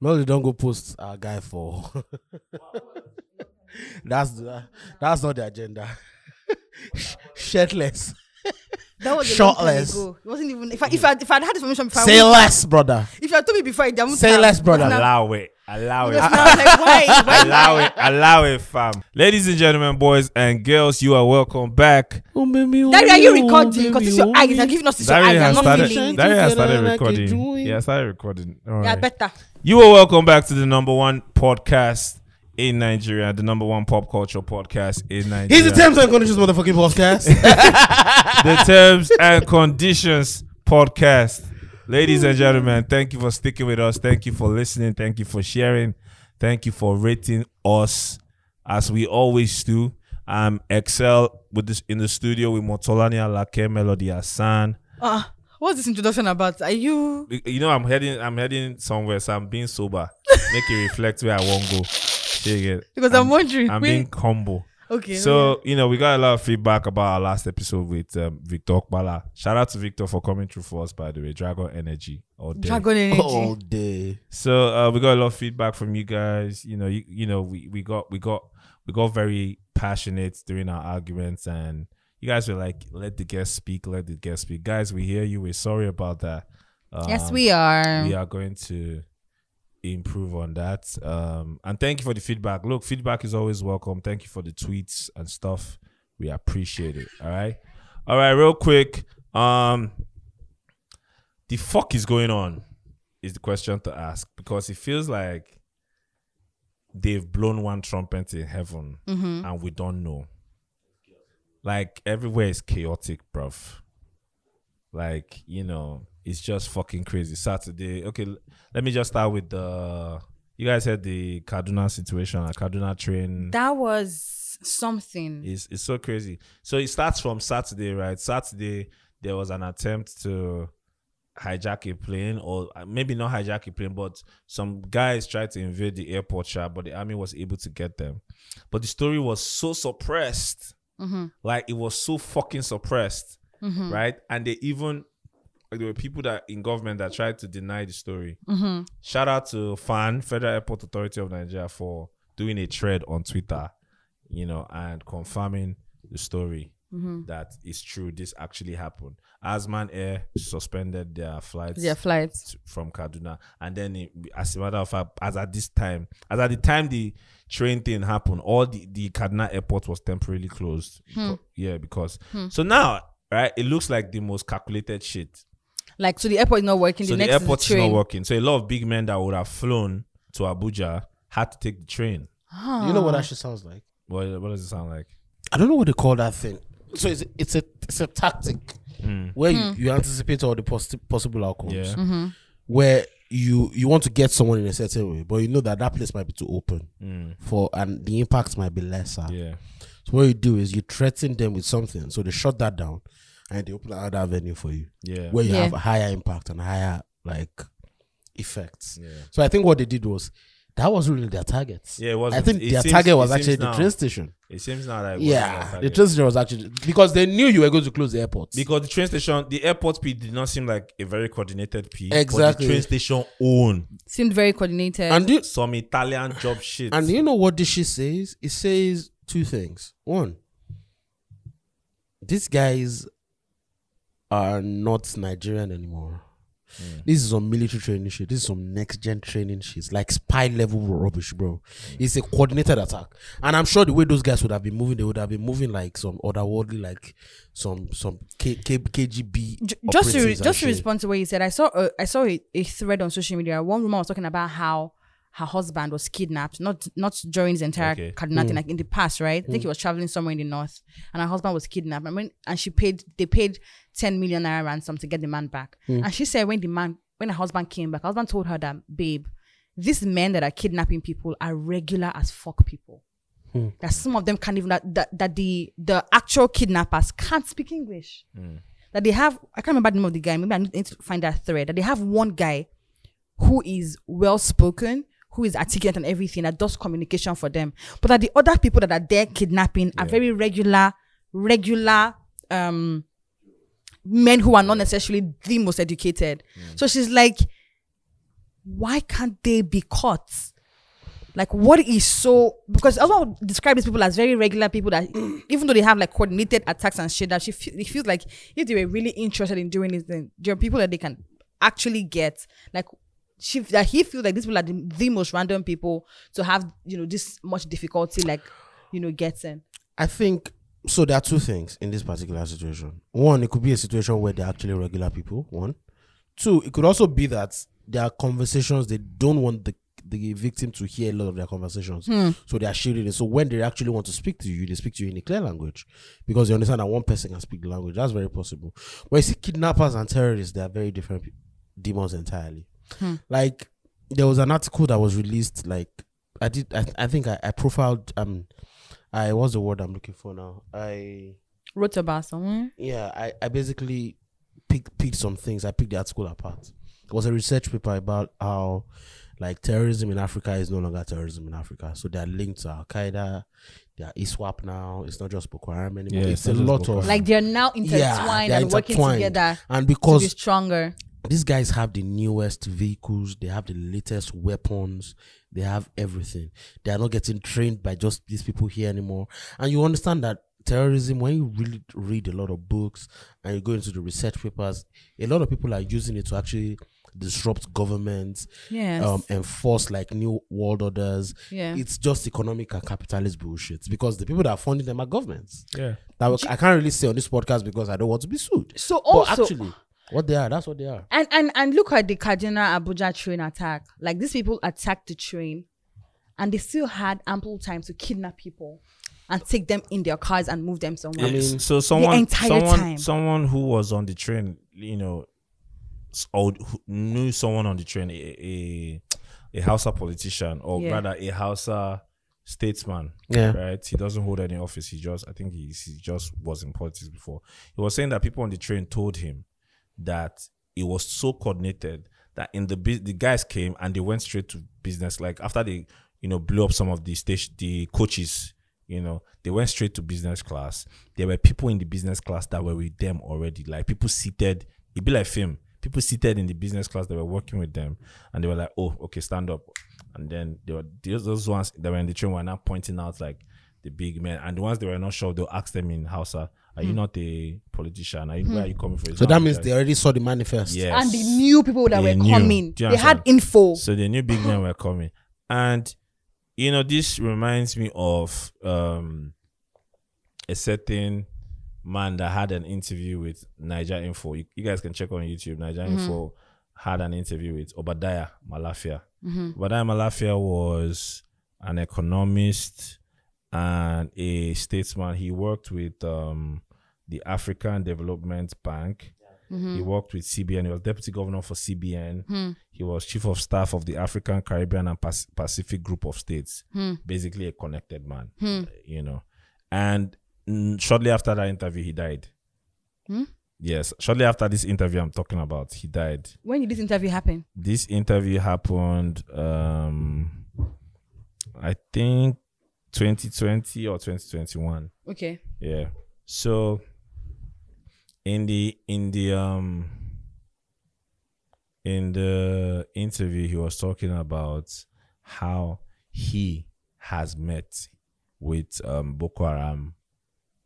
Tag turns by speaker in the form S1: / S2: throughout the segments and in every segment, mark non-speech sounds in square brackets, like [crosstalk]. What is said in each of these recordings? S1: Melody don't go post our guy for. [laughs] that's the, that's not the agenda. [laughs] Sh- Shirtless.
S2: That was a long time
S1: Shortless.
S2: ago. It wasn't even. If I if I if I'd had this information before, I
S1: Say
S2: would-
S1: less, brother.
S2: if you had told me before, I would
S1: Say
S2: have-
S1: less, brother.
S2: wouldn't have-
S3: Allow it. Allow
S2: I
S1: [laughs]
S3: it.
S2: was like, why?
S3: [laughs]
S2: Why?
S3: allow it. Allow it, fam. Ladies and gentlemen, boys and girls, you are welcome back.
S2: Daddy, are you recording? Because it's your eyes. I'm giving us this your
S3: Dari
S2: eyes. I'm
S3: has
S2: not
S3: started.
S2: feeling.
S1: That-
S3: Dari has
S1: it.
S3: started
S1: Like a
S3: recording.
S1: joint.
S3: Yeah, I started recording. All
S2: Yeah,
S3: right.
S2: better.
S3: You are welcome back to the number one podcast in Nigeria, the number one pop culture podcast in Nigeria.
S1: He's the terms and conditions motherfucking podcast.
S3: the terms and conditions podcast. Ladies and gentlemen, thank you for sticking with us. Thank you for listening. Thank you for sharing. Thank you for rating us as we always do. I'm Excel with this in the studio with Motolani Alake, Melody Hassan.
S2: Uh, what's this introduction about? Are you?
S3: You- You know, I'm heading I'm heading somewhere, so I'm being sober. Make it reflect where I won't go. Shake it.
S2: Because I'm, wondering.
S3: I'm
S2: we-
S3: being humble.
S2: okay.
S3: So you know, we got a lot of feedback about our last episode with um, Victor Okbala. Shout out to Victor for coming through for us, by the way. Dragon Energy all day.
S2: Dragon energy.
S1: All day.
S3: So uh, we got a lot of feedback from you guys. You know, you, you know, we, we got we got we got very passionate during our arguments, and you guys were like, "Let the guest speak, let the guest speak." Guys, we hear you. We're sorry about that. Um,
S2: yes, we are.
S3: we are going to improve on that. Um, and thank you for the feedback. Look, feedback is always welcome. Thank you for the tweets and stuff. We appreciate it. All right. All right, real quick. Um, the fuck is going on is the question to ask because it feels like they've blown one trumpet in heaven and we don't know. Like everywhere is chaotic, bruv like you know it's just fucking crazy saturday okay l- let me just start with the you guys heard the kaduna situation a kaduna train
S2: That was something.
S3: is it's so crazy so it starts from saturday right saturday there was an attempt to hijack a plane or uh, maybe not hijack a plane but some guys tried to invade the airport sha, but the army was able to get them but the story was so suppressed
S2: Mm-hmm,
S3: like it was so fucking suppressed right and they even like, there were people that in government that tried to deny the story
S2: mm-hmm.
S3: shout out to fan federal airport authority of nigeria for doing a thread on twitter you know and confirming the story that it's true this actually happened asman air suspended their flights
S2: Their flights.
S3: t- from Kaduna, and then it, as a matter of fact, as at this time, as at the time the train thing happened, all the the Kaduna airport was temporarily closed. Beca- yeah, because so now right, it looks like the most calculated shit.
S2: Like so, the airport is not working.
S3: so
S2: the next
S3: the airport
S2: is
S3: is,
S2: the train.
S3: not working. So a lot of big men that would have flown to Abuja had to take the train.
S1: You know what that shit sounds like?
S3: What what does it sound like?
S1: I don't know what they call that thing. So it's it's a it's a tactic where
S2: Hmm.
S1: you, you anticipate all the possi- possible outcomes.
S3: Yeah.
S2: Mm-hmm.
S1: Where you you want to get someone in a certain way, but you know that that place might be too open for, and the impact might be lesser.
S3: Mm. Yeah.
S1: So what you do is you threaten them with something, so they shut that down, and they open another venue for you,
S3: Yeah.
S1: where you
S2: Yeah.
S1: have a higher impact and higher like effects.
S3: Yeah.
S1: So I think what they did was that was really their targets.
S3: Yeah, it
S1: I
S3: wasn't.
S1: think
S3: It
S1: their
S3: seems-
S1: target was
S3: it seems
S1: actually the
S3: now-
S1: train station.
S3: It seems now like
S1: Yeah, the train station was actually because they knew you were going to close the airport.
S3: Because the train station, the airport P did not seem like a very coordinated P. But the
S1: Exactly.
S3: train station own
S2: Seemed very coordinated.
S1: and you
S3: some Italian job shit.
S1: and you know what this shit says? It says two things. One, these guys are not Nigerian anymore. This is some military training shit. This is some next gen training shit. Like spy level rubbish, bro. It's a coordinated attack. And I'm sure the way those guys would have been moving, they would have been moving like some otherworldly, like some some K, K, KGB.
S2: Ju- just to
S1: operatives and
S2: just to
S1: shit.
S2: respond to what you said, I saw a, I saw a, a thread on social media. One woman was talking about how her husband was kidnapped, not not during his entire
S3: Okay.
S2: Kaduna thing, like in the past, right? I think he was traveling somewhere in the north, and her husband was kidnapped. I mean, and she paid they paid ten million naira ransom to get the man back. And she said when the man when her husband came back, her husband told her that babe, these men that are kidnapping people are regular as fuck people. That some of them can't even that that, that the the actual kidnappers can't speak English that they have I can't remember the name of the guy. Maybe I need to find that thread. That they have one guy who is well spoken, who is articulate and everything that does communication for them. But that the other people that are there kidnapping are very regular, regular um men who are not necessarily the most educated. So she's like why can't they be caught? Like, what is so? Because I would describe these people as very regular people that, [clears throat] even though they have like coordinated attacks and shit, that she fe- it feels like if they were really interested in doing this, then there are people that they can actually get. Like, she that he feels like these people are the, the most random people to have, you know, this much difficulty, like, you know, getting.
S1: I think so. There are two things in this particular situation. One, it could be a situation where they're actually regular people. One, two, it could also be that there are conversations they don't want the the victim to hear a lot of their conversations, so they are shielding it. So when they actually want to speak to you, they speak to you in a clear language because they understand that one person can speak the language. That's very possible. But you see, kidnappers and terrorists, they are very different pe- demons entirely. Like there was an article that was released. Like I did, I, I think I, I profiled um I what's the word I'm looking for now? I
S2: Wrote about someone.
S1: yeah, I, I basically picked picked some things. I picked the article apart. It was a research paper about how like terrorism in Africa is no longer terrorism in Africa. So they are linked to Al Qaeda, they are E ISWAP now. It's not just Boko Haram anymore.
S3: Yeah,
S1: it's,
S3: it's
S1: a
S3: not just
S1: lot
S3: Boko
S1: of
S3: Haram.
S2: Like they're now
S1: yeah,
S2: intertwined
S1: they are
S2: and working
S1: intertwined.
S2: together
S1: And
S2: to be
S1: because
S2: stronger.
S1: these guys have the newest vehicles, they have the latest weapons, they have everything. They are not getting trained by just these people here anymore. And you understand that terrorism, when you really read a lot of books and you go into the research papers, a lot of people are using it to actually disrupt governments,
S2: Yes.
S1: um, enforce like new world orders.
S2: Yeah.
S1: It's just economic and capitalist bullshit because the people that are funding them are governments.
S3: Yeah.
S1: That was- I can't really say on this podcast because I don't want to be sued.
S2: so
S1: but
S2: also
S1: actually, what they are, that's what they are.
S2: and, and and look at the Kaduna Abuja train attack. Like these people attacked the train and they still had ample time to kidnap people and take them in their cars and move them somewhere.
S3: I mean, so someone,
S2: entire
S3: someone,
S2: time.
S3: someone who was on the train, you know, s- or who knew someone on the train, a a, a Hausa politician or
S2: Yeah.
S3: rather a Hausa statesman.
S1: Yeah.
S3: right. He doesn't hold any office. He just, I think, he, he just was in politics before. He was saying that people on the train told him that it was so coordinated that in the bus- the guys came and they went straight to business. Like after they, you know, blew up some of the station, the coaches, you know, they went straight to business class. There were people in the business class that were with them already. Like people seated, it'd be like film. People seated in the business class that were working with them, and they were like, "Oh, okay, stand up." And then they were those, those ones that were in the train were now pointing out like the big men, and the ones that were not sure, they'll ask them in Hausa, "Are you not a politician? Are you where are you coming from?"
S1: So that means they already saw the manifest.
S3: Yes.
S2: and they knew people that
S3: They
S2: were
S3: knew.
S2: coming.
S3: Do you
S2: They had
S3: understand?
S2: info.
S3: So the new big men were coming. And you know, this reminds me of um a certain man that had an interview with Niger Info. You, you guys can check on YouTube. Niger Info had an interview with Obadiah Malafia.
S2: Mm-hmm,
S3: Obadiah Malafia was an economist and a statesman. He worked with um, the African Development Bank.
S2: mm-hmm,
S3: He worked with CBN. He was deputy governor for CBN. He was chief of staff of the African, Caribbean, and Pas- Pacific Group of States. Basically, a connected man, you know. And mm, shortly after that interview, he died. Yes, shortly after this interview I'm talking about, he died
S2: When did this interview happen?
S3: this interview happened um i think 2020 or 2021
S2: Okay.
S3: yeah so in the in the um in the interview he was talking about how he has met with um boko haram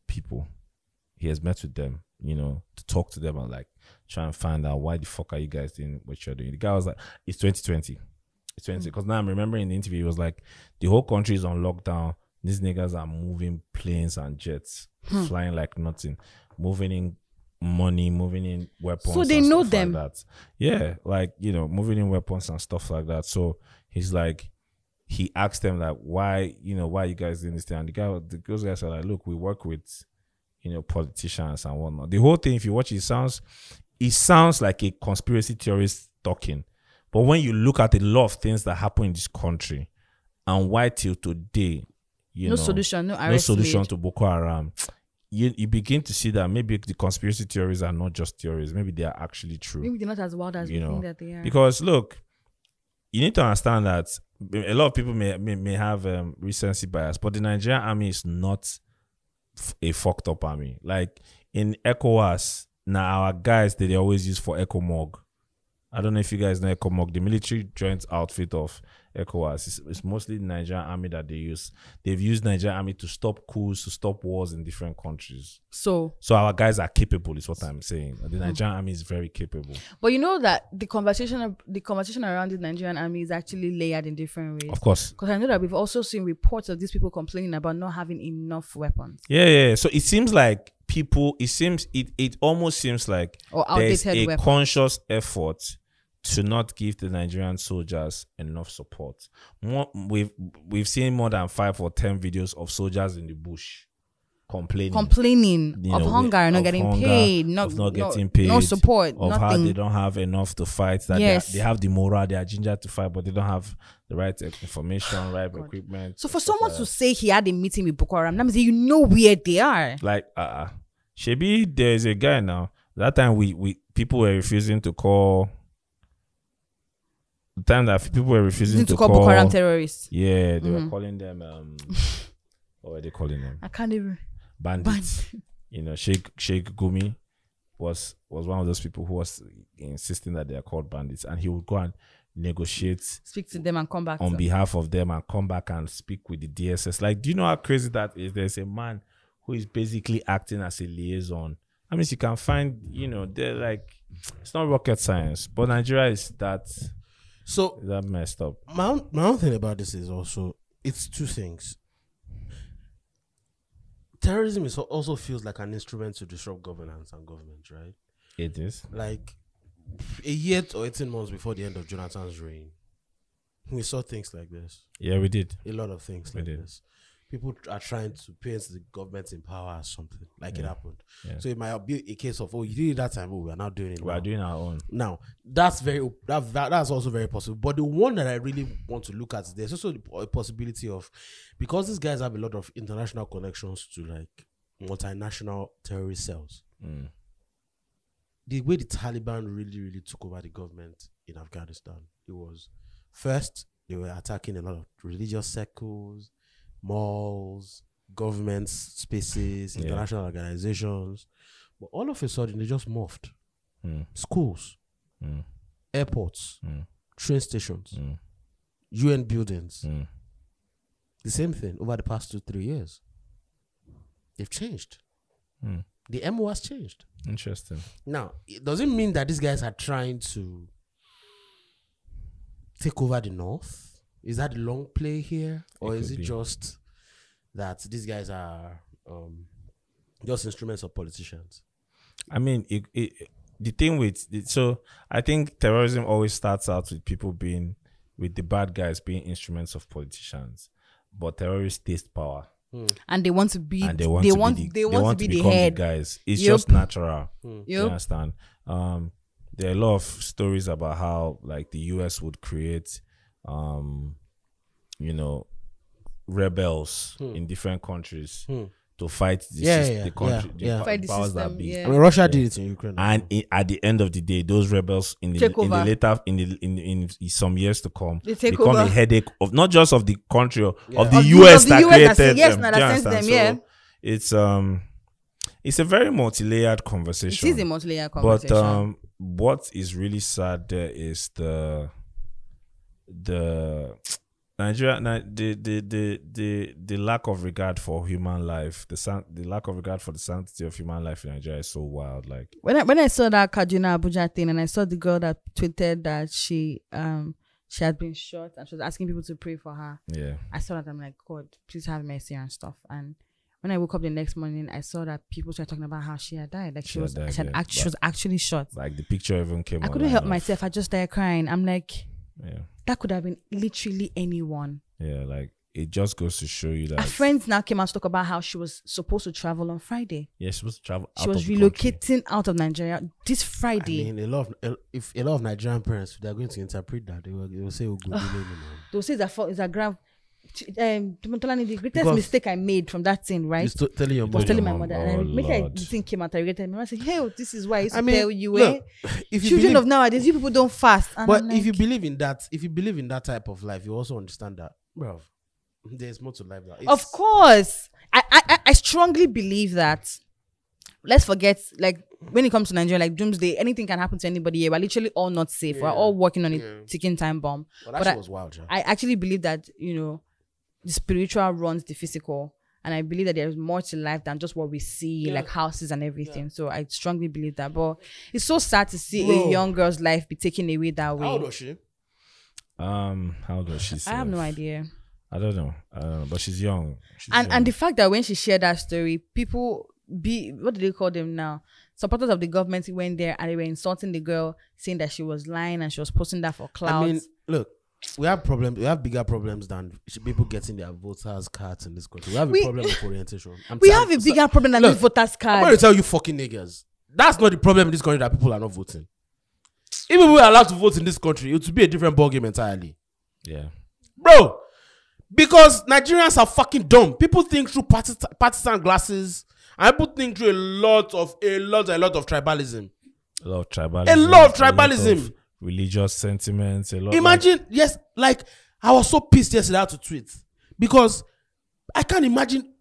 S3: people he has met with them, you know, to talk to them and like try and find out why the fuck are you guys doing what you're doing. The guy was like, it's 2020. It's 20.
S2: Mm.
S3: Because now I'm remembering the interview, it was like, the whole country is on lockdown. These niggas are moving planes and jets,
S2: Hmm.
S3: flying like nothing, moving in money, moving in weapons.
S2: So they
S3: and
S2: know
S3: stuff
S2: them.
S3: Like that. Yeah, like, you know, moving in weapons and stuff like that. So he's like, he asked them like why you know why you guys doing this thing and the guy the those guys are like look we work with you know politicians and whatnot the whole thing if you watch it sounds it sounds like a conspiracy theorist talking but when you look at a lot of things that happen in this country and why till today you
S2: no
S3: know
S2: solution, no
S3: no
S2: arrest.
S3: solution
S2: made.
S3: to Boko Haram. You, you begin to see that maybe the conspiracy theories are not just theories. Maybe they are actually true
S2: Maybe they're not as wild as
S3: you
S2: we
S3: know
S2: think that they are.
S3: because look you need to understand that a lot of people may may, may have um, recency bias but the nigerian army is not f- a fucked up army like in ecowas now our guys that they always use for ecomog I don't know if you guys know ECOMOG, the military joint outfit of ECOWAS. It's, it's mostly Nigerian army that they use. They've used Nigerian army to stop coups, to stop wars in different countries.
S2: So,
S3: So our guys are capable, is what I'm saying. The Nigerian army is very capable.
S2: but you know that the conversation, ab- the conversation around the Nigerian army is actually layered in different ways.
S3: Of course.
S2: Because I know that we've also seen reports of these people complaining about not having enough weapons
S3: Yeah, yeah. So it seems like people, it seems, it, it almost seems like
S2: or
S3: there's
S2: outdated
S3: a
S2: weapons.
S3: conscious effort to not give the Nigerian soldiers enough support. More, we've we've seen more than five or ten videos of soldiers in the bush complaining.
S2: complaining
S3: you
S2: of
S3: know,
S2: hunger, not
S3: of
S2: getting
S3: hunger,
S2: paid, not,
S3: of not
S2: no-
S3: getting paid,
S2: no support,
S3: of how they
S2: nothing.
S3: don't have enough to fight. That
S2: Yes.
S3: they, are- they have the morale, they are ginger to fight, but they don't have the right
S2: [sighs]
S3: e- information, right equipment.
S2: Oh So for someone to say he had a meeting with Boko Haram, that means you know where they are.
S3: like uh uh Shebi, there's a guy now. That time we we people were refusing to call the time that people were refusing
S2: Need to call Boko Haram terrorists. Mm.
S3: yeah, they were calling
S2: [laughs]
S3: them um what were they calling them?
S2: I can't even.
S3: Bandits. you know, Sheikh Sheikh Gumi was was one of those people who was insisting that they are called bandits and he would go and negotiate
S2: speak to them and come back.
S3: on
S2: to-
S3: behalf of them and come back and speak with the DSS. Like, do you know how crazy that is? There's a man who is basically acting as a liaison. I mean, you can find, you know, they're like, it's not rocket science, but Nigeria is that
S1: So
S3: that messed up.
S1: my own, my own thing about this is also it's two things. Terrorism is al- also feels like an instrument to disrupt governance and government, right?
S3: It is.
S1: Like a year or eighteen months before the end of Jonathan's reign, we saw things like this.
S3: Yeah, we did.
S1: A lot of things
S3: We
S1: like
S3: did.
S1: this. People tr- are trying to paint the government in power as something like it happened.
S3: Yeah.
S1: So it might be a case of oh, you did it that time, oh, we are now doing it.
S3: We
S1: now.
S3: are doing our own.
S1: Now, that's very that, that that's also very possible. But the one that I really want to look at, there's also a possibility of because these guys have a lot of international connections to like multinational terrorist cells.
S3: Mm.
S1: The way the Taliban really, really took over the government in Afghanistan, it was first they were attacking a lot of religious circles, malls, government spaces,
S3: Yeah.
S1: international organizations. But all of a sudden, they just morphed
S3: Mm.
S1: schools,
S3: Mm.
S1: airports,
S3: Mm.
S1: train stations,
S3: Mm.
S1: UN buildings.
S3: Mm.
S1: The same thing over the past two, three years. They've changed.
S3: Hmm.
S1: The MO has changed.
S3: Interesting.
S1: Now, it doesn't mean that these guys are trying to take over the North. Is that the long play here? Or
S3: It
S1: is
S3: could
S1: it
S3: be.
S1: just that these guys are um, just instruments of politicians?
S3: I mean, it, it, the thing with the- so I think terrorism always starts out with people being with the bad guys being instruments of politicians, but terrorists taste power
S2: and they want to be.
S3: and they want to be the,
S2: they want, to be the
S3: become
S2: head.
S3: the guys. It's
S2: Yup. Hmm.
S3: just natural. You
S2: Yup.
S3: understand? Um, there are a lot of stories about how like the US would create, um, you know, rebels
S2: Hmm.
S3: in different countries to fight the,
S1: Yeah,
S3: sys-
S1: yeah,
S3: the country,
S1: yeah,
S3: the
S1: yeah.
S3: pa-
S2: Fight the
S3: powers that
S2: system,
S3: be
S2: yeah.
S1: I mean, Russia did it in Ukraine.
S3: and i at the end of the day, those rebels in the,
S2: Take
S3: in the
S2: over.
S3: later in the in, in, some years to come
S2: They take
S3: become a
S2: over.
S3: headache of not just of the country of, of the
S2: Of the-
S3: US
S2: of the
S3: that
S2: US that
S3: created
S2: say- yes,
S3: them.
S2: now
S3: Do you
S2: that sends
S3: understand?
S2: them, yeah.
S3: So it's um it's a very multi-layered
S2: It
S3: conversation.
S2: is a multi-layer
S3: but
S2: conversation.
S3: um what is really sad there is the the Nigeria, Ni- the, the the the the lack of regard for human life, the san- the lack of regard for the sanctity of human life in Nigeria is so wild. Like
S2: when I, when I saw that Kaduna Abuja thing, and I saw the girl that tweeted that she um she had been shot and she was asking people to pray for her,
S3: Yeah.
S2: I saw that I'm like, God, please have mercy and stuff. And when I woke up the next morning, I saw that people started talking about how she had died. Like she,
S3: She had
S2: was,
S3: died,
S2: she, had
S3: yeah,
S2: act- she
S3: but-
S2: was actually shot.
S3: Like the picture even came
S2: I couldn't
S3: online
S2: help
S3: of-
S2: myself. I just started crying. I'm like,
S3: Yeah.
S2: that could have been literally anyone.
S3: Yeah. Like it just goes to show you that
S2: Her friends now came out to talk about how she was supposed to travel on Friday.
S3: yeah, she's supposed to travel out
S2: She was
S3: of the country.
S2: relocating out of Nigeria this
S1: I
S2: Friday.
S1: mean, a lot of a- if a lot of Nigerian parents, they're going to interpret that they will, they will say, "Oh, good,
S2: They'll say it's a fault, it's a grave. Um, Tolani, the greatest
S1: Because-
S2: mistake I made from that thing, [sighs] right?
S1: You're telling your mother.
S2: was
S3: Tell your
S2: telling my
S3: mom.
S2: mother, and I
S3: Oh,
S2: make I
S3: Lord.
S2: the thing came out. I regretted. My mom said, "Hey, oh, this is why I used to
S1: I mean,
S2: tell you, eh?
S1: look, [laughs] if you
S2: Children
S1: believe-
S2: of nowadays, you people don't fast." And
S1: but
S2: I'm
S1: if you
S2: like,
S1: believe in that, if you believe in that type of life, you also understand that, bro. There's more to life. That
S2: of course, I, I I- I strongly believe that. Let's forget, like when it comes to Nigeria, like doomsday, anything can happen to anybody here. We're literally all not safe. We're all working on a ticking time bomb.
S1: But
S2: But
S1: that shit
S2: I-
S1: was wild, yeah.
S2: I actually believe that you know the spiritual runs the physical, and I believe that there is more to life than just what we see, like houses and everything. So I strongly believe that. But it's so sad to see a
S1: Bro. Oh,
S2: young girl's life be taken away that
S1: How old
S2: way.
S1: was she?
S3: Um, how does she?
S2: I have no
S3: serve?
S2: idea.
S3: I don't know. I don't know. But she's young. She's
S2: And
S3: young.
S2: and the fact that when she shared that story, people be what do they call them now? Supporters of the government went there and they were insulting the girl, saying that she was lying and she was posting that for clout.
S1: I mean, look, we have problems. We have bigger problems than sh- people getting their voters' cards in this country. We have a
S2: We-
S1: problem with orientation. I'm
S2: we
S1: tired-
S2: have a
S1: so-
S2: bigger problem than
S1: look,
S2: this voters
S1: I'm going to
S2: card.
S1: tell you, fucking niggas, that's not the problem in this country that people are not voting. If we were allowed to vote in this country, it would be a different ballgame entirely,
S3: yeah.
S1: bro. Because Nigerians are fucking dumb. People think through partis- partisan glasses, and people think through a lot of a lot a lot of tribalism.
S3: A lot of tribalism.
S1: A lot of
S3: a lot
S1: tribalism.
S3: of religious sentiments. A lot.
S1: imagine yes like i was so pissed yesterday I had to tweet because i can't imagine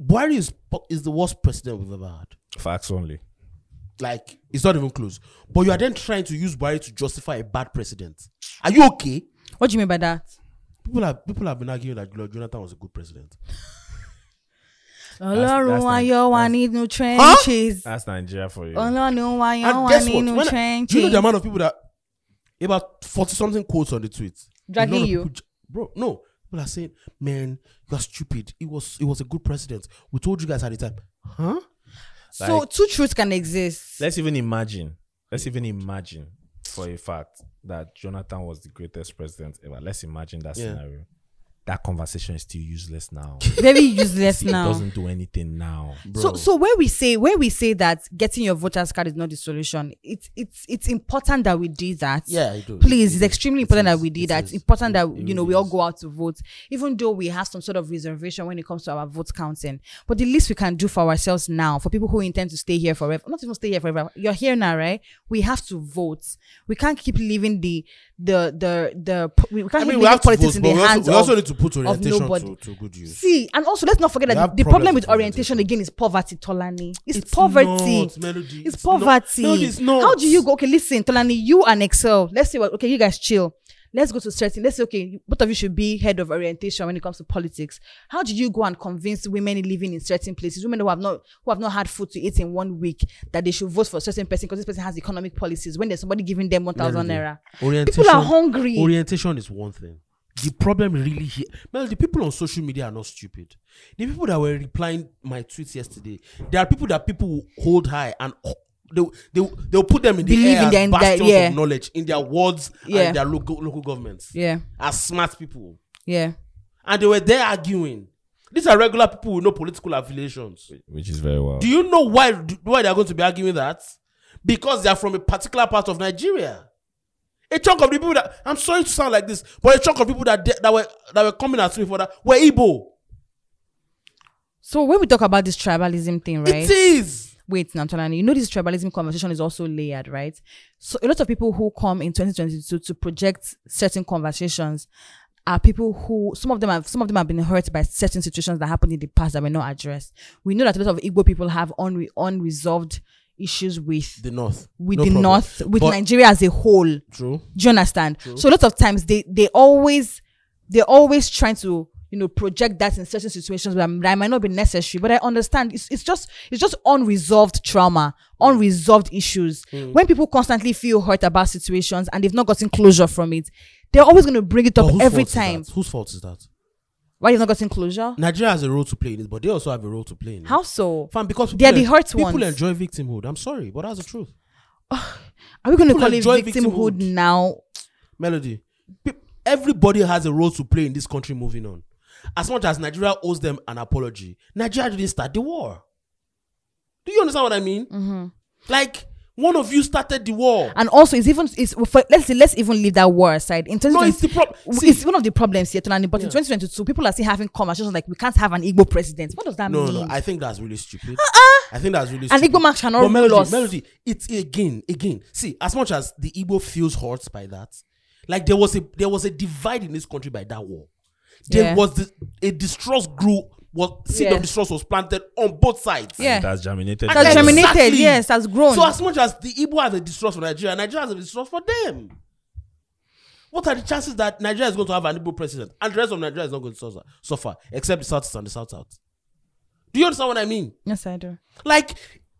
S1: buhari is po- is the worst president we've ever had
S3: like, facts only.
S1: like it's not even close but you are then trying to use buhari to justify a bad president are you okay
S2: What do you mean by that?
S1: people have people have been arguing that Lord jonathan was a good president
S2: Ọlọ́run
S3: that's
S2: wa
S3: nice.
S2: yọ wa
S3: That's-
S2: nínú trenches.
S3: That's Nigeria for you.
S2: Ọlọ́run wa yọ
S1: and
S2: wa
S1: guess what
S2: nínú
S1: When I- do you know the
S2: trenches.
S1: amount of people that about 40 something quotes on the tweet A
S2: Dragging
S1: lot of
S2: you.
S1: people j- bro no people are saying man you are stupid it was it was a good president we told you guys at the time huh
S2: So
S3: like-
S2: two truths can exist.
S3: Let's even imagine. Let's even imagine for a fact that Jonathan was the greatest president ever. Let's imagine that
S1: Yeah.
S3: scenario. That conversation is still useless now.
S2: Very useless [laughs]
S3: it
S2: now.
S3: doesn't do anything now.
S2: So
S1: Bro.
S2: so where we say where we say that getting your voters card is not the solution, it's it's it's important that we do that.
S1: Yeah, it does.
S2: Please,
S1: It
S2: it's
S1: is.
S2: extremely
S1: It
S2: important
S1: is.
S2: that we do
S1: It
S2: that.
S1: is.
S2: It's important
S1: It-
S2: that
S1: it
S2: you know
S1: really
S2: we all
S1: is.
S2: go out to vote, even though we have some sort of reservation when it comes to our vote counting. But the least we can do for ourselves now, for people who intend to stay here forever, not even stay here forever. You're here now, right? We have to vote. We can't keep leaving the the the the we we can't
S1: I mean,
S2: keep
S1: we
S2: leaving
S1: have to vote,
S2: politics in
S1: but
S2: the
S1: we
S2: hands
S1: also, we also
S2: of
S1: need to put orientation
S2: nobody.
S1: to, to good use.
S2: See, and also let's not forget
S1: We
S2: that
S1: have
S2: the, the
S1: problems
S2: problem
S1: with
S2: with orientation
S1: orientation.
S2: again is poverty, Tolani. It's, poverty.
S1: not, Melody.
S2: It's
S1: not-
S2: poverty.
S1: Melody, it's not.
S2: How do you go? Okay, listen, Tolani, you and Excel. Let's say, well, okay, you guys chill. Let's go to certain. Let's say, okay, you- both of you should be head of orientation when it comes to politics. How do you go and convince women living in certain places, women who have not who have not had food to eat in one week, that they should vote for a certain person because this person has economic policies? When there's somebody giving them one thousand
S1: Melody,
S2: naira,
S1: Orientation,
S2: people are hungry.
S1: Orientation is one thing. The problem really here, Melody, people on social media are not stupid. The people that were replying my tweets yesterday, there are people that people will hold high and ho- they will- they will- they will put them in the
S2: Believe
S1: air
S2: in
S1: as
S2: their- in their-
S1: bastions
S2: yeah.
S1: of knowledge in their wards and
S2: Yeah.
S1: in their local local governments
S2: yeah,
S1: as smart people,
S2: yeah.
S1: and they were there arguing. These are regular people with no political affiliations.
S3: Which is very well.
S1: Do you know why why they're going to be arguing that? Because they are from a particular part of Nigeria. A chunk of the people that I'm sorry to sound like this, but a chunk of people that de- that were that were coming at me for that were Igbo.
S2: So when we talk about this tribalism thing, right?
S1: It is.
S2: wait now Tolani, you know this tribalism conversation is also layered right so a lot of people who come in 2022 to project certain conversations are people who some of them have some of them have been hurt by certain situations that happened in the past that were not addressed we know that a lot of igbo people have unre- unresolved issues with
S1: The North.
S2: with
S1: No
S2: the
S1: problem.
S2: north with
S1: But-
S2: nigeria as a whole
S1: True.
S2: do you understand? So a lot of times they they always they're always trying to you know project that in certain situations where I'm- that might not be necessary. But I understand it's it's just it's just unresolved trauma,
S1: Hmm.
S2: unresolved issues. When people constantly feel hurt about situations and they've not gotten closure from it, they're always going to bring it
S1: But
S2: up
S1: whose
S2: every
S1: fault is
S2: time.
S1: that? Whose fault is that?
S2: Why you've not gotten closure?
S1: Nigeria has a role to play in it, but they also have a role to play in it.
S2: How so?
S1: Fam, because
S2: They are
S1: people
S2: the
S1: en-
S2: hurt
S1: people
S2: ones.
S1: enjoy victimhood. I'm sorry, but that's the truth.
S2: Are we going to
S1: People
S2: call it
S1: enjoy
S2: victimhood
S1: victimhood.
S2: now?
S1: Melody, pe- everybody has a role to play in this country moving on. As much as Nigeria owes them an apology, Nigeria didn't start the war. Do you understand what I mean? Like, one of you started the war.
S2: And also, it's even it's for, let's let's even leave that war aside. In terms
S1: No,
S2: of
S1: it's the problem.
S2: it's one of the problems here, Tolani. But in
S1: Yeah.
S2: 2022, people are still having conversations like we can't have an Igbo president. What does that
S1: No,
S2: mean?
S1: no, I think that's really stupid. Uh-uh. I think that's really
S2: An
S1: stupid.
S2: Igbo man cannot
S1: But
S2: rule
S1: Melody,
S2: us.
S1: Melody, it's again, again. See, as much as the Igbo feels hurt by that, like there was a there was a divide in this country by that war. There
S2: Yeah.
S1: was this, a distrust grew was seed
S2: Yes.
S1: of distrust was planted on both sides.
S2: Yeah.
S3: It has
S2: It
S3: germinated.
S2: has
S3: well.
S2: germinated. yes, has grown.
S1: So as much as the Igbo has a distrust for Nigeria, Nigeria has a distrust for them. What are the chances that Nigeria is going to have an Igbo president and the rest of Nigeria is not going to suffer, suffer except the South East and the South South? Do you understand what I mean?
S2: yes, I do.
S1: Like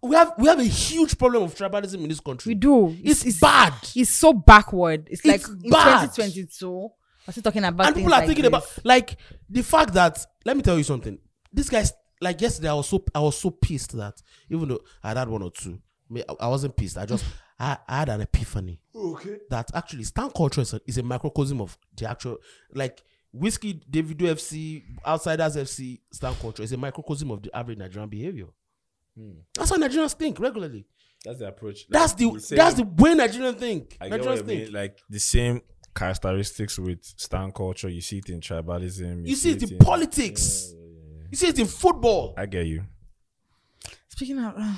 S1: we have we have a huge problem of tribalism in this country.
S2: We do.
S1: It's, bad.
S2: It's so backward. It's,
S1: It's
S2: like in
S1: bad.
S2: 2022. We're still talking about
S1: and
S2: things
S1: people are
S2: like
S1: thinking
S2: this.
S1: about like the fact that let me tell you something this guy's like yesterday i was so i was so pissed that even though i had one or two me- i I wasn't pissed i just I, I had an epiphany okay that actually stand culture is a, is a microcosm of the actual like whiskey davido fc outsiders fc stand culture is a microcosm of the average nigerian behavior
S2: Hmm.
S1: that's how nigerians think regularly
S3: That's the approach. Like,
S1: that's the
S3: you say-
S1: that's the way nigerians think
S3: I get what
S1: nigerians
S3: I
S1: think
S3: mean. Like the same characteristics with stand culture. You see it in tribalism.
S1: you, see it in
S3: in-
S1: politics you see it in football
S3: I get you.
S2: Speaking of, uh,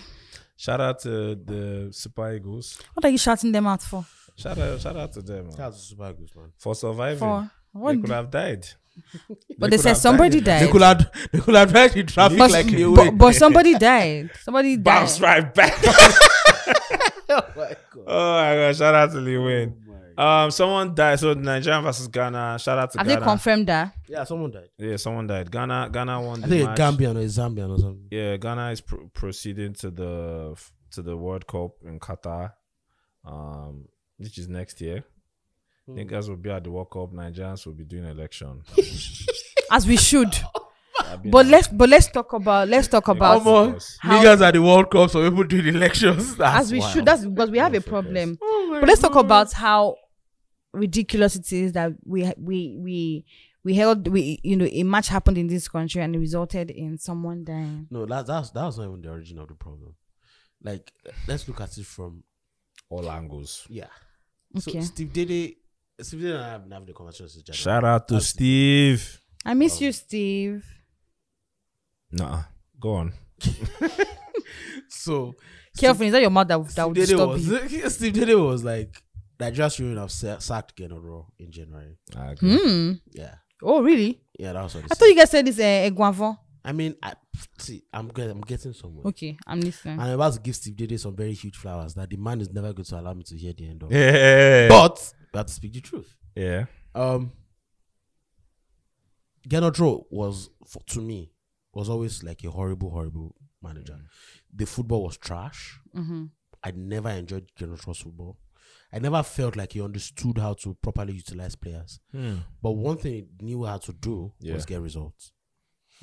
S3: Shout out to the Super Eagles.
S2: what are you shouting them out for?
S3: Shout out, shout out to them man.
S1: that's super good man
S3: for surviving.
S2: For
S3: They
S2: what?
S3: could have died.
S2: But
S3: They
S2: they
S3: could
S2: said
S3: have
S2: somebody
S3: died.
S1: They
S2: died.
S1: could have they could have drive in traffic
S2: But,
S1: like you
S2: but, but somebody died. Somebody died.
S3: Bounce
S2: [laughs]
S3: right back. [laughs] Oh my god! Shout out to Lee Wayne. Um, someone died. So Nigeria versus Ghana. Shout out to
S2: Have they
S3: Ghana.
S2: confirmed
S1: [laughs]
S2: that?
S1: Yeah, someone died.
S3: yeah, someone died. Ghana. Ghana won.
S1: I
S3: The
S1: think a
S3: match.
S1: Gambian or a Zambian or something.
S3: Yeah, Ghana is pr- proceeding to the to the World Cup in Qatar, um, which is next year. Niggas will be at the World Cup. Nigerians will be doing election.
S2: As we should.
S3: I've been
S2: But
S3: at-
S2: let's but let's talk about let's talk about
S3: Omo,
S2: How-
S1: at the World Cup, so people doing elections. That's
S2: as we
S1: wild.
S2: should. That's because we have a problem.
S1: Oh
S2: but let's talk about how ridiculous it is that we we we we held we you know a match happened in this country and it resulted in someone dying.
S1: no, that, that's that's not even the origin of the problem. Like, let's look at it from
S3: all angles.
S1: yeah.
S2: Okay.
S1: So Steve Dede, Steve Dede and I have been having a conversation since January.
S3: Shout out to Steve.
S2: I miss
S1: Oh.
S2: you, Steve.
S3: Nah, go on.
S1: So
S2: Careful, is that your mother that, that
S1: Steve
S2: would
S1: Dede
S2: disturb you?
S1: was [laughs] Steve Dede was like Nigeria shouldn't have sa- sacked Genoro in January.
S3: I agree.
S2: Hmm.
S1: Yeah,
S2: Oh, really?
S1: yeah, that was what he
S2: I
S1: said.
S2: thought you guys said this uh, Guavon.
S1: I mean, I, see, I'm get, I'm getting somewhere.
S2: Okay, I'm listening.
S1: And I'm about to give Steve Dede some very huge flowers that the man is never going to allow me to hear the end of.
S3: Yeah.
S1: But we have to speak the truth.
S3: yeah.
S1: Um, Gernot Rowe was for, to me was always like a horrible, horrible manager.
S3: Mm.
S1: The football was trash.
S2: Mhm.
S1: I never enjoyed Gernot Rowe's football. I never felt like he understood how to properly utilize players.
S3: Hmm.
S1: But one thing he knew how to do
S3: Yeah.
S1: was get results.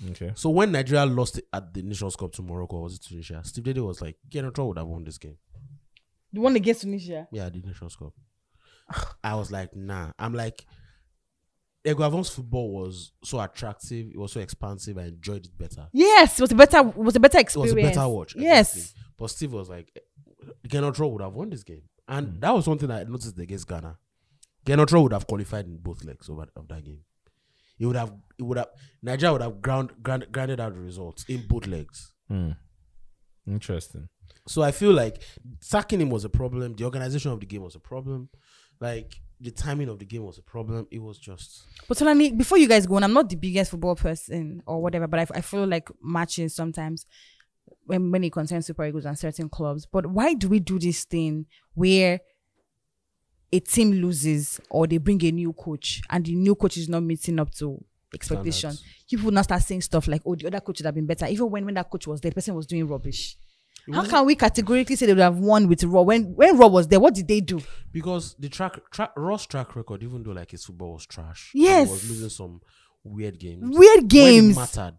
S3: Okay.
S1: So when Nigeria lost at the Nations Cup to Morocco, or was it Tunisia? Steve Dede was like, Gernot Rowe would have won this game.
S2: The one against Tunisia.
S1: Yeah, the Nations Cup. I was like, nah. I'm like, Eguavon's football was so attractive. It was so expansive. I enjoyed it better.
S2: Yes, it was a better it was a better
S1: It was
S2: experience.
S1: a better watch.
S2: Yes.
S1: exactly. But Steve was like, Gernot Rowe would have won this game. And that was something I noticed against Ghana. Gernot Rowe would have qualified in both legs over of that game. He would have, it would have, Nigeria would have ground, ground, grounded out the results in both legs.
S3: Hmm. Interesting.
S1: So I feel like sacking him was a problem. The organization of the game was a problem. Like the timing of the game was a problem. It was just
S2: But Tolani, before you guys go on, I'm not the biggest football person or whatever, but I, I feel like matches sometimes when, when it concerns Super Eagles and certain clubs. But why do we do this thing where a team loses or they bring a new coach and the new coach is not meeting up to expectations? You people now start saying stuff like, oh, the other coach would have been better. Even when, when that coach was there, the person was doing rubbish. How can we categorically say they would have won with Raw? When when Raw was there, what did they do?
S1: because the track, track Ross track record, even though like his football was trash, and
S2: Yes.
S1: he was losing some weird games.
S2: Weird games.
S1: when it mattered,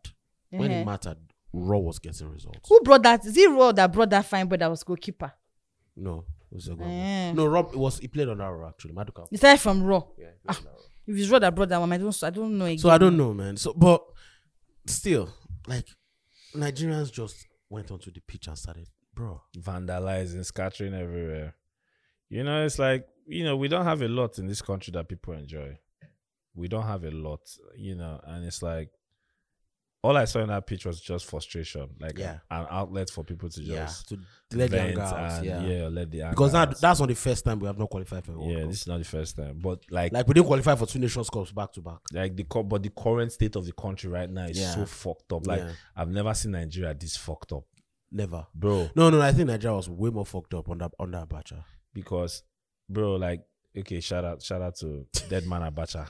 S1: when
S2: Uh-huh.
S1: it mattered, Raw was getting results.
S2: Who brought that? Is it Raw that brought that fine boy that was goalkeeper?
S1: No, it was a good
S2: Eh.
S1: No, Rob it was he played on Arrow actually. Maduka.
S2: He started from Raw.
S1: Yeah, he played
S2: Ah,
S1: on Arrow.
S2: if it's Raw that brought that one, I don't, I don't know again.
S1: So I don't know, man. So but still, like Nigerians just went onto the pitch and started, bro.
S3: Vandalizing, scattering everywhere. You know, it's like, you know, we don't have a lot in this country that people enjoy. We don't have a lot, you know, and it's like all I saw in that pitch was just frustration, like
S1: Yeah.
S3: an outlet for people to
S1: yeah,
S3: just
S1: to let the
S3: vent
S1: anger out.
S3: and,
S1: Yeah.
S3: let the anger
S1: because
S3: out.
S1: that, that's not the first time we have not qualified for a World
S3: yeah,
S1: Cup.
S3: this is not the first time, but like like,
S1: Like we didn't qualify for two Nations Cups back to back.
S3: the co- but the current state of the country right now is
S1: Yeah.
S3: so fucked up. Like
S1: Yeah.
S3: I've never seen Nigeria this fucked up,
S1: Never.
S3: bro.
S1: No, no, I think Nigeria was way more fucked up under under Abacha.
S3: Because, bro, like okay, shout out shout out to Deadman
S2: [laughs]
S3: Abacha.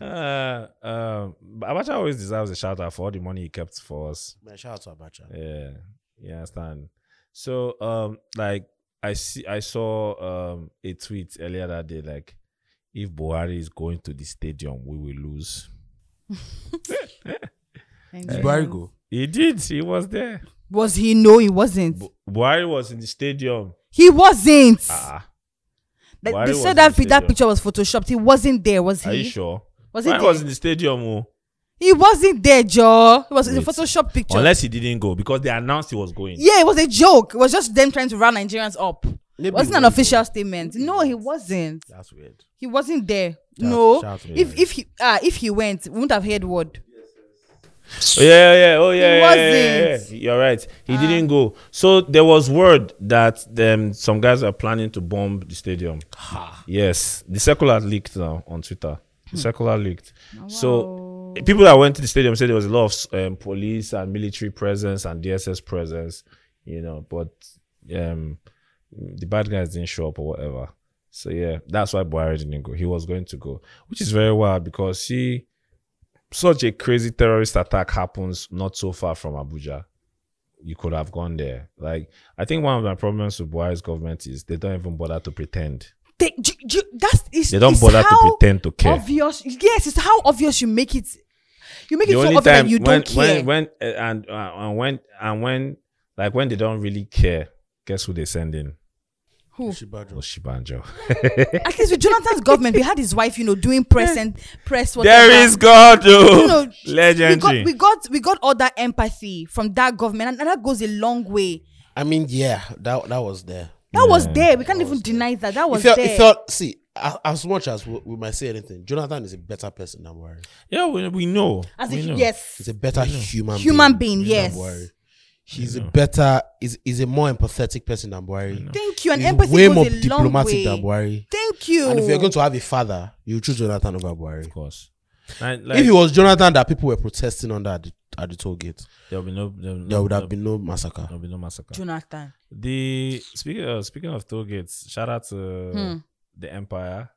S3: uh, um, Abacha always deserves a shout out for all the money he kept for us.
S1: Man, shout out to Abacha.
S3: Yeah, you understand. So, um, like I see, I saw um a tweet earlier that day, like if Buhari is going to the stadium, we will lose.
S1: Did
S2: Nigerians.
S1: Buhari go?
S3: He did. He was there.
S2: Was he? No, he wasn't.
S3: Bu- Buhari was in the stadium.
S2: He wasn't.
S3: Ah,
S2: Like,
S3: Buhari
S2: they
S3: was
S2: said
S3: in
S2: that
S3: the
S2: pi- that
S3: stadium.
S2: picture was photoshopped. He wasn't there, was
S3: ah. are you
S2: he?
S3: sure?
S2: Was he
S3: Buhari
S2: there?
S3: was in the stadium, oh.
S2: He wasn't there, Joe. It was it's a
S3: Wait.
S2: Photoshop picture.
S3: unless he didn't go because they announced he was going.
S2: yeah, it was a joke. It was just them trying to round Nigerians up.
S1: Maybe
S2: wasn't
S1: he
S2: an
S1: was.
S2: official statement. No, he wasn't.
S1: That's weird.
S2: He wasn't there.
S1: Shout-
S2: no.
S1: shout to
S2: if
S1: him.
S2: if he uh, if he went, we wouldn't have heard word.
S3: Oh, yeah, yeah, yeah. Oh, yeah.
S2: He
S3: yeah, yeah, yeah,
S2: wasn't. Ah.
S3: yeah. You're right. He didn't go. So there was word that um, some guys are planning to bomb the stadium. Yes, the circular leaked now on Twitter.
S2: Hmm.
S3: The circular leaked.
S2: Oh,
S3: So eh, people that went to the stadium said there was a lot of um, police and military presence and DSS presence, you know, but um, the bad guys didn't show up or whatever. So yeah, that's why Buhari didn't go. He was going to go, which is very wild because see, such a crazy terrorist attack happens not so far from Abuja. You could have gone there. Like I think one of my problems with Buhari's government is they don't even bother to pretend.
S2: They, j- j- that's it's,
S3: They don't
S2: it's
S3: bother to
S2: how
S3: pretend to care.
S2: Obvious. Yes, it's how obvious you make it. You make
S3: the
S2: it so
S3: only
S2: obvious
S3: time
S2: that you
S3: when
S2: don't care.
S3: when when uh, and uh, and when and when like when they don't really care, guess who they send in?
S2: Who?
S1: Shibajo.
S3: Oshibanjo.
S2: At least with Jonathan's government, we had his wife, you know, doing press and press. Whatever.
S3: There is God,
S2: you
S3: though.
S2: know,
S3: Legendary.
S2: We got, we got we got all that empathy from that government, and, and that goes a long way.
S1: I mean, yeah, that that was there.
S2: That was there. We can't even deny that. That was
S1: it felt,
S2: there.
S1: it felt. See, a- as much as we, we might say anything, Jonathan is a better person than Buhari.
S3: yeah, we, we know.
S2: As
S3: we
S2: if
S3: know.
S2: yes,
S1: He's a better human
S2: Human
S1: being, than
S2: being, yes.
S1: Buhari. He's a better. Is is a more empathetic person than Buhari.
S2: thank you. And
S1: He's
S2: empathy
S1: way
S2: goes
S1: more
S2: a long
S1: diplomatic
S2: way.
S1: than Buhari.
S2: Thank you.
S1: And if you're going to have a father, you choose Jonathan over Buhari.
S3: Of course. Like, like,
S1: if it was Jonathan that people were protesting under at the, at the toll gate,
S3: there will be no, there will
S1: there would
S3: no-
S1: have been no massacre.
S3: there will be no massacre.
S2: Jonathan,
S3: The speaking of, speaking of toll gates, shout out to the Empire,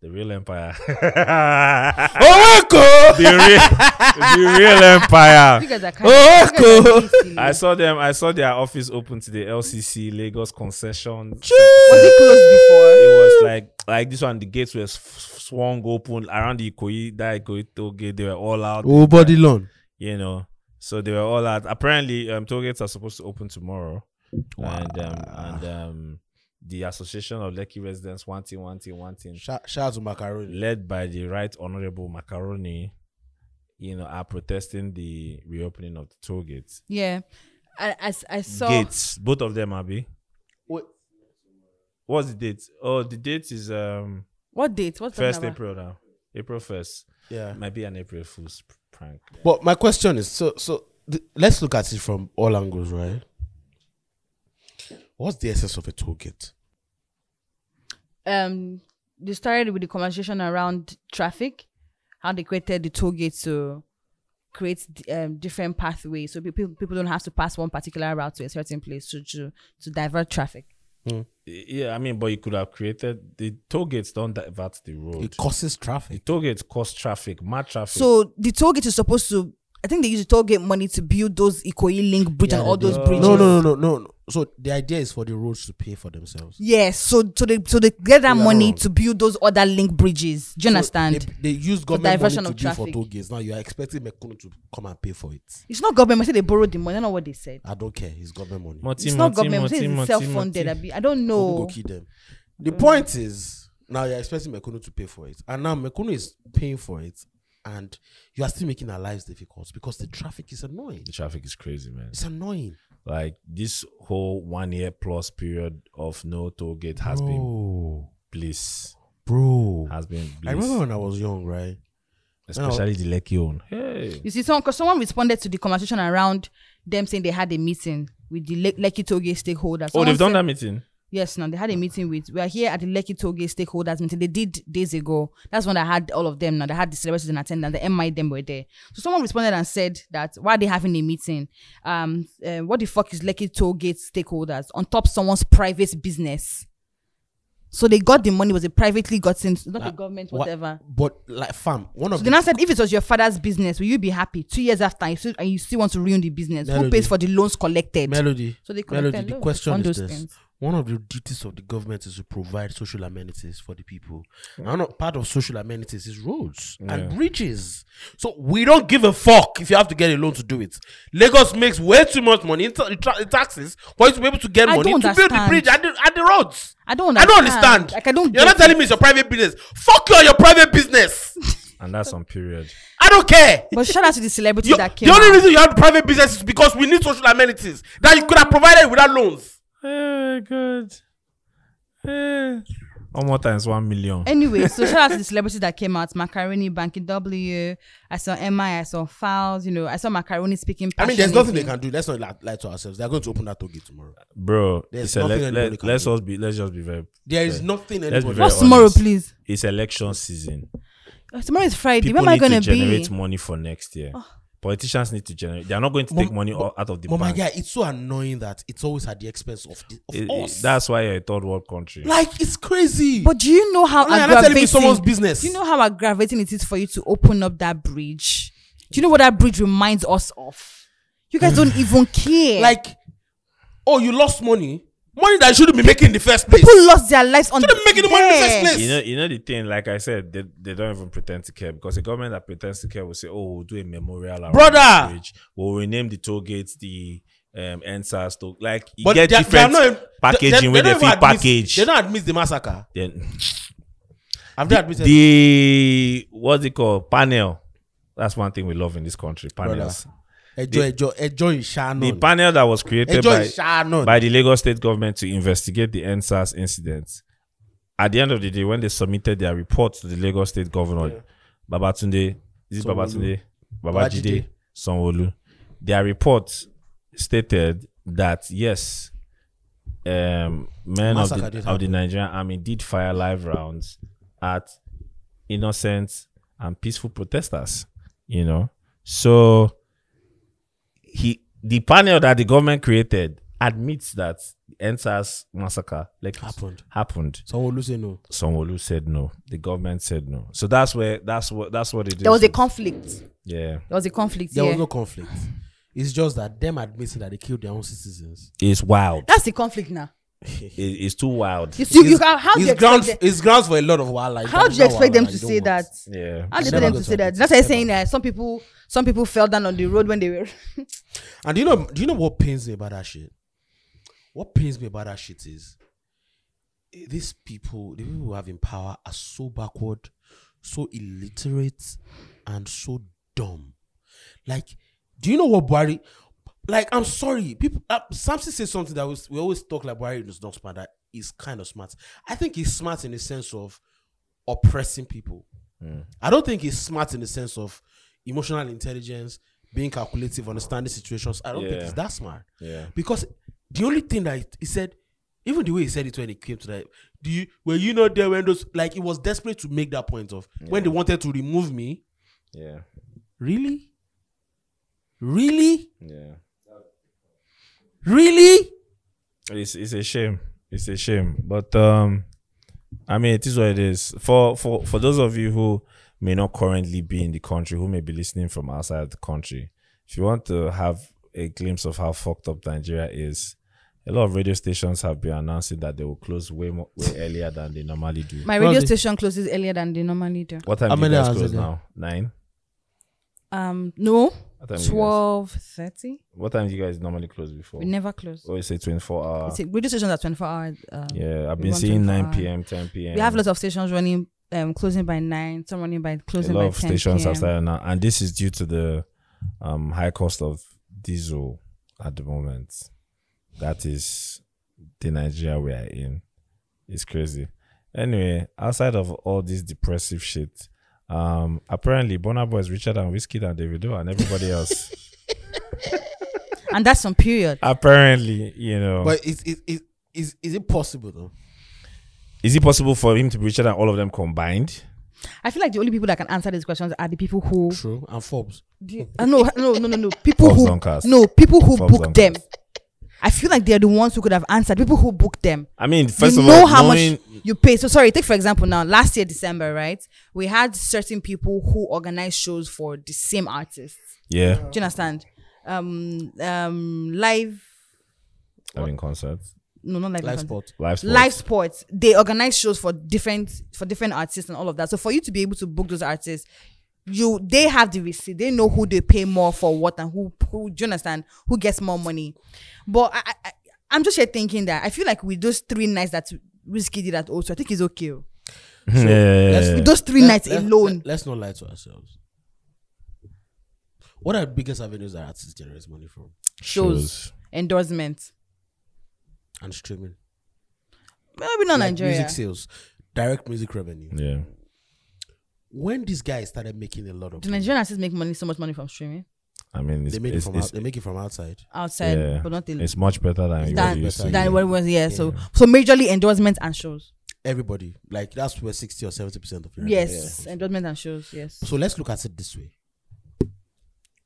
S3: the real Empire, [laughs]
S1: Oroko! [laughs]
S3: the real, the real Empire.
S2: you guys are kind of. you guys are lazy.
S3: Ah. I saw them. I saw their office open to the LCC Lagos concession.
S2: Was it
S3: It
S2: closed
S3: [laughs]
S2: before?
S3: was like like this one. The gates were s- swung open around the Ikoyi, that Ikoyi toll gate. They were all out.
S1: Oh, body loan.
S3: you know. So they were all out. Apparently, um, toll gates are supposed to open tomorrow, and um, and um, the Association of Lekki Residents wanting, wanting, wanting,
S1: Shout, shout out to Macaroni.
S3: led by the Right Honorable Macaroni, you know, are protesting the reopening of the toll gates.
S2: yeah. I, I, I saw.
S3: gates, both of them, Abby.
S1: Wait,
S3: What's the date? Oh, the date is um
S2: What date? What's
S3: first
S2: the
S3: April now. April first.
S1: yeah.
S3: Might be an April Fool's pr- prank.
S1: But my question is so so th- let's look at it from all angles, right? What's the essence of a toll gate?
S2: Um, they started with the conversation around traffic, how they created the toll gate to create d- um, different pathways so people people don't have to pass one particular route to a certain place to to, to divert traffic.
S3: Y- Yeah, I mean, but you could have created the toll gates don't divert the road.
S1: It causes traffic.
S3: toll gates cause traffic, mad traffic.
S2: So the toll gate is supposed to. I think they use the toll gate money to build those Ikoyi Link bridge
S1: Yeah,
S2: and all
S1: they
S2: those
S1: do.
S2: bridges.
S1: No, no, no, no, no. no. So the idea is for the roads to pay for themselves.
S2: Yes, so so they so they get that
S1: Yeah,
S2: money
S1: no.
S2: to build those other link bridges. Do you
S1: So
S2: understand?
S1: they, they use government money
S2: diversion
S1: to
S2: of
S1: do for
S2: traffic.
S1: toll gates. Now you are expecting Mekunu to come and pay for it.
S2: it's not government. I said they borrowed the money. I don't know what they said.
S1: I don't care. It's government money.
S3: Moti,
S2: it's not
S3: moti,
S2: government.
S3: moti,
S2: I said it's
S3: moti,
S2: self-funded.
S3: moti.
S2: abi. I don't
S1: Mekunu go
S2: know.
S1: kill them. The point is now you're expecting Mekunu to pay for it, and now Mekunu is paying for it, and you are still making our lives difficult because the traffic is annoying.
S3: The traffic is crazy, man.
S1: It's annoying.
S3: Like this whole one year plus period of no toll gate has been
S1: bro,
S3: bliss.
S1: bro.
S3: Has been bliss.
S1: I remember when I was young, right?
S3: especially the Lekki one. Hey.
S2: You see, someone because someone responded to the conversation around them saying they had a meeting with the Le- Lekki Toge stakeholders.
S3: Oh,
S2: Someone
S3: they've done
S2: said-
S3: that meeting.
S2: Yes, no, they had a meeting with. We are here at the Lekki Toge stakeholders meeting. They did days ago. That's when I had all of them. Now they had the celebrities in attendance. The MI them were there. So someone responded and said that why are they having a meeting? Um, uh, what the fuck is Lekki Toge stakeholders on top someone's private business? So they got the money was a privately gotten, not a government,
S1: Wha-
S2: whatever.
S1: But like, fam, one of
S2: So
S1: the
S2: then I said, if it was your father's business, will you be happy two years after and you still, and you still want to ruin the business? Who
S1: Melody.
S2: pays for the loans collected?
S1: melody,
S2: So they collected
S1: melody. The
S2: loans
S1: question
S2: on
S1: is
S2: those
S1: this:
S2: things.
S1: One of the duties of the government is to provide social amenities for the people. And not part of social amenities is roads and bridges. So we don't give a fuck if you have to get a loan to do it. Lagos makes way too much money in, ta- in tra- in taxes for you to be able to get
S2: I
S1: money to
S2: don't
S1: build the
S2: understand.
S1: bridge and the, and the roads.
S2: I don't
S1: I
S2: understand.
S1: don't understand.
S2: Like I don't
S1: You're
S2: get
S1: not
S2: it.
S1: telling me it's your private business. Fuck you and your private business.
S3: And that's on period.
S1: I don't
S2: [laughs]
S1: care.
S2: [laughs] But shout out to the celebrity
S1: You-
S2: that
S1: the
S2: came.
S1: only
S2: out.
S1: reason you have private business is because we need social amenities that you could have provided without loans.
S3: Hey, good. Hey. One more times one million.
S2: Anyway, so shout out to the celebrities that came out. Macaroni, Banky W. I saw MI, I saw Fouls, you know, I saw Macaroni speaking.
S1: I mean, there's nothing they can
S2: passionately.
S1: do. Let's not lie, lie to ourselves. They're going to open that toll gate tomorrow.
S3: Bro,
S1: There's
S3: it's a
S1: nothing
S3: let,
S1: anybody
S3: let,
S1: can
S3: let's
S1: do.
S3: just be let's just be very
S1: There is nothing
S3: be
S1: anybody.
S3: very
S2: What's
S3: honest.
S2: tomorrow, please?
S3: it's election season.
S2: Uh, Tomorrow is Friday. Where
S3: People
S2: am I
S3: need
S2: going
S3: to
S2: to be?
S3: generate money for next year. Politicians need to generate they are not going to
S1: Ah. Mom-
S3: take money
S1: but-
S3: o- out of the
S1: Mama,
S3: bank.
S1: yeah, it's so annoying that it's always at the expense of, the, of
S3: It- it-
S1: us.
S3: that's why you're a third world country.
S1: like it's crazy.
S2: But do you know how
S1: Like, you're not telling me
S2: aggravating?
S1: someone's business.
S2: Do you know how aggravating it is for you to open up that bridge? Do you know what that bridge reminds us of? You
S1: [sighs]
S2: guys don't even care.
S1: like, oh, you lost money, money that you shouldn't be making in the first place.
S2: people lost their lives on.
S1: Shouldn't make any money in the first
S2: there.
S1: place.
S3: you know, you know the thing. Like I said, they, they don't even pretend to care because the government that pretends to care will say, "Oh, we'll do a memorial, around
S1: Brother!
S3: the bridge. We'll rename the toll gates the um NSAS toll." Like you
S1: But
S3: get
S1: they are- they are
S3: different
S1: not- they-
S3: packaging
S1: they don't
S3: with the
S1: even
S3: fee
S1: admit-
S3: package.
S1: They don't admit the massacre.
S3: then
S1: Have they admitted?
S3: the what's it called panel? That's one thing we love in this country. Panels.
S1: enjoy, enjoy, enjoy, Shannon.
S3: The panel that was created
S1: enjoy,
S3: by
S1: Shannon.
S3: by the Lagos State government to investigate the NSAS incident. At the end of the day, when they submitted their report to the Lagos State governor, Babatunde, is it
S1: Sanwo-Olu.
S3: Babatunde?
S1: Babajide.
S3: Babajide Sonwolu, their report stated that yes, um, men of
S1: Massacre did
S3: the, of the Nigerian army did fire live rounds at innocent and peaceful protesters. You know, so he the panel that the government created admits that NSAS massacre like
S1: Happened.
S3: Happened.
S1: Someone losing no.
S3: Sonwolu said no. The government said no. So that's where that's what that's what it is.
S2: There was a conflict. There
S3: yeah.
S2: was a conflict.
S1: There
S2: yeah.
S1: was no conflict. It's just that them admitting that they killed their own citizens.
S2: [laughs]
S3: It's wild.
S2: That's the conflict now.
S3: It- it's too wild.
S2: You, you, you, how do you
S1: it's
S2: expect
S1: grounds.
S2: them,
S1: It's grounds for a lot of wildlife.
S2: how do you expect them to say that?
S3: yeah.
S2: How do you
S1: Never
S2: expect them
S1: go
S2: to
S1: to
S2: say that?
S1: Abuja.
S2: That's why I'm saying that some people some people fell down on the road when they were.
S1: And do you know, do you know what pains me about that shit? What pains me about that shit is eh, these people, the people who have in power, are so backward, so illiterate, and so dumb. Like, do you know what Buhari? Like, I'm sorry, people. Uh, Samson says something that was, we always talk like Buhari is not smart. That is kind of smart. I think he's smart in the sense of oppressing people. I don't think he's smart in the sense of emotional intelligence, being calculative, understanding situations. I don't think
S3: Yeah.
S1: he's that smart.
S3: Yeah.
S1: Because the only thing that he, he said, even the way he said it when he came to that, do you were you not there when those like he was desperate to make that point of when they wanted to remove me?
S3: Yeah.
S1: Really? Really?
S3: Yeah.
S1: Really?
S3: It's it's a shame. It's a shame. But um I mean it is what it is. For for for those of you who may not currently be in the country, who may be listening from outside the country, if you want to have a glimpse of how fucked up Nigeria is, a lot of radio stations have been announcing that they will close way more way earlier than they normally do.
S2: My
S1: Well,
S2: radio
S1: the-
S2: station closes earlier than they normally do.
S3: what time
S1: How
S3: do you
S1: many
S3: guys
S1: hours
S3: close
S1: is it?
S3: now? Nine?
S2: Um, no,
S3: What time, do you guys,
S2: twelve thirty.
S3: what time do you guys normally close before?
S2: We never close.
S3: Oh, it's a 24 hour.
S2: It's a, radio stations are twenty four hours. Um,
S3: yeah, I've
S2: we
S3: been
S2: run
S3: seeing 9
S2: 24
S3: p.m., 10 p.m.
S2: We have lots of stations running, um, closing by nine. Some running by
S3: a
S2: closing
S3: lot
S2: by
S3: of
S2: ten
S3: stations
S2: PM.
S3: have started now, and this is due to the um, high cost of diesel at the moment. That is the Nigeria we are in. It's crazy. Anyway, outside of all this depressive shit, Um, apparently, Bonner Boys, Richard and Whiskey and Davido and everybody else.
S2: and that's some period.
S3: apparently, you know,
S1: But is is is is, is it possible though?
S3: is it possible for him to be Richard and all of them combined?
S2: I feel like the only people that can answer these questions are the people who
S1: True. And Forbes.
S2: uh, no no no no no people
S3: Forbes
S2: who
S3: Zoncast.
S2: no people who
S3: Forbes
S2: book them. I feel like they're the ones who could have answered. People who book them.
S3: I mean, first
S2: you
S3: of
S2: know
S3: all,
S2: how
S3: knowing-
S2: much you pay. So sorry, take for example now, last year December, right? We had certain people who organized shows for the same artists.
S3: yeah,
S2: Do you understand? Um um live
S3: I mean concerts,
S2: no not live
S1: Live
S2: concert.
S1: sport.
S3: live sports. [laughs]
S2: live sports they organize shows for different for different artists and all of that so for you to be able to book those artists you they have the receipt they know who they pay more for what and who who do you understand who gets more money but i, I I- i'm just here thinking that i feel like with those three nights that Whiskey did that also i think it's okay oh.
S3: yeah.
S1: Let's-
S2: with those three
S1: Let's-
S2: nights
S1: let's-
S2: alone
S1: Let's not lie to ourselves. What are the biggest avenues that artists generate money from?
S2: shows endorsements
S1: And streaming.
S2: maybe not
S1: Like
S2: nigeria
S1: Music sales. Direct music revenue.
S3: Yeah.
S1: When these guys started making a lot of
S2: do
S1: money,
S2: nigerian artists make money so much money from streaming
S3: I mean, it's,
S1: they make it
S3: it's,
S1: from
S3: it's,
S1: out, they make it from outside.
S2: outside
S3: yeah.
S2: but not the
S3: it's much better than what
S2: than,
S3: you used to.
S2: than
S3: do.
S2: what it was yeah, so so majorly endorsements and shows
S1: Everybody. Like that's where sixty or seventy percent of your revenue comes
S2: Yes,
S1: from.
S2: endowment and shows. Yes.
S1: So let's look at it this way.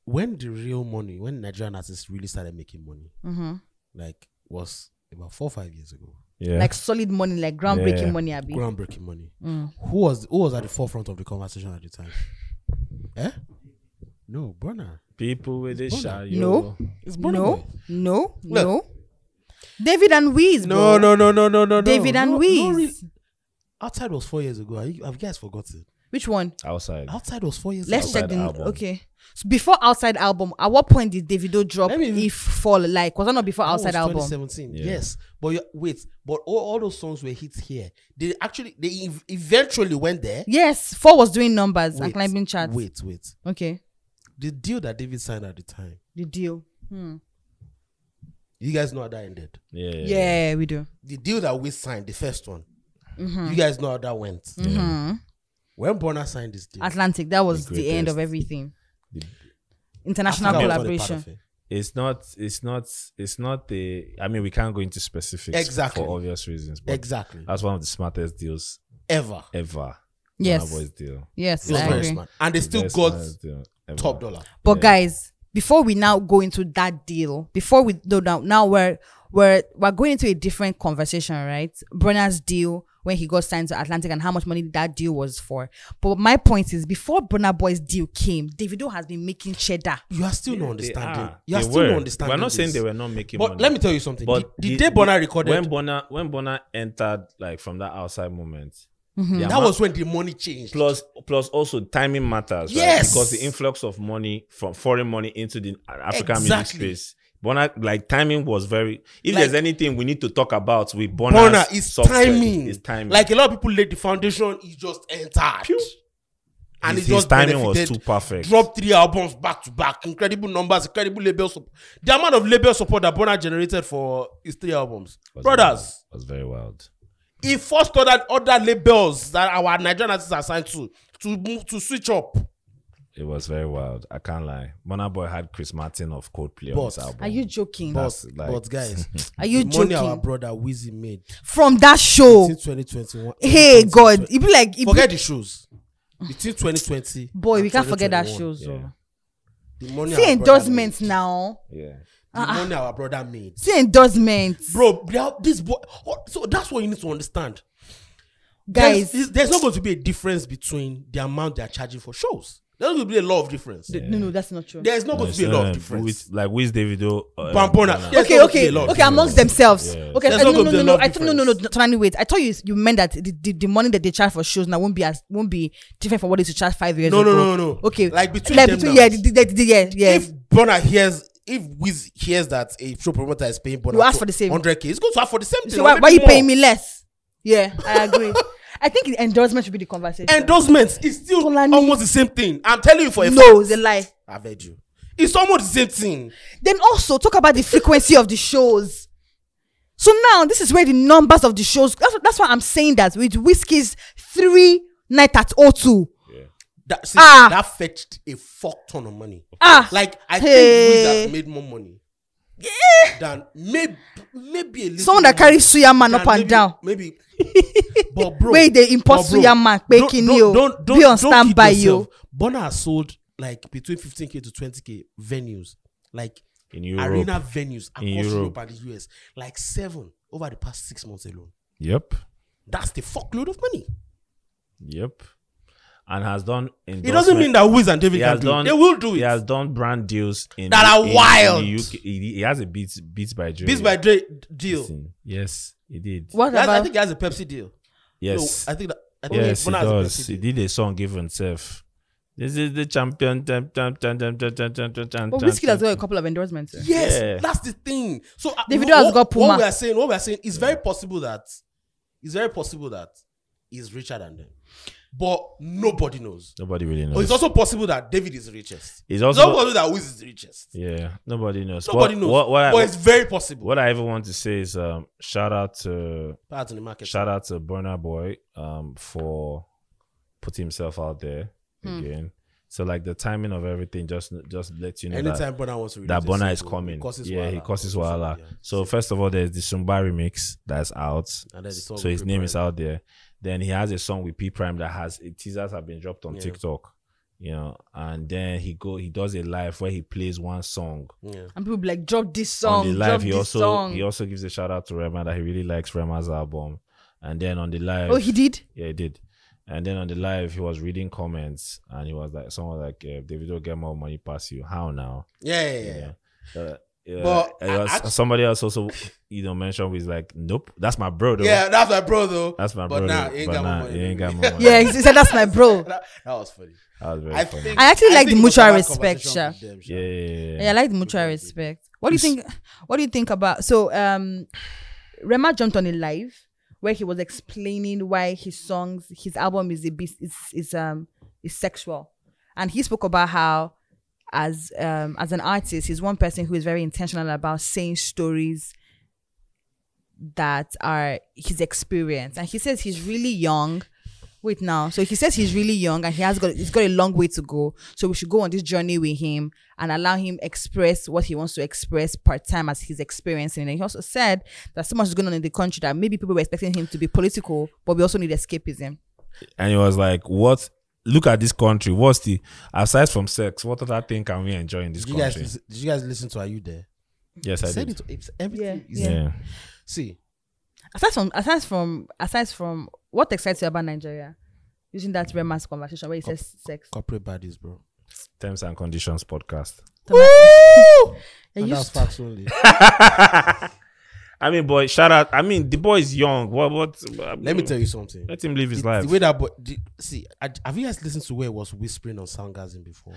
S1: When the real money, when Nigerian artists really started making money,
S2: Mm-hmm.
S1: like was about four or five years ago,
S3: yeah.
S2: Like solid money, like groundbreaking
S3: Yeah.
S2: money. Abi.
S1: groundbreaking money.
S2: Mm.
S1: Who was who was at the forefront of the conversation at the time? Eh? No, Burner.
S3: People with this
S1: Burna.
S2: No,
S1: It's Burna
S2: no,
S1: Boy.
S2: no,
S1: Look.
S2: no. David and Wiz.
S1: No, no,
S2: bro.
S1: no, no, no, no, no.
S2: David and
S1: no,
S2: Wiz.
S1: no, really. Outside was four years ago. Have you, have you guys forgotten?
S2: Which one?
S3: outside.
S1: Outside was four years
S2: Let's
S1: ago.
S2: check
S3: Outside
S2: the
S3: album.
S2: okay. So before outside album, at what point did Davido drop
S1: Let me-
S2: if fall like was that not before
S1: That was
S2: outside album?
S1: 2017.
S3: Yeah.
S1: Yes, but you, wait, but all, all those songs were hits here. They actually, they ev- eventually went there.
S2: Yes, four was doing numbers and
S1: Wait,
S2: climbing charts.
S1: Wait, wait.
S2: Okay,
S1: The deal that David signed at the time,
S2: the deal. Hmm.
S1: you guys know how that ended.
S3: Yeah.
S2: Yeah. we do.
S1: The deal that we signed, the first one,
S2: Mm-hmm.
S1: you guys know how that went.
S2: Mhm.
S1: When Bonner signed this deal,
S2: Atlantic. That was
S3: The
S2: the, end of
S3: greatest.
S2: everything.
S3: The-
S2: International
S1: Africa was not a part
S2: collaboration.
S1: of it.
S3: It's not. It's not. It's not the. I mean, we can't go into specifics
S1: Exactly.
S3: for obvious reasons. But
S1: Exactly.
S3: that's one of the smartest deals
S1: Ever.
S3: ever.
S2: Yes.
S3: Burna Boy's deal.
S2: Yes,
S1: It was
S2: I
S1: very
S2: agree.
S1: smart. And they still
S3: Best
S1: got
S3: smartest deal ever.
S1: top dollar.
S2: But
S3: Yeah.
S2: guys, before we now go into that deal, before we do now, now we're we're we're going into a different conversation, right? Brenner's deal when he got signed to Atlantic and how much money that deal was for. But my point is, before Brenner Boy's deal came, Davido has been making cheddar.
S1: You are still
S3: They
S1: not understanding.
S3: are.
S1: You are
S3: They
S1: still
S3: were.
S1: not understanding.
S3: We're not saying
S1: this.
S3: they were not making
S1: But
S3: money.
S1: let me tell you something. the, the day Bonner recorded,
S3: when Bonner when Bonner entered like from that outside moment,
S2: Mm-hmm.
S3: the
S1: that
S3: amount-
S1: was when the money changed.
S3: plus plus also timing matters. right?
S1: Yes.
S3: because the influx of money from foreign money into the African
S1: Exactly.
S3: music space. Bonner, like timing was very. If
S1: Like-
S3: there's anything we need to talk about with Bonner,
S1: Bonner is timing.
S3: Is timing.
S1: Like a lot of people laid the foundation, he just entered.
S3: Pew.
S1: And
S3: his,
S1: he
S3: his
S1: just
S3: timing was too
S1: benefited.
S3: perfect.
S1: Dropped three albums back to back, incredible numbers, incredible label support. The amount of label support that Bonner generated for his three albums,
S3: Was
S1: brothers.
S3: very- was very wild.
S1: He forced other other labels that our Nigerian artists are signed to to move to switch up.
S3: It was very wild. I can't lie. Bonner Boy had Chris Martin of Coldplay on
S1: But-
S3: his album.
S2: Are you joking?
S1: But,
S3: like-
S1: but
S3: [laughs]
S1: guys,
S2: Are you
S1: the money our
S2: joking?
S1: brother Wizzy made
S2: From that show,
S1: since 2021.
S2: hey
S1: 2020,
S2: God, it be like it be-
S1: forget the shoes. Between 2020,
S2: boy,
S1: and
S2: we can't forget that
S1: 2021,
S2: shows. though.
S1: The money
S2: See
S1: our brother
S2: endorsements
S1: made.
S2: now. Ah.
S3: yeah.
S1: The money our brother made.
S2: See endorsements,
S1: Bro, they are- this boy. oh, So that's what you need to understand.
S2: guys.
S1: there's, there's not going to be a difference between the amount they are charging for shows. There's going to be a lot of difference.
S2: No, no, that's not true.
S1: There's not going to be a lot of difference.
S3: With, um, like with Davido, uh,
S1: Bampona.
S3: Bonner.
S1: There's
S2: okay,
S1: not gonna
S2: okay,
S1: be a lot.
S2: okay, amongst themselves.
S3: Yeah.
S2: Okay,
S1: There's
S2: I-
S1: not gonna
S2: no, no,
S1: be
S2: no,
S1: a
S2: no.
S1: lot
S2: I thought no, no, no.
S1: difference.
S2: Tonani, wait. I thought you you meant that the, the, the money that they charge for shows now won't be as won't be different from what they used to charge five years
S1: No,
S2: ago.
S1: no, no, no, no.
S2: Okay,
S1: Like between them now.
S2: yeah, the, the, the, yeah, yeah.
S1: If Bonner hears, if Wiz hears that a show promoter is paying Bonner
S2: You ask for the same.
S1: 100k, he's going to ask for the same thing.
S2: so
S1: or
S2: why,
S1: maybe
S2: why you
S1: more.
S2: paying me less? Yeah,
S1: [laughs]
S2: I agree. I think the endorsement should be the conversation.
S1: Endorsements is still
S2: Tolani.
S1: almost the same thing. I'm telling you for a
S2: no, it's a lie.
S1: fact. I've heard you. It's almost the same thing.
S2: Then also talk about the frequency of the shows. So now this is where the numbers of the shows. That's, that's why I'm saying that with Whiskey's three night at O2,
S1: That, see,
S2: Ah.
S1: that fetched a fuck ton of money.
S2: Ah.
S1: Like I
S2: Hey.
S1: think Wiz has made more money. Than maybe maybe a little
S2: Someone that
S1: more
S2: carries suya man
S1: than
S2: up and
S1: maybe-
S2: down. [laughs]
S1: Maybe but bro
S2: Wey dey import
S1: but bro,
S2: suya man pe
S1: don't-
S2: kini
S1: don't-
S2: o,
S1: don't- don't-
S2: be
S1: don't
S2: on
S1: kid
S2: standby
S1: yourself.
S2: o.
S1: Burna has sold like between 15k to 20k venues. Like
S3: in Europe.
S1: arena venues across
S3: In
S1: Europe.
S3: Europe.
S1: and the US, like seven over the past six months alone.
S3: Yep,
S1: That's the fuckload of money.
S3: yep, and has done.
S1: It doesn't mean that Wiz and David
S3: he
S1: can
S3: has
S1: do it.
S3: done.
S1: They will do it.
S3: He has done brand deals in
S1: That are
S3: in- in
S1: wild.
S3: the UK. He, he has a beat beats by Dre.
S1: Beats by Dre deal.
S3: Thing. Yes, he did.
S2: What
S1: He has- I
S2: about?
S1: think he has a Pepsi deal.
S3: Yes,
S1: No, I think that. I think
S3: yes, he
S1: Burna has a
S3: does.
S1: Pepsi
S3: He
S1: deal.
S3: did a song give himself. This is the champion. Tam, tam, tam, tam, tam, tam, tam, tam, tam,
S2: But
S3: tam,
S2: Whiskey has
S3: tam.
S2: got a couple of endorsements. eh.
S1: Yes,
S3: Yeah.
S1: that's the thing. So uh,
S2: Davido
S1: what-
S2: has got Puma.
S1: What we are saying, what we are saying, it's very possible that it's very possible that he's richer than them, but nobody knows.
S3: Nobody really knows.
S1: But Oh, it's also possible that David is the richest.
S3: It's
S1: It's
S3: also-
S1: also possible that Wiz is the richest.
S3: yeah, nobody knows.
S1: Nobody
S3: what,
S1: knows.
S3: What, what,
S1: but
S3: I,
S1: it's very possible.
S3: what I even want to say is um, shout out to
S1: That's in the market.
S3: shout out to Burner Boy um, for putting himself out there
S2: Hmm.
S3: again. So like the timing of everything just just let you know that-
S1: Anytime Burna wants to release
S3: that
S1: a
S3: Bona is
S1: single,
S3: coming.
S1: he causes
S3: yeah, he
S1: wahala.
S3: causes
S1: So,
S3: Wahala.
S1: yeah.
S3: So first of all, there's the Sumba remix that's out.
S1: And then the song
S3: So
S1: with
S3: his
S1: P
S3: name is
S1: Prime.
S3: out there. Then he has a song with P Prime that has teasers have been dropped on
S1: Yeah.
S3: TikTok. You know, and then he go he does a live where he plays one song.
S1: Yeah.
S2: And people be like, drop this song.
S3: on the
S2: drop
S3: live, he
S2: this
S3: also
S2: song.
S3: he also gives a shout out to Rema that he really likes Rema's album. And then on the live,
S2: oh, he did.
S3: yeah, he did. And then on the live, he was reading comments, and he was like, "Someone was like, uh, Davido get more money past you. How now?"
S1: Yeah, yeah, yeah.
S3: Uh, yeah,
S1: But
S3: it
S1: I-
S3: was-
S1: I-
S3: somebody else also, you know, mentioned was like, "Nope, that's my bro, though.
S1: Yeah, that's my bro though.
S3: that's my
S1: but
S3: bro."
S1: Now,
S3: though.
S1: he ain't
S3: but
S1: got
S3: nah,
S1: my money.
S3: he ain't got
S1: baby. [laughs]
S3: my money.
S2: Yeah, he said that's my bro.
S1: that, that was funny.
S3: that was very
S1: I,
S3: funny.
S1: think,
S2: I actually like the
S1: think it was
S2: mutual
S1: a bad
S2: respect,
S1: conversation
S2: Sha.
S1: with them, Sha.
S3: yeah, yeah,
S2: Yeah, I like the mutual respect. What do you think? What do you think about? So, um, Rema jumped on a live where he was explaining why his songs, his album is a bit is is um is sexual, and he spoke about how as um as an artist, he's one person who is very intentional about saying stories that are his experience, and he says he's really young. Wait now. So he says he's really young and he has got he's got a long way to go. So we should go on this journey with him and allow him express what he wants to express part time as he's experiencing. And he also said that so much is going on in the country that maybe people were expecting him to be political, but we also need escapism.
S3: And he was like, "What? Look at this country. What's the aside from sex? What other thing can we enjoy in this
S1: Did you guys
S3: country?"
S1: listen, did you guys listen to Are You There?
S3: yes, I
S1: Said
S3: did.
S1: it, it's everything. is-
S2: Yeah.
S3: Yeah.
S1: See,
S2: Aside from aside from aside from what excites you about Nigeria, using that Rema's conversation where he says sex.
S1: corporate baddies, bro.
S3: terms and conditions podcast.
S2: Yeah,
S1: And
S2: you
S1: that's
S2: st-
S1: facts
S2: [laughs]
S1: only.
S3: I mean, boy, shout out. I mean, the boy is young. What? What?
S1: Let me tell you something.
S3: Let him live his
S1: The,
S3: life.
S1: the way that boy, the, see, I, have you guys listened to where it was whispering on Soundgasm before?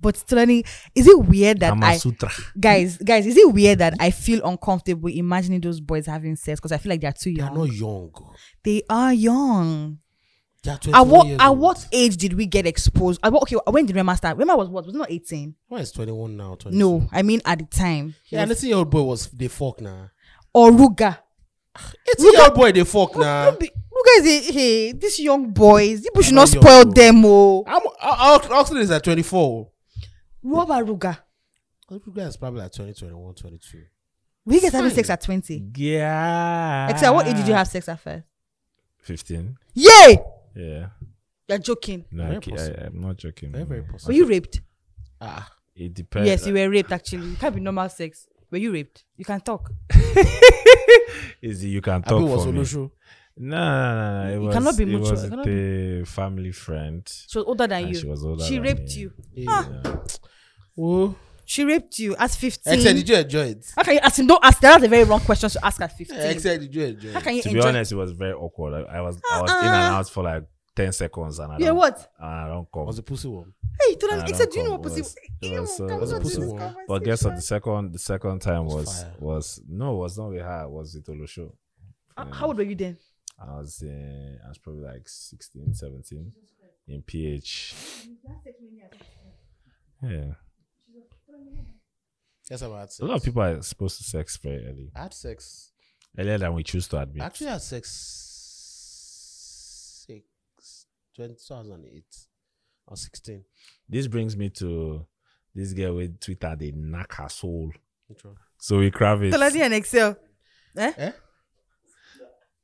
S2: but Tony, is it weird that I
S3: Sutra.
S2: guys guys is it weird that I feel uncomfortable imagining those boys having sex because I feel like they're too
S1: They
S2: young.
S1: are not young.
S2: They are young.
S1: They are 21
S2: At what
S1: years
S2: at
S1: old.
S2: what age did we get exposed? At what, okay, when did Rema start? Rema was what? Was it not eighteen?
S1: Why is 21 now? 22?
S2: No, I mean at the time.
S1: Yeah, an 18 year old boy was they fuck now.
S2: Or Ruga.
S1: 18 year old boy they fuck
S2: Who-
S1: now.
S2: who be- Ruga is a hey, eh, these young boys. People should
S1: They're
S2: not
S1: not young,
S2: spoil
S1: though.
S2: them. Oh,
S1: I'm I, I, Oxford is at 24.
S2: Robert Ruga.
S1: Oxford is probably at 20, 21, 22.
S2: We get having
S1: Fine.
S2: sex at twenty.
S1: Ah.
S3: Yeah.
S2: Except what age did you have sex at first?
S3: Fifteen.
S2: Yay!
S3: Yeah.
S2: You're joking.
S3: No, I,
S1: Very
S3: ki-
S1: possible.
S3: I, I'm not joking.
S1: Very, very
S3: man.
S1: possible.
S2: Were you raped?
S1: Ah,
S3: It depends.
S2: yes, you were raped. Actually, it can't be normal sex. Were you raped? You can talk.
S3: Easy, you
S1: I
S3: can
S1: think
S3: talk
S1: it was
S3: for me.
S1: Olusho.
S3: No, no, no, no. It
S2: You
S3: was,
S2: cannot be
S3: it
S2: mutual.
S3: was
S2: It cannot
S3: a family friend.
S2: She was older than
S3: And
S2: you.
S3: Ah, she was older
S2: She
S3: than
S2: raped
S3: me.
S2: you. Ah.
S1: Yeah. Oh.
S2: She raped you at fifteen.
S1: Except did you enjoy it?
S2: How can you ask him? Don't ask. That's a very wrong question to ask at 15.
S1: Except did you enjoy
S2: How
S1: it?
S2: can you
S3: To be
S2: enjoy? Uh-uh.
S3: honest, it was very awkward. I, I was I was in and out for like ten seconds, and I
S2: Yeah,
S3: don't,
S2: what?
S3: and I don't come.
S1: Was the pussy warm?
S2: Hey, you
S3: I
S2: don't
S3: don't
S2: except do you know what
S3: come.
S2: pussy?
S3: It was- it
S2: Ew,
S3: was so-
S2: can
S3: it
S2: we
S3: was
S2: not do
S1: pussy
S2: this
S1: warm.
S2: conversation?
S3: But guess what? The second the second time was
S1: fire.
S3: was no, it was not with her. It was with Olusho.
S2: Uh, How old were you then?
S3: I was uh, I was probably like 16, 17 in PH. Yeah,
S1: Yes, I've had sex.
S3: a lot of people are supposed to sex very early,
S1: I had sex.
S3: earlier than we choose to admit.
S1: I actually had sex six 2008. I was 16.
S3: This brings me to this girl with Twitter, they knock her soul.
S1: Which one?
S3: So we Kravitz.
S2: Tolani and Excel. Eh?
S1: Eh?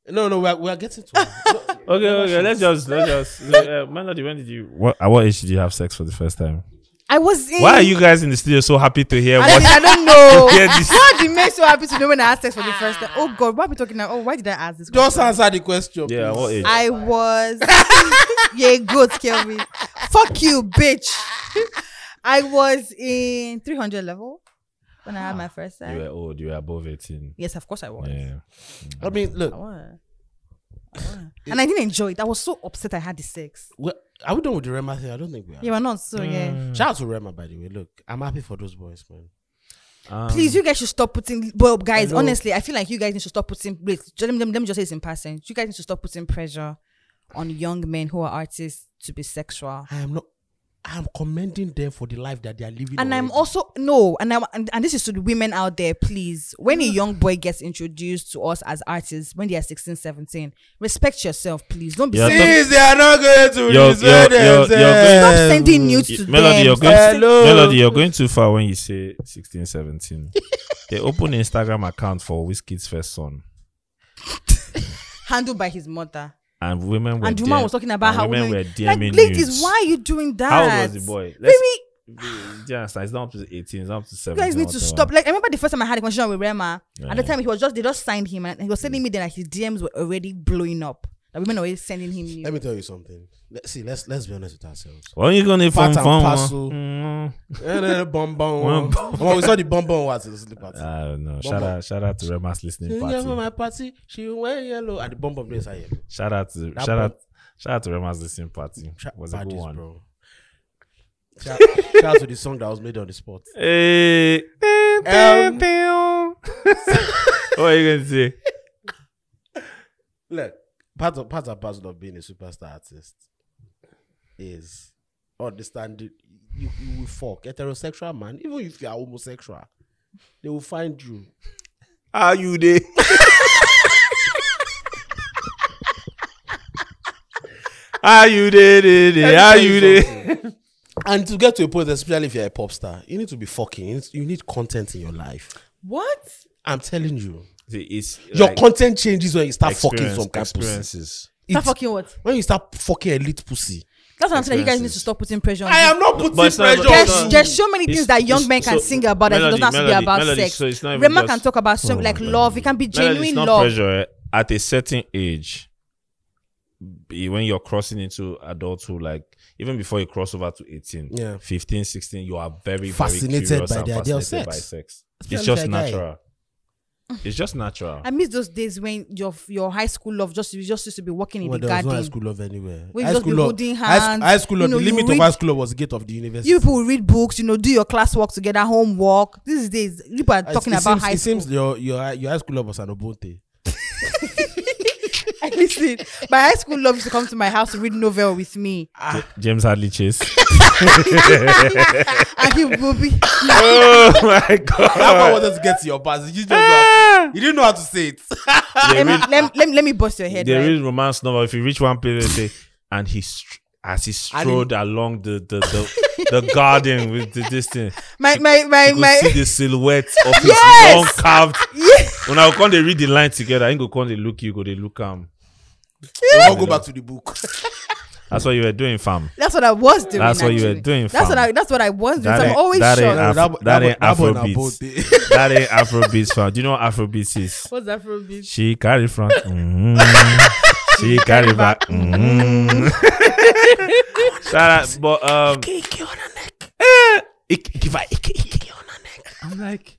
S1: No, no, we are, we are getting
S2: [laughs]
S1: to it.
S3: Okay, okay, let's just, let's just. Uh, Melody, when did you, what, at what age did you have sex for the first time?
S2: I was in.
S3: Why are you guys in the studio so happy to hear
S2: I,
S3: [laughs] what?
S2: don't- I don't know.
S3: hear
S2: [laughs]
S3: this?
S2: God, you made so happy to know when I asked this for the first time. Oh God, why are we talking now? Oh, why did I ask this?
S1: Just
S2: question?
S1: answer the question.
S3: Yeah,
S1: please.
S3: what age?
S2: I [laughs] was. yeah, goat kill me. Fuck you, bitch. I was in 300 level when I had my first
S3: You were
S2: time.
S3: old, you were above 18.
S2: Yes, of course I was.
S3: Yeah.
S1: I mean,
S2: I
S1: look,
S2: was. I was. And I didn't enjoy it. I was so upset I had the sex.
S1: we- are we done with the Rema thing? I don't think we are.
S2: You were not so yeah.
S1: Shout out to Rema, by the way. Look, I'm happy for those boys, man.
S3: Um,
S2: Please, you guys should stop putting. Well, guys,
S1: Hello.
S2: honestly, I feel like you guys need to stop putting. Wait, let me, let me- let me just say this in passing. You guys need to stop putting pressure on young men who are artists to be sexual.
S1: I am not. I am commending them for the life that they are living.
S2: and I'm
S1: already.
S2: also no, and I'm and, and this is to the women out there, please. When a young boy gets introduced to us as artists when they are 16, 17, respect yourself, please. Don't be
S3: Yeah,
S2: sending,
S1: Since they are not going to
S3: Yo,
S1: respect
S3: yo, yo, yo.
S1: themselves.
S2: stop sending nudes
S3: Y-
S2: to
S3: Melody,
S2: them.
S3: you're
S2: Stop
S3: going
S2: sen-
S1: Hello.
S3: Melody, you're going too far when you say
S1: [laughs]
S3: 16, 17. they opened Instagram account for Whiskey's first son.
S2: handled by his mother.
S3: And women were
S2: and the woman
S3: DM
S2: was talking about
S3: and
S2: how
S3: women
S2: women
S3: were DMing
S2: like, ladies,
S3: nudes.
S2: why are you doing that?
S3: How old was the boy? Let's-
S2: Really? [sighs]
S3: Do you understand? It's not up to 18, it's not up to
S2: You
S3: 17.
S2: guys need to
S3: whatever.
S2: stop. Like I remember the first time I had a conversation with Rema. At the
S3: Yeah.
S2: time, he was just they just signed him, and he was telling me that like, his DMs were already blowing up. That women were already sending him. nudes.
S1: Let me tell you something. Let's see. Let's let's be honest with ourselves. [laughs]
S3: Why are you going to phone
S1: Part and oh.
S3: phone?
S1: parcel.
S3: Mm.
S1: Eh, eh, bonbon.
S3: One bonbon.
S1: Well, we saw the bonbon was in the sleep party.
S3: I don't know. Shout out, shout out to Rema's listening
S1: She went for
S3: Ah, party.
S1: my party. She went yellow at the bonbon place. I yellow.
S3: Shout out to
S1: That
S3: shout out
S1: part-
S3: shout out to Rema's listening party.
S1: Shout-
S3: Was a good
S1: badges,
S3: one.
S1: bro. Shout, shout out to the song that was made on the spot.
S3: Hey.
S1: Um,
S3: what are you going to say?
S1: Look, part of part and parcel of being a superstar artist is understanding you, you will fuck heterosexual man, even if you are homosexual, they will find you.
S3: Are you there? Are you there? there, there? Are you there?
S1: And to get to a point, especially if you're a pop star, you need to be fucking. You need, you need content in your life.
S2: What?
S1: I'm telling you,
S3: It's
S1: your
S3: like
S1: content changes when you start fucking
S3: experience-
S1: some kind of pussy.
S3: experiences.
S2: Stop
S1: It's-
S2: fucking what?
S1: When you start fucking elite pussy,
S2: That's what I'm saying. that You guys need
S3: Experiences.
S2: to stop putting pressure. on
S1: I
S2: these-
S1: am not putting
S3: But it's not
S1: pressure
S3: about-
S1: on
S2: There's,
S1: you.
S2: there's so many
S3: It's-
S2: things that young
S3: it's-
S2: men can
S3: so-
S2: sing about that it
S3: Melody,
S2: doesn't have to
S3: Melody,
S2: be about
S3: Melody,
S2: sex.
S3: so it's not even
S2: Rema
S3: just-
S2: can talk about some like love. It can be
S3: Melody, it's
S2: genuine
S3: not
S2: love.
S3: pressure eh? at a certain age. be- When you're crossing into adulthood, like even before you cross over to 18,
S1: Yeah.
S3: 15, 16, you are very,
S1: Fascinated
S3: very curious
S1: by
S3: and
S1: the idea of
S3: fascinated by
S1: sex.
S3: sex. It's
S1: Especially
S3: just
S1: if you're a guy.
S3: natural. It's just natural.
S1: [laughs]
S2: I miss those days when your your high school love just you just used to be walking in
S1: Well,
S2: the
S1: there was no high
S2: garden.
S1: school love anywhere.
S2: We
S1: high
S2: just
S1: school
S2: be
S1: love,
S2: holding
S1: high, sc-
S2: hands.
S1: high school love.
S2: You know,
S1: the
S2: you
S1: limit
S2: read-
S1: of high school love was the gate of the university.
S2: You people will read books, you know, do your classwork together, homework. These days, people are
S1: It-
S2: talking
S1: it
S2: about
S1: seems,
S2: high
S1: It
S2: school.
S1: seems your your your high school love was an [laughs] obonte.
S2: [laughs] I miss it. My high school love used to come to my house to read novel with me.
S1: Ah.
S3: J- James
S1: [laughs]
S3: Hadley Chase.
S2: And he will
S3: [laughs]
S2: be
S3: oh my
S1: That one
S3: god.
S1: wanted to get to your past. You, just know how- you didn't know how to say
S2: [laughs]
S1: it.
S3: They
S2: let, me,
S3: read,
S2: let, let, me- let me bust your head.
S3: they
S2: right?
S3: read romance novel. If you reach one place, they say, and he str- as he
S1: I
S3: strode along the the, the, the garden with the, this thing,
S2: My my my
S3: you could [laughs] see
S2: my
S3: the silhouette of his
S2: Yes!
S3: long carved.
S2: yeah.
S3: When I come, they read the line together. I ain't go come, they look you, go they look am.
S1: I'll go back to the book.
S3: That's what you were doing, fam.
S2: [laughs] That's what I was doing.
S3: That's what you were
S2: actually.
S3: doing,
S2: That's what
S3: fam.
S2: I. That's what I was doing.
S3: That
S2: so I'm
S3: ain't-
S2: always
S3: that ain't
S2: shocked.
S3: Af-
S1: That one-
S3: that
S1: one-
S3: ain't
S1: one [laughs]
S3: Afrobeats.
S1: Abonte.
S3: That ain't Afrobeats, fam. Do you know what Afrobeats is?
S2: What's that from? bitch?
S3: She carry front. mhm. She carry back. mhm. [laughs] Shout out, but um. Eh, ik-
S1: [laughs]
S3: give her ike, ike on her neck. I'm like,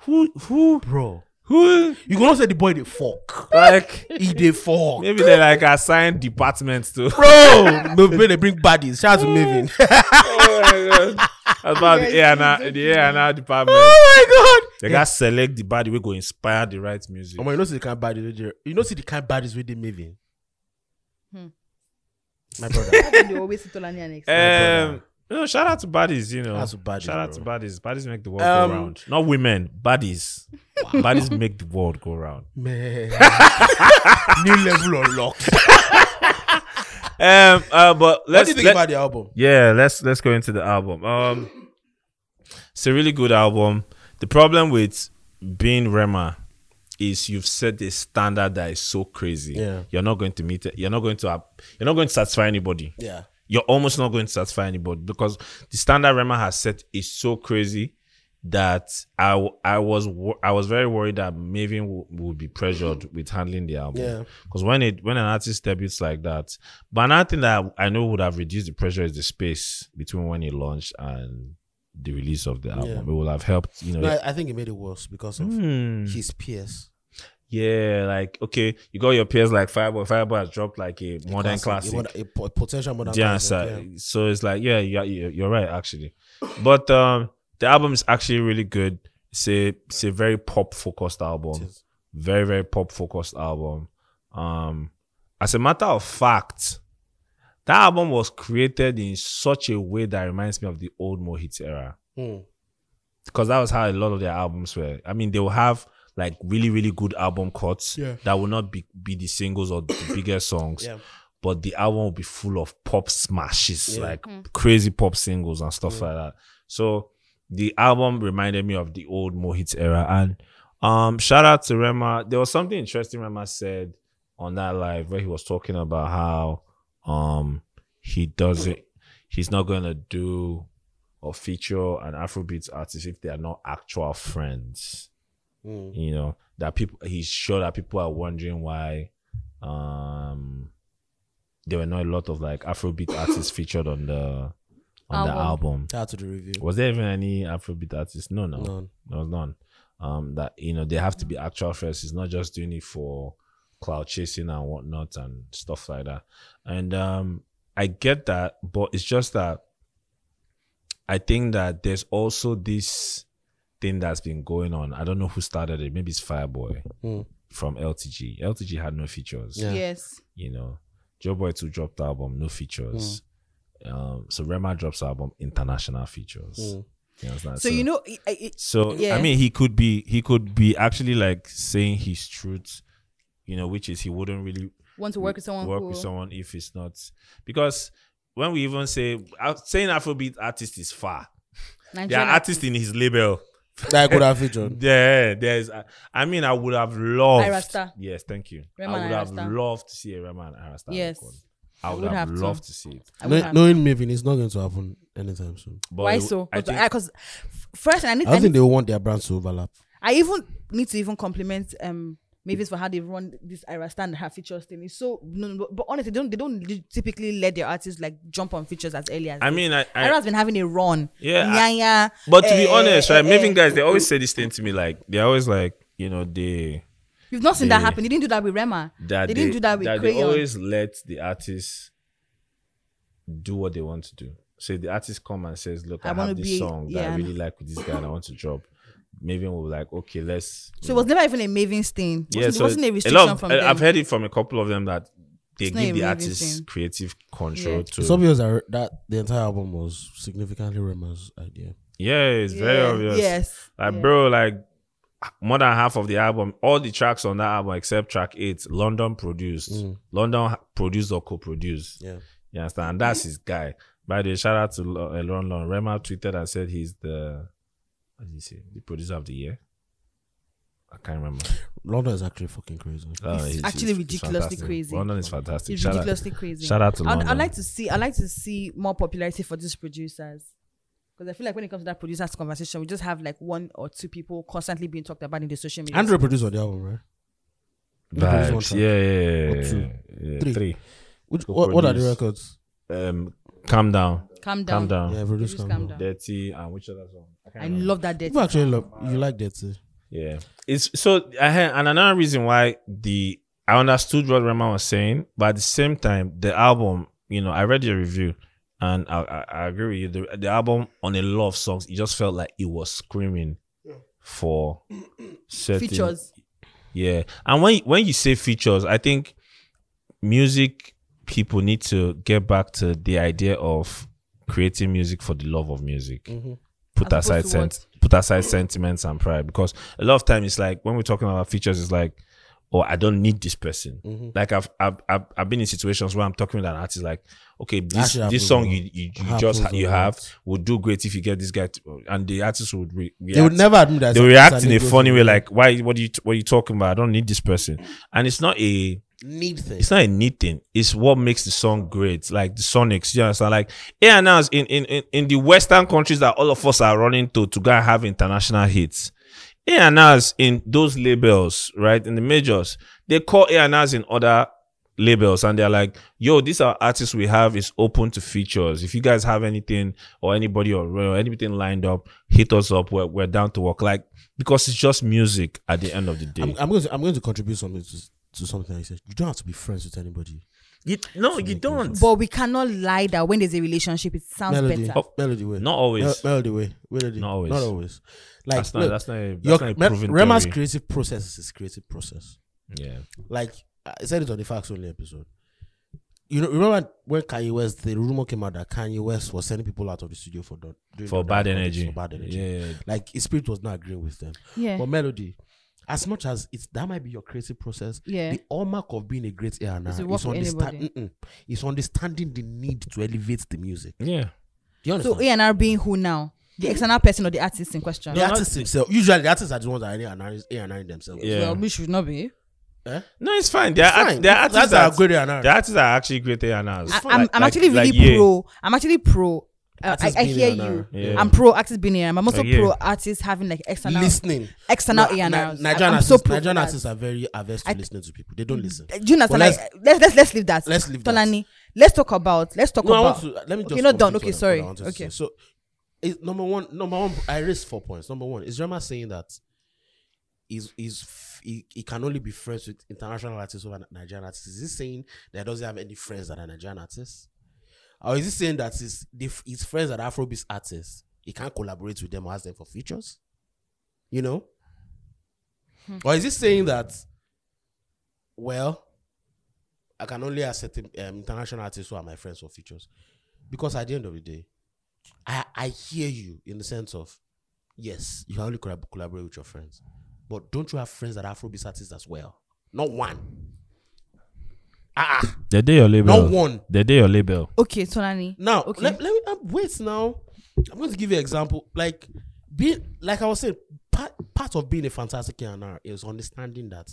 S3: who, who,
S1: Bro,
S3: who?
S1: you gonna say the boy they fuck?
S3: Like,
S1: He they fuck.
S3: [laughs] maybe they like assigned departments to.
S1: Bro, the way they bring baddies. Shout out to Maven.
S3: [laughs] oh my god! About the A and R, the A and R department.
S1: oh
S3: They got select the body we go inspire the right music.
S1: Omo, you know see the kind of baddies. with the- You know see the kind of baddies with the Maven.
S2: Hmm.
S1: My brother.
S2: [laughs] How come they always sit Tolani and Excel?
S3: Um, no, shout out to buddies, you know.
S1: Shout out to baddies,
S3: shout out
S1: bro.
S3: to buddies. Buddies make the world
S1: Um,
S3: go round. Not women, [laughs] buddies. Buddies make the world [laughs] go round.
S1: Man. New level of luck.
S3: Um, uh, but
S1: What
S3: let's
S1: do you think
S3: let-
S1: about the album?
S3: yeah let's let's go into the album um it's a really good album the problem with being rema is you've set the standard that is so crazy
S1: Yeah.
S3: you're not going to meet it you're not going to up- you're not going to satisfy anybody
S1: Yeah.
S3: you're almost not going to satisfy anybody because the standard rema has set is so crazy that I, w- I was wo- I was very worried that Maven w- would be pressured with handling the album.
S1: Yeah.
S3: Because when it when an artist debuts like that, but another thing that I know would have reduced the pressure is the space between when it launched and the release of the album.
S1: Yeah.
S3: It would have helped, you know.
S1: No, I, I think it made it worse because of
S3: Hmm.
S1: his peers.
S3: Yeah, like okay, you got your peers like Fireboy. Fireboy has dropped like a modern classic.
S1: A, mod- a po- potential modern
S3: yeah,
S1: classic.
S3: so, so it's like yeah, yeah, you're, you're right actually, but um, the album is actually really good. It's a it's a very pop focused
S1: It
S3: album,
S1: is.
S3: very very pop focused album. Um, as a matter of fact, that album was created in such a way that reminds me of the old Mohit era
S1: Hmm.
S3: because that was how a lot of their albums were. I mean, they will have like really really good album cuts
S1: Yeah.
S3: that will not be be the singles or the biggest songs
S1: Yeah.
S3: but the album will be full of pop smashes,
S1: Yeah.
S3: like crazy pop singles and stuff like that. So the album reminded me of the old Mohit era. And um, shout out to Rema. There was something interesting Rema said on that live where he was talking about how um he doesn't he's not gonna do or feature an Afrobeats artist if they are not actual friends
S1: Hmm.
S3: you know that people he's sure that people are wondering why um there were not a lot of like afrobeat artists featured on the on the album
S1: Shout out to the review.
S3: was there even any afrobeat artists no no,
S1: None.
S3: there was none um that you know they have to be
S1: Mm.
S3: actual first it's not just doing it for cloud chasing and whatnot and stuff like that and um i get that but it's just that i think that there's also this thing that's been going on i don't know who started it maybe it's fireboy
S1: Hmm.
S3: from LTG. LTG had no features.
S1: Yeah.
S2: Yes.
S3: You know, Joe Boy 2 dropped the album, no features.
S1: Hmm.
S3: Um, so Rema drops the album, international features. [laughs]
S1: Mm.
S3: You understand?
S2: So, you know, i i it,
S3: so I
S2: Yeah.
S3: mean, he could be he could be actually like saying his truth, you know, which is he wouldn't really
S2: want to work with someone.
S3: work
S2: who,
S3: with someone if it's not because when we even say uh, saying Afrobeat artist is far, there
S2: Nigerian
S3: are artists in his label.
S1: That I could have featured.
S3: Yeah, there's. I, I mean, I would have loved.
S2: Irasta.
S3: Yes, thank you.
S2: Rema
S3: I
S2: and
S3: would have
S2: Irasta.
S3: loved to see a Rema and Arasta.
S2: Yes.
S3: I would, have,
S2: have too.
S3: loved to see it.
S2: I would
S1: Know,
S2: have-
S1: knowing Maven, it's not going to happen anytime soon.
S3: But
S2: Why
S3: it-
S2: so?
S3: I think,
S2: Because first, I need,
S1: I
S2: I,
S1: don't
S2: need,
S1: think they want their brands to overlap.
S2: I even need to even compliment um Mavis for how they run this Irasta and her features thing. It's so no, no, but, but honestly, they don't they don't typically let their artists like jump on features as early as.
S3: I mean, I, I,
S2: Ira's been having a run.
S3: Yeah, I-
S2: Nyanya,
S3: but to be
S2: eh,
S3: honest,
S2: eh,
S3: right,
S2: eh,
S3: Maven
S2: eh.
S3: guys, they always say this thing to me, like they're always like, you know, they
S2: You've not seen that
S3: they-
S2: happen. They didn't do that with Rema.
S3: that
S2: they, didn't do that with
S3: they
S2: Crayon.
S3: always let the artists do what they want to do. So if the artist come and says, "Look,
S2: I
S3: I,
S2: wanna
S3: have this
S2: be-
S3: song that
S2: yeah,
S3: I
S2: I
S3: really like with this guy, and I want to drop," Maven will be like, "Okay, let's."
S2: so it was never even a Maven's thing. It wasn't, it wasn't a restriction
S3: lot of-
S2: from
S3: I-
S2: them.
S3: I've heard it from a couple of them that they
S2: It's not
S3: give
S2: a
S3: the
S2: moving
S3: artists
S2: thing.
S3: creative control
S2: Yeah.
S1: It's
S3: to.
S1: obvious that, that the entire album was significantly Rema's idea.
S3: Yeah, it's very
S2: Yeah,
S3: obvious.
S2: Yes.
S3: like
S2: yeah.
S3: bro, like more than half of the album, all the tracks on that album except track eight, London produced, London ha- produced or co-produced.
S1: Yeah.
S3: You understand? And that's his guy. By the way, shout out to Lo- uh, Lon Lon. Rema tweeted and said he's the what did he say? The producer of the year. I can't remember.
S1: London is actually fucking crazy.
S3: Uh,
S2: It's actually ridiculously
S3: fantastic.
S2: crazy.
S3: London is fantastic.
S2: It's
S3: Shout out-
S2: ridiculously crazy.
S3: shout out to
S2: I'd,
S3: London.
S2: I'd like to see. I would like to see more popularity for these producers. Because I feel like when it comes to that producers conversation, we just have like one or two people constantly being talked about in the social media.
S1: Andrew produced on the album, right? He produced one
S3: Vibes.
S1: track.
S3: Yeah, yeah,
S1: Or
S3: yeah,
S1: two.
S3: yeah.
S1: Three.
S3: Three.
S1: Which, what, what are the
S3: Co-produced.
S1: records?
S3: Um, calm down,
S2: calm down.
S3: calm down.
S1: Yeah,
S2: Produce
S1: produced
S2: Calm
S1: Calm
S2: Down.
S1: Down.
S3: Dirty and which other song? can't
S2: I
S3: remember.
S2: love that date.
S1: People actually love you like that too.
S3: Yeah, it's so. I had, and another reason why the I understood what Rema was saying, but at the same time, the album. You know, I read your review, and I, I, I agree with you. The, the album on a lot of songs, it just felt like it was screaming for certain
S2: Features.
S3: yeah, and when when you say features, I think music people need to get back to the idea of creating music for the love of music. Put
S2: As
S3: aside
S2: opposed to
S3: sent, put aside sentiments and pride because a lot of time it's like when we're talking about features, it's like or I don't need this person. Like I've, I've I've I've been in situations where I'm talking with an artist like, okay, this
S1: shit happens
S3: this song
S1: a
S3: you
S1: lot.
S3: you, you
S1: Happens
S3: just
S1: a
S3: ha- you
S1: lot.
S3: have would do great if you get this guy, to, and the artist would re- react.
S1: They would never admit that.
S3: They
S1: it's a-
S3: react
S1: it's
S3: in
S1: an
S3: a
S1: ego
S3: funny
S1: thing.
S3: way, like why? What are you what are you talking about? I don't need this person, and it's not a
S1: need thing.
S3: it's not a neat thing. It's what makes the song great. Like the Sonics, you understand? Like A and R's in, in, in, in the Western countries that all of us are running to to go and have international hits. A and R's in those labels, right? In the majors, they call A and R's in other labels and they're like, yo, these are artists we have is open to features. If you guys have anything or anybody or, or anything lined up, hit us up. We're, we're down to work. Like, because it's just music at the end of the day.
S1: I'm, I'm going to I'm going to contribute something to, to something I said. You don't have to be friends with anybody.
S3: you, no, you don't.
S2: But we cannot lie that when there's a relationship, it sounds
S1: Melody, Oh.
S2: better.
S1: melody way.
S3: Oh, Not always.
S1: Mel- melody way. Melody.
S3: Not always.
S1: Not always. Like
S3: that's not
S1: look,
S3: that's not a, that's
S1: your,
S3: not a
S1: Mel-
S3: proven
S1: Rema's
S3: theory.
S1: creative process is his creative process.
S3: yeah
S1: Like I said it on the facts only episode. You know, remember when Kanye West the rumor came out that Kanye West was sending people out of the studio for do- doing
S3: for
S1: the-
S3: bad energy
S1: For bad energy.
S3: yeah
S1: Like his spirit was not agreeing with them.
S2: Yeah.
S1: But melody, as much as it's that might be your creative process,
S2: Yeah.
S1: the hallmark of being a great A and
S2: Is
S1: R
S2: to work
S1: is
S2: with
S1: understand-
S2: anybody.
S1: mm-mm. is understanding the need to elevate the music.
S3: yeah
S1: Do you understand?
S2: So A and R being who now? The external person or the artist in question?
S1: the artists themselves, usually the artists are the ones that are A and R's- A and R themselves.
S3: Yeah.
S2: Well, we should not be.
S1: Eh?
S3: no it's fine there are
S1: Fine.
S3: there are
S1: That's
S3: artists
S1: a
S3: that,
S1: good A and R.
S3: the artists are actually great A and R's.
S2: I,
S1: fine.
S2: I'm,
S1: Like-
S2: I'm actually really
S3: yeah.
S2: pro. I'm actually pro. Uh, I,
S1: Artists
S2: I
S1: being
S2: hear
S1: A and R.
S2: you.
S3: Yeah.
S2: I'm pro artists being A and R. I'm also
S3: Like, yeah.
S2: pro artists having like external
S1: Listening.
S2: external
S1: Na-
S2: A and
S1: Na-
S2: R's. I-
S1: Nigerian
S2: I'm
S1: artists,
S2: so pro.
S1: Nigerian
S2: for that.
S1: artists are very averse to listening to people. They don't listen.
S2: Do you understand?
S1: Well,
S2: Like, let's let's let's leave that.
S1: let's leave that.
S2: Tolani, let's talk about let's talk
S1: No, I
S2: about.
S1: want to let me
S2: Okay,
S1: just.
S2: you're not done.
S1: complete
S2: Okay,
S1: what I- what I
S2: sorry.
S1: wanted to
S2: Okay.
S1: say. So, is number one, number one, I raised four points. Number one is Rema saying that is is f- he, he can only be friends with international artists over Ni- Nigerian artists. Is he saying that he doesn't have any friends that are Nigerian artists, or is he saying that his the f- his friends that are Afrobeat artists he can't collaborate with them or ask them for features? You know,
S2: Hmm.
S1: or is he saying that? Well, I can only accept um, international artists who are my friends for features. Because at the end of the day, I, I hear you in the sense of, yes, you can only collab- collaborate with your friends. But don't you have friends that are Afrobeat artists as well? Not one. Ah, ah,
S3: they do your label
S1: Not one.
S3: they do your label
S2: Okay, Tolani.
S1: now,
S2: Okay.
S1: let, let me uh, wait. Now, I'm going to give you an example. Like, being like I was saying, part, part of being a fantastic A&R is understanding that.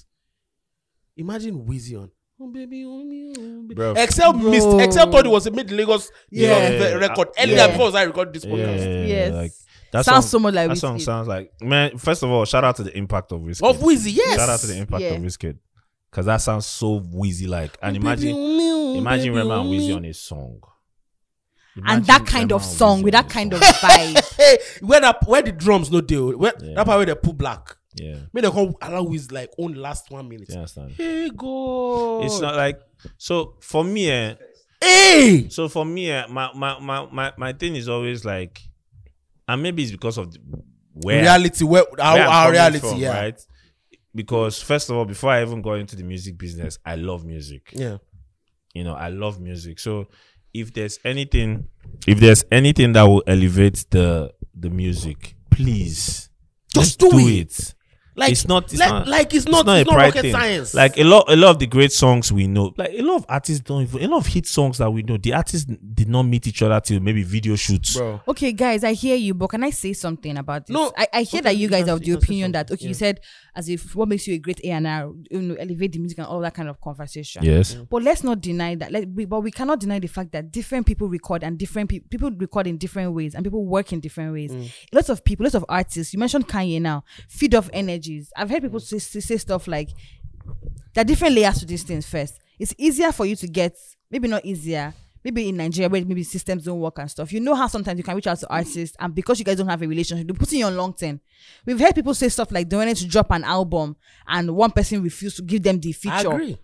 S1: Imagine Wheezy on. Oh baby, oh me, oh baby.
S3: Bro.
S1: Excel missed.
S2: Bro.
S1: Excel thought it was a mid Lagos
S2: Yeah.
S1: you know, the record.
S3: Yeah.
S1: Earlier before I recorded this podcast.
S3: yeah,
S2: Yes.
S3: like
S2: That
S3: that
S2: sounds so
S3: song,
S2: much like
S3: that song
S2: Wizkid.
S3: sounds like man first of all shout out to the impact of Wizkid
S1: Of Wheezy, yes.
S3: shout out to the impact
S2: Yeah.
S3: of Wizkid cause that sounds so Wheezy like
S2: Oh,
S3: and imagine imagine Rema and Wheezy on a song
S2: and
S3: Imagine
S2: that kind
S3: Rema
S2: of
S3: and
S2: song
S3: Wheezy
S2: with
S3: on
S2: that
S3: a
S2: kind
S3: song.
S2: of vibe. [laughs]
S1: Hey, where the where the drums no deal. Where
S3: Yeah.
S1: that part where they pull black.
S3: yeah
S1: May they come allow Wheezy like own last one minute.
S3: you understand
S1: Hey go.
S3: it's not like so for me eh,
S1: hey.
S3: So for me, eh, my my my my, my thing is always like, and maybe it's because of the, where
S1: Reality, where our,
S3: where I'm
S1: our
S3: coming
S1: reality,
S3: from,
S1: yeah.
S3: right. Because first of all, before I even got into the music business, I love music.
S1: Yeah.
S3: You know, I love music. So if there's anything, if there's anything that will elevate the the music, please
S1: Just
S3: let's
S1: do
S3: it.
S1: Like
S3: it's not, it's
S1: like,
S3: not
S1: like it's not, it's not,
S3: pride
S1: rocket
S3: thing.
S1: science.
S3: Like a lot, a lot of the great songs we know, like a lot of artists don't even, a lot of hit songs that we know, the artists n- did not meet each other till maybe video shoots.
S1: bro.
S2: okay, guys, I hear you, but can I say something about this?
S1: No,
S2: I, I hear that you
S1: you
S2: guys
S1: can-
S2: have the
S1: you can say
S2: opinion that
S1: something,
S2: okay,
S1: yeah.
S2: you said as if what makes you a great A and R, you know, elevate the music and all that kind of conversation.
S3: Yes.
S2: But let's not deny that. Let, we, but we cannot deny the fact that different people record and different pe- people record in different ways and people work in different ways.
S1: Mm.
S2: Lots of people, lots of artists. You mentioned Kanye now. Feed off energies. I've heard
S1: Mm.
S2: people say, say, say stuff like there are different layers to these things. First, it's easier for you to get. Maybe not easier. Maybe in Nigeria, where maybe systems don't work and stuff. You know how sometimes you can reach out to artists, and because you guys don't have a relationship, they're putting you on long term. We've heard people say stuff like they wanted to drop an album, and one person refused to give them the feature
S1: I agree.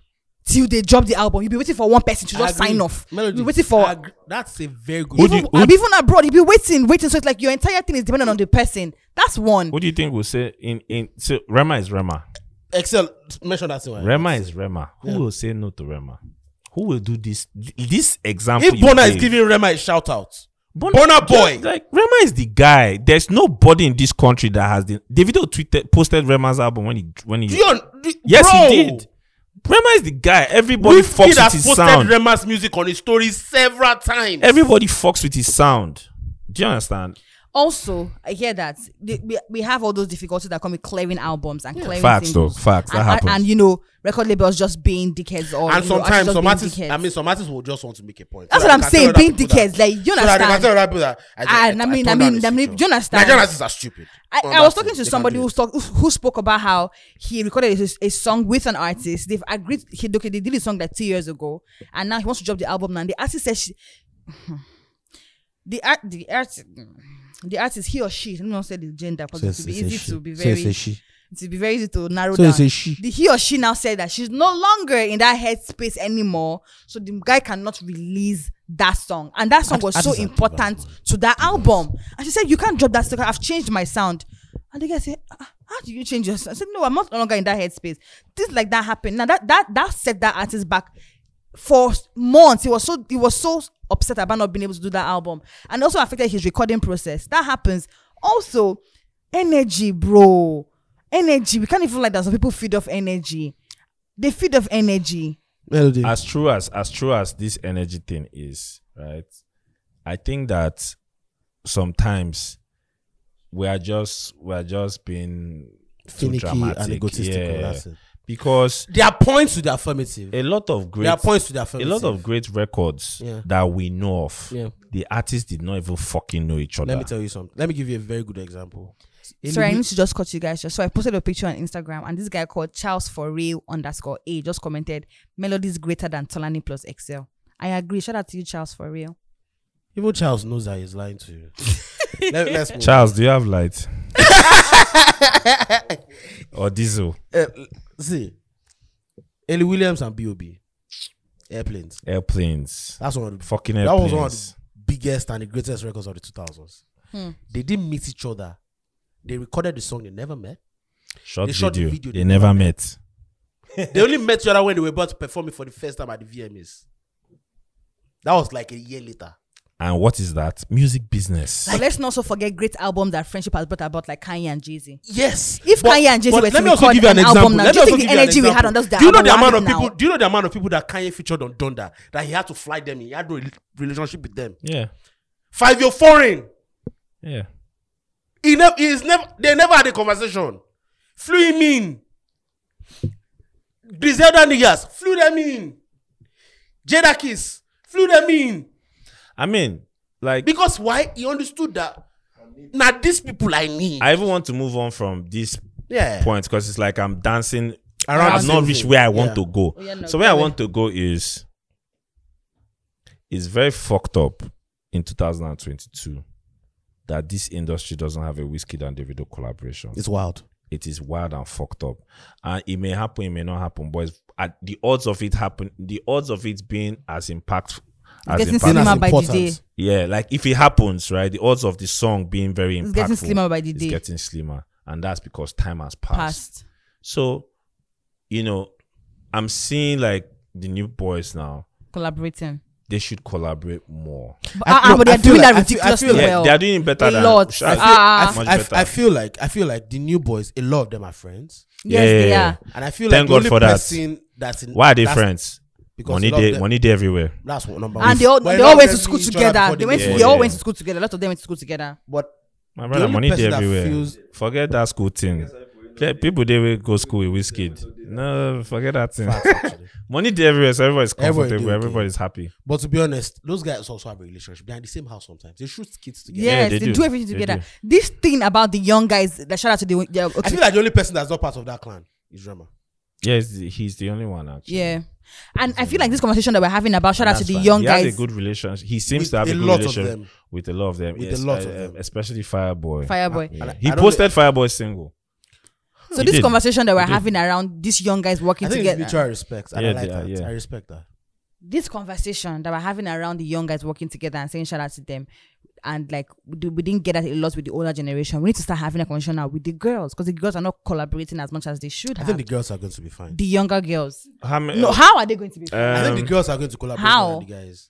S2: till they drop the album. You'll be waiting for one person to just
S1: I agree.
S2: sign off.
S1: Melody,
S2: You'll be waiting for.
S1: I agree. that's a very good.
S3: Who do
S2: Even,
S3: you- who-
S2: and even abroad, you'll be waiting, waiting. So it's like your entire thing is dependent on the person. That's one.
S3: What do you think we'll say in, in, so Rema is Rema.
S1: Excel mention that thing.
S3: Rema is Rema. Who will say no to Rema? Who will do this? This example.
S1: If
S3: you
S1: Bona is
S3: gave-
S1: giving Rema a shout out, Burna Boy.
S3: Like Rema is the guy. There's nobody in this country that has the Davido tweeted posted Rema's album when he when he
S1: Dion, d-
S3: Yes,
S1: bro,
S3: he did. Rema is the guy. Everybody
S1: Whiskey has
S3: fucks with his
S1: posted
S3: sound.
S1: Rema's music on his story several times.
S3: Everybody fucks with his sound. Do you understand?
S2: Also, I hear that the, we, we have all those difficulties that come with clearing albums and clearing
S3: Facts, though.
S2: singles.
S3: Facts. That
S2: and,
S3: happens.
S2: And, you know, record labels just being dickheads or
S1: and
S2: you know,
S1: sometimes
S2: artists
S1: some
S2: just
S1: artists,
S2: being dickheads.
S1: I mean, some artists will just want to make a point.
S2: That's
S1: So
S2: what
S1: that
S2: I'm
S1: they
S2: saying,
S1: can tell other
S2: being
S1: people that-
S2: dickheads, like, you
S1: so that they
S2: understand?
S1: can tell other people that I just-
S2: Ah, I mean, I
S1: turned
S2: mean,
S1: down this
S2: I mean,
S1: situation.
S2: do you understand?
S1: Nigerian artists are stupid.
S2: I,
S1: on
S2: I was
S1: that
S2: talking
S1: thing.
S2: to
S1: They
S2: somebody
S1: can't
S2: who,
S1: do
S2: talk, who who spoke about how he recorded a, a song with an artist. They've agreed. He okay, they did a song like two years ago, and now he wants to drop the album. now. And the artist says she, the art, the artist, the artist, he or she. Let me not say the gender because it would be easy to be very, it would be very easy to narrow
S1: So
S2: down.
S1: it's a she.
S2: The, he or she now said that she's no longer in that headspace anymore, so the guy cannot release that song. And that song
S1: Art-
S2: was so
S1: artists are
S2: important to that album. And she said, "You can't drop that song. I've changed my sound." And the guy said, "Ah, "How do you change your?" Sound? I said, "No, I'm not no longer in that headspace." Things like that happened. Now that that that set that artist back for months. He was so he was so upset about not being able to do that album, and also affected his recording process. That happens. Also, energy, bro, energy. We can't even like that. Some people feed off energy. They feed off energy.
S1: Melody.
S3: As true as as true as this energy thing is, right? I think that sometimes we are just we are just being too
S1: Finicky
S3: dramatic.
S1: and egotistical.
S3: Yeah.
S1: That's it.
S3: Because
S1: There are points to the affirmative.
S3: a lot of
S1: There are
S3: great
S1: points to the
S3: a
S1: affirmative.
S3: lot of great records
S1: Yeah.
S3: that we know of,
S1: Yeah.
S3: the artists did not even fucking know each other.
S1: Let me tell you something. Let me give you a very good example. A
S2: Sorry, I
S1: Louis-
S2: need to just cut you guys. So I posted a picture on Instagram, and this guy called Charles for real underscore A just commented, "Melody's greater than Tolani plus Excel." I agree. Shout out to you, Charles for real.
S1: Even Charles knows that he's lying to
S2: [laughs]
S1: you. Let, us move.
S3: Charles, do you
S1: [laughs]
S3: have light? or diesel
S1: Uh, see, Ellie Williams and B.O.B. Airplanes.
S3: airplanes,
S1: That's one of the,
S3: fucking
S1: that was one of
S3: airplanes.
S1: the biggest and the greatest records of the 2000s. They didn't meet each other. They recorded the song they never met. [laughs]
S3: Short
S1: They
S3: video.
S1: shot the video,
S3: They
S1: they
S3: never met.
S1: they only met each other when they were about to perform it for the first time at the VMAs. That was like a year later.
S3: And what is that? Music business.
S2: But let's not also forget great albums that friendship has brought about, like Kanye and Jay Z.
S1: Yes.
S2: If Kanye and Jay-Z
S1: but
S2: were to
S1: let me also
S2: record
S1: give you an
S2: an album
S1: example.
S2: now,
S1: Let me
S2: do you
S1: also
S2: think
S1: give you an
S2: the energy we
S1: example.
S2: had on those
S1: Do you know
S2: album
S1: the
S2: we
S1: amount
S2: have
S1: of people?
S2: now?
S1: Do you know the amount of people that Kanye featured on Donda that he had to fly them in? He had no rel- relationship with them.
S3: Yeah.
S1: Five year foreign.
S3: Yeah.
S1: He never. He's never. They never had a conversation. Flew him in. Griselda niggas flew them in. Jadakiss flew them in.
S3: I mean, like
S1: Because why? He understood that. Now these people I need.
S3: I even want to move on from this
S1: yeah.
S3: point because it's like I'm dancing
S1: Around
S3: I've
S1: the
S3: not
S1: same
S3: reached
S1: thing.
S3: where I want
S1: Yeah.
S3: to go.
S2: Oh, yeah, no,
S3: so where I
S2: really.
S3: want to go is it's very fucked up in 2022 that this industry doesn't have a whiskey and Davido collaboration.
S1: It's wild.
S3: it is wild and fucked up, and it may happen, it may not happen, but it's, at the odds of it happen, the odds of it being as impactful as
S2: Getting
S3: impactful.
S2: slimmer by the
S1: important.
S2: day.
S3: Yeah, like if it happens, right, the odds of the song being very impactful
S2: It's getting slimmer by the
S3: is
S2: day.
S3: getting slimmer, and that's because time has passed.
S2: Past.
S3: So, you know, I'm seeing like the new boys now.
S2: collaborating.
S3: They should collaborate
S2: [laughs]
S3: more.
S2: But,
S1: I-
S2: ah, ah,
S1: no,
S2: but
S1: I feel
S2: they're doing
S1: like-
S2: that
S1: I feel- I
S2: ridiculously
S1: feel like-
S3: Yeah,
S2: well.
S3: they are doing better
S2: A
S3: than
S2: lot.
S3: Shaq.
S1: I feel,
S2: Ah.
S1: I, f-
S3: Much
S1: I f-
S3: better.
S1: I feel like I feel like the new boys. A lot of them are friends,
S2: yes,
S3: Yeah,
S2: they
S3: yeah,
S2: are.
S1: and I feel
S3: Thank
S1: like
S3: God
S1: the only
S3: for that.
S1: person that's in,
S3: Why are they
S1: that's-
S3: friends?
S1: Because
S3: Money
S1: a lot of
S3: day,
S1: them-
S3: money day everywhere.
S1: That's what number. one.
S2: And they all,
S1: But a
S2: they
S1: lot
S2: all
S1: of
S2: went to
S1: them
S2: school
S1: knew each other
S2: together.
S1: before
S2: They went.
S1: were
S3: Yeah,
S2: they all
S3: yeah.
S2: went to school together. A lot of them went to school together.
S1: But
S3: My brother,
S1: only
S3: money day
S1: person that
S3: everywhere.
S1: feels-
S3: Forget that school thing. Let people they will go school with whiskey. No, forget that thing.
S1: actually.
S3: [laughs] money day everywhere, so everybody's
S1: Everybody
S3: comfortable.
S1: do, okay.
S3: everybody's happy.
S1: but to be honest, those guys also have a relationship. They're in the same house sometimes. They shoot kids together.
S2: Yes,
S3: they
S2: they,
S3: do.
S2: do. everything
S3: They
S2: together.
S3: do.
S2: This thing about the young guys. That shout out to the yeah,
S1: I
S2: okay.
S1: feel like the only person that's not part of that clan is Rema.
S3: Yeah, he's the, he's the only one actually.
S2: yeah. And I feel like this conversation that we're having about shout
S3: And
S2: out to
S3: that's
S2: the
S3: fine.
S2: young
S3: he
S2: guys.
S3: Has a good relationship. He seems
S1: With
S3: to have a,
S1: a
S3: good
S1: lot of
S3: relationship
S1: them.
S3: with a lot of them.
S1: With a
S3: yes,
S1: lot
S3: I-
S1: of
S3: I-
S1: them.
S3: Especially Fireboy.
S2: Fireboy.
S3: Yeah.
S1: And I-
S3: He
S1: I don't
S3: posted Fireboy single.
S2: So
S3: He
S2: this
S3: did.
S2: conversation that we're
S3: did.
S2: having around these young guys
S1: I
S2: working
S1: think it's
S2: together.
S1: mutual respect. And
S3: Yeah,
S1: I like
S3: they are,
S1: that.
S3: yeah.
S1: I respect that.
S2: this conversation that we're having around the young guys working together and saying shout out to them and like we, do, we didn't get that a lot with the older generation we need to start having a conversation now with the girls because the girls are not collaborating as much as they should
S1: I
S2: have
S1: think
S2: the,
S1: the girls are going to be fine.
S2: younger girls
S3: How many?
S2: no how are they going to be
S1: I think
S3: Um,
S1: the girls are going to collaborate
S2: how?
S1: with the guys.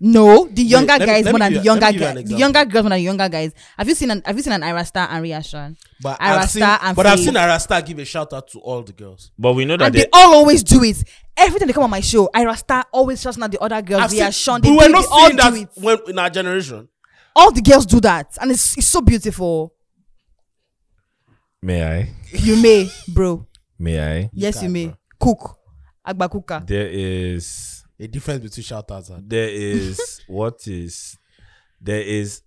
S2: No, the younger
S3: let me-
S2: guys
S3: let me
S2: more than
S3: give
S2: the
S3: you- let me
S2: younger
S3: give you
S2: guys.
S3: an
S2: The
S3: example.
S2: younger girls more than the younger guys. Have you seen an Have you seen an Ira Star and Ria Sean?
S1: But
S2: Ira
S1: I've seen,
S2: Star and
S1: but I've
S2: Faye.
S1: seen Arasta give a shout out to all the girls.
S3: But we know that
S2: And they
S3: they,
S2: all always do it. Every time they come on my show, Ira Star always shouts out the other girls.
S1: I've seen,
S2: Ria Sean.
S1: but
S2: They,
S1: we
S2: do
S1: we're
S2: it,
S1: not
S2: they all
S1: seeing
S2: do
S1: that
S2: it.
S1: when, in our generation.
S2: All the girls do that, and it's it's so beautiful.
S3: may I,
S2: You
S3: [laughs]
S2: may, bro.
S3: may I.
S2: Yes, you
S1: can,
S2: may.
S1: bro.
S2: Cook. Agba Kuka.
S3: There is
S1: The difference between shout outs and [laughs]
S3: there is what is there is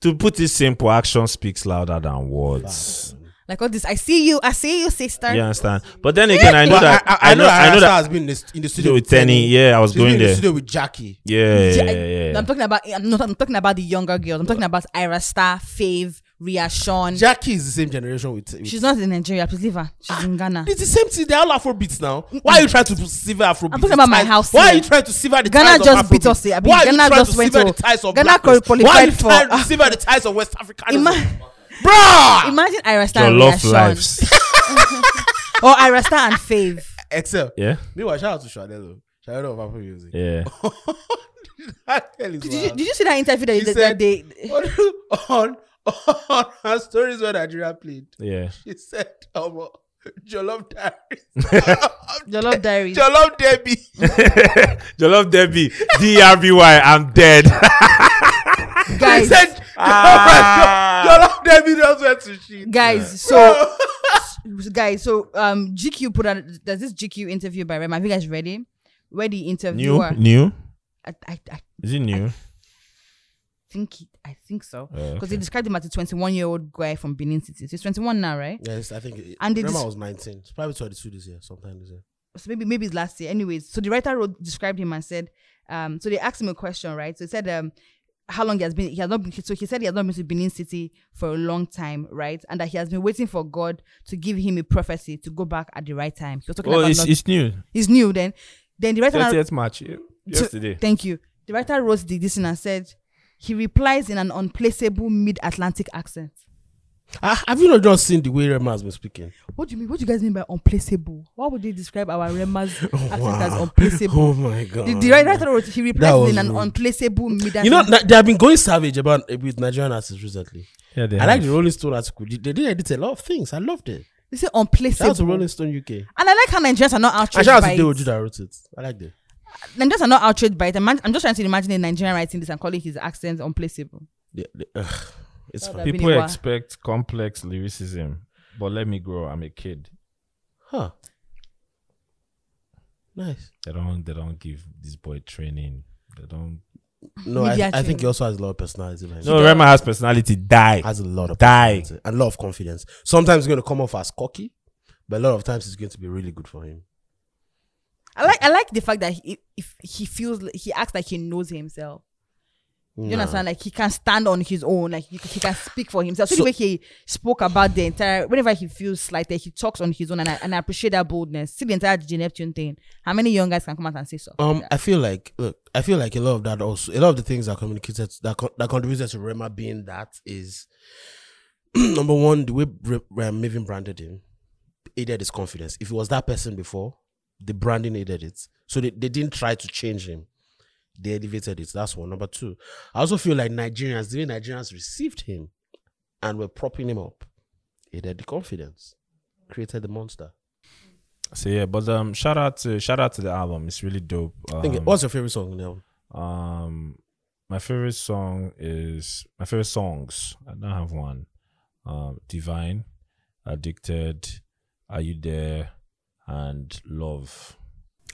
S3: to put it simple action speaks louder than words
S2: Like all this. I see you. I see you, sister.
S3: you understand but then again i know
S1: But
S3: that
S1: I, I, I know,
S3: i know
S1: Arasta
S3: that
S1: has been in the, st- in the studio
S3: with Tenny, yeah, I was
S1: She's been
S3: going
S1: in
S3: there.
S1: the studio with Jackie.
S3: yeah
S2: Yeah, I-
S3: yeah
S2: I'm
S3: yeah
S2: talking about. I'm not. I'm talking about the younger girls. I'm talking about Ira Star, Fave, Ria Sean.
S1: Jackie is the same generation with. with
S2: She's not in Nigeria. Please leave her. She's in Ghana.
S1: it's the same thing. They're all Afrobeats now. Why are you trying to sever Afrobeats?
S2: talking about my
S1: Ties-
S2: house
S1: Why are
S2: here.
S1: you trying to sever the
S2: Ghana
S1: ties
S2: just
S1: of
S2: beat
S1: Afrobeats?
S2: us here. I mean,
S1: Why are
S2: Ghana
S1: you trying
S2: just
S1: to
S2: went
S1: sever
S2: to-
S1: the ties of
S2: Ghana
S1: blackness? Why are you
S2: qualified for- ah.
S1: trying to sever the ties of West Africanism?
S2: Ima-
S1: Bruh!
S2: Imagine Ira Star
S3: your
S2: and Ria
S3: love
S2: Sean,
S3: lives [laughs]
S2: or Ira Star and Fave.
S1: [laughs] Excel.
S3: yeah
S1: Meanwhile, shout out to Shadelo. Shadelo of Afro Music.
S3: yeah
S1: [laughs] That girl is
S2: Did you,
S1: wild.
S2: did you see that interview that,
S1: She
S2: that,
S1: said-
S2: that they?
S1: on, on, on her stories when Nigeria played,
S3: yeah
S1: she said, um, Jollof
S2: [laughs] Your
S1: Diaries.
S2: love
S1: [laughs]
S2: diary.
S1: Jollof Debbie.
S3: your love [laughs] debbie drby i'm dead
S1: They [laughs]
S2: guys,
S1: said,
S3: Ah.
S1: Jollof Debbie just went to shit.
S2: guys. So
S1: [laughs] Bro.
S2: guys, so um, GQ put out. There's this GQ interview by Rem. Have you guys ready? Where the
S3: [laughs] new
S2: interviewer?
S3: new
S2: I, I, I
S3: is it new
S2: think he, I think so
S3: Oh,
S2: because they described him as a 21 year old guy from Benin City. So he's 21 now, right?
S1: Yes, I think. It,
S2: And they
S1: remember,
S2: dis-
S1: I was 19. It's probably 22 this year, sometime this year.
S2: so maybe maybe it's last year. Anyways, so the writer wrote described him and said, um, so they asked him a question, right? So he said, um, how long he has been he has not been so he said he has not been to Benin City for a long time, right? And that he has been waiting for God to give him a prophecy to go back at the right time. He was talking
S3: oh
S2: about
S3: it's,
S2: not-
S3: it's new
S2: he's new then. Then the writer now-
S3: 30th march yeah,
S2: so-
S3: yesterday
S2: thank you. The writer wrote the this in and said he replies in an unplaceable mid-Atlantic accent.
S1: Ah, have you not just seen the way Rema has been speaking?
S2: What do you mean? What do you guys mean by unplaceable? Why would they describe our
S3: [laughs]
S2: Rema's accent as
S1: Wow.
S2: unplaceable?
S1: Oh my god.
S2: The, the writer wrote he replies
S1: was
S2: in an
S1: rude.
S2: unplaceable mid
S1: you know, na- they have been going savage about eh, with Nigerian artists recently.
S3: yeah they
S1: I like
S3: have.
S1: the Rolling Stone article. They they did edit a lot of things. I loved it.
S2: They say
S1: Shout out to
S2: unplaceable.
S1: Rolling Stone UK.
S2: And I like how Nigerians are not
S1: I
S2: outraged
S1: shout
S2: by
S1: out to
S2: it.
S1: David that wrote it. I like that.
S2: Nigerians are not outraged by it. Imagine- I'm just trying to imagine a Nigerian writing this and calling his accent unplaceable.
S1: Yeah, the- ugh, it's
S2: Well
S1: fun.
S2: done.
S3: people
S2: Abiniwa.
S3: expect complex lyricism but let me grow i'm a kid
S1: Huh. Nice.
S3: they don't they don't give this boy training they don't
S1: No, I,
S2: Media
S1: I think
S2: training.
S1: he also has a lot of personality. Like
S3: no rema has personality die
S1: has a lot of
S3: Die.
S1: personality and a lot of confidence. Sometimes it's going to come off as cocky, but a lot of times it's going to be really good for him.
S2: I like I like the fact that he, if he feels like- he acts like he knows himself. You
S1: Nah.
S2: understand? Like he can stand on his own. Like he, he can speak for himself. So,
S1: So-
S2: the way he spoke about the entire whenever he feels slighted, he talks on his own, and I, and I appreciate that boldness. See the entire DJ Neptune thing. How many young guys can come out and say so?
S1: Um, I feel like look, I feel like a lot of that also, a lot of the things that communicated that con- that contributed to Rema being that is [clears throat] number one, the way Re- Re- Maven branded him aided his confidence. If he was that person before, the branding aided it, so they, they didn't try to change him. They elevated it. That's one. Number two, I also feel like Nigerians, the way Nigerians received him and were propping him up, aided the confidence, created the monster.
S3: so yeah but um shout out to shout out to the album it's really dope um,
S1: I think- What's your favorite song now?
S3: um my favorite song is my favorite songs i don't have one um divine addicted are you there and love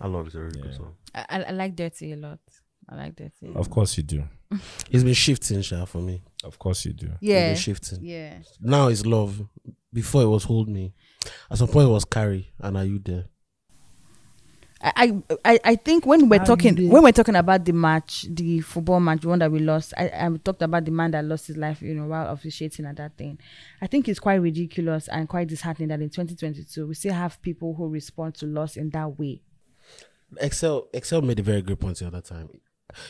S1: I love it. Really
S3: Yeah.
S1: good song.
S2: I, I, I like dirty a lot. I like dirty.
S3: of course you do
S1: It's been shifting, Sha, for me.
S3: of course you do
S2: Yeah.
S1: It's been shifting.
S2: Yeah.
S1: Now it's love. Before it was hold me. At some point it was carry and are you there?
S2: I, I, I- I think when we're
S1: How you
S2: talking
S1: did.
S2: when we're talking about the match, the football match, the one that we lost, I, I talked about the man that lost his life, you know, while officiating at that thing. I think it's quite ridiculous and quite disheartening that in 2022 we still have people who respond to loss in that way.
S1: Excel Excel made a very good point the other time.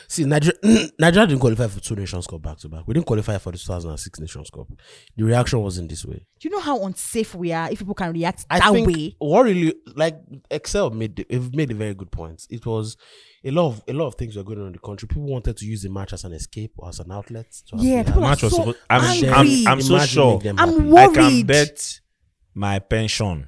S1: See, Nigeria, [clears throat] Nigeria didn't qualify for two Nations Cup back to back. We didn't qualify for the 2006 Nations Cup. The reaction wasn't this way.
S2: Do you know how unsafe we are if people can react
S1: I
S2: that
S1: think
S2: way?
S1: what really like Excel made the- it made a very good point. It was a lot of a lot of things were going on in the country. People wanted to use the match as an escape or as an outlet. To have
S2: Yeah,
S1: their-
S2: people are
S3: Match was
S2: so
S3: supposed- I'm-
S2: angry.
S3: I'm- I'm so
S1: Imagine
S3: sure.
S1: make them
S2: I'm
S1: happy.
S2: wo-
S3: I can
S2: Worried.
S3: bet my pension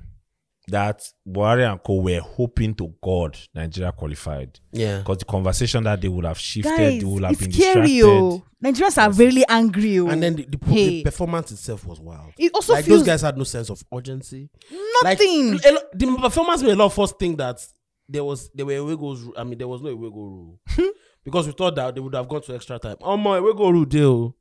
S3: that Buhari and Co were hoping to God Nigeria qualified
S1: yeah.
S3: because the conversation that they would have shifted,
S2: Guys,
S3: they would have been
S2: it's scary.
S3: distracted.
S2: Oh, Nigerians are really angry. Oh.
S1: And then the, the, pro- the
S2: Hey.
S1: performance itself was wild.
S2: It also
S1: like
S2: feels
S1: those guys had no sense of urgency. Like,
S2: nothing.
S1: a lo- the performance made a lot of us think that there was there were away goals. ru- I mean, there was no away goal rule
S2: [laughs]
S1: because we thought that they would have gone to extra time. Oh my, away goal rule deal.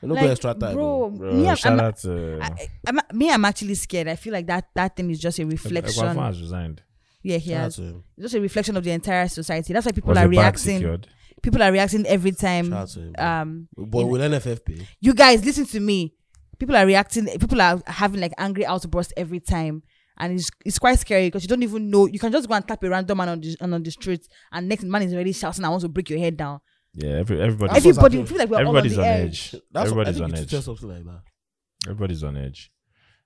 S1: no go
S2: Like,
S1: extra time.
S2: bro.
S1: oh.
S2: me, I'm,
S3: shout
S2: I'm-
S3: out to
S2: I, I- I'm, me, I'm actually scared. I feel like that that thing is just a
S3: Ekwafor
S2: reflection.
S3: has resigned.
S2: Yeah, he
S1: Shout out
S2: has.
S1: to him.
S2: Just a reflection of the entire society. That's why people
S3: Was
S2: are
S3: the bag
S2: reacting.
S3: secured?
S2: People are reacting every
S1: Shout
S2: time.
S1: out to him.
S2: Um,
S1: but with NFFP,
S2: you guys listen to me. People are reacting. People are having like angry outbursts every time, and it's it's quite scary because you don't even know. You can just go and tap a random man on the on, on the street, and next man is already shouting, "I want to break your head down."
S3: Yeah, every, everybody,
S1: That's what's
S2: Everybody
S1: happening.
S2: feel like we're
S3: everybody's
S2: all
S3: on
S2: on the
S3: edge.
S1: that's what, I
S3: Everybody's
S1: think
S3: on
S1: you
S3: edge.
S1: tweeted something like that.
S3: Everybody's on edge.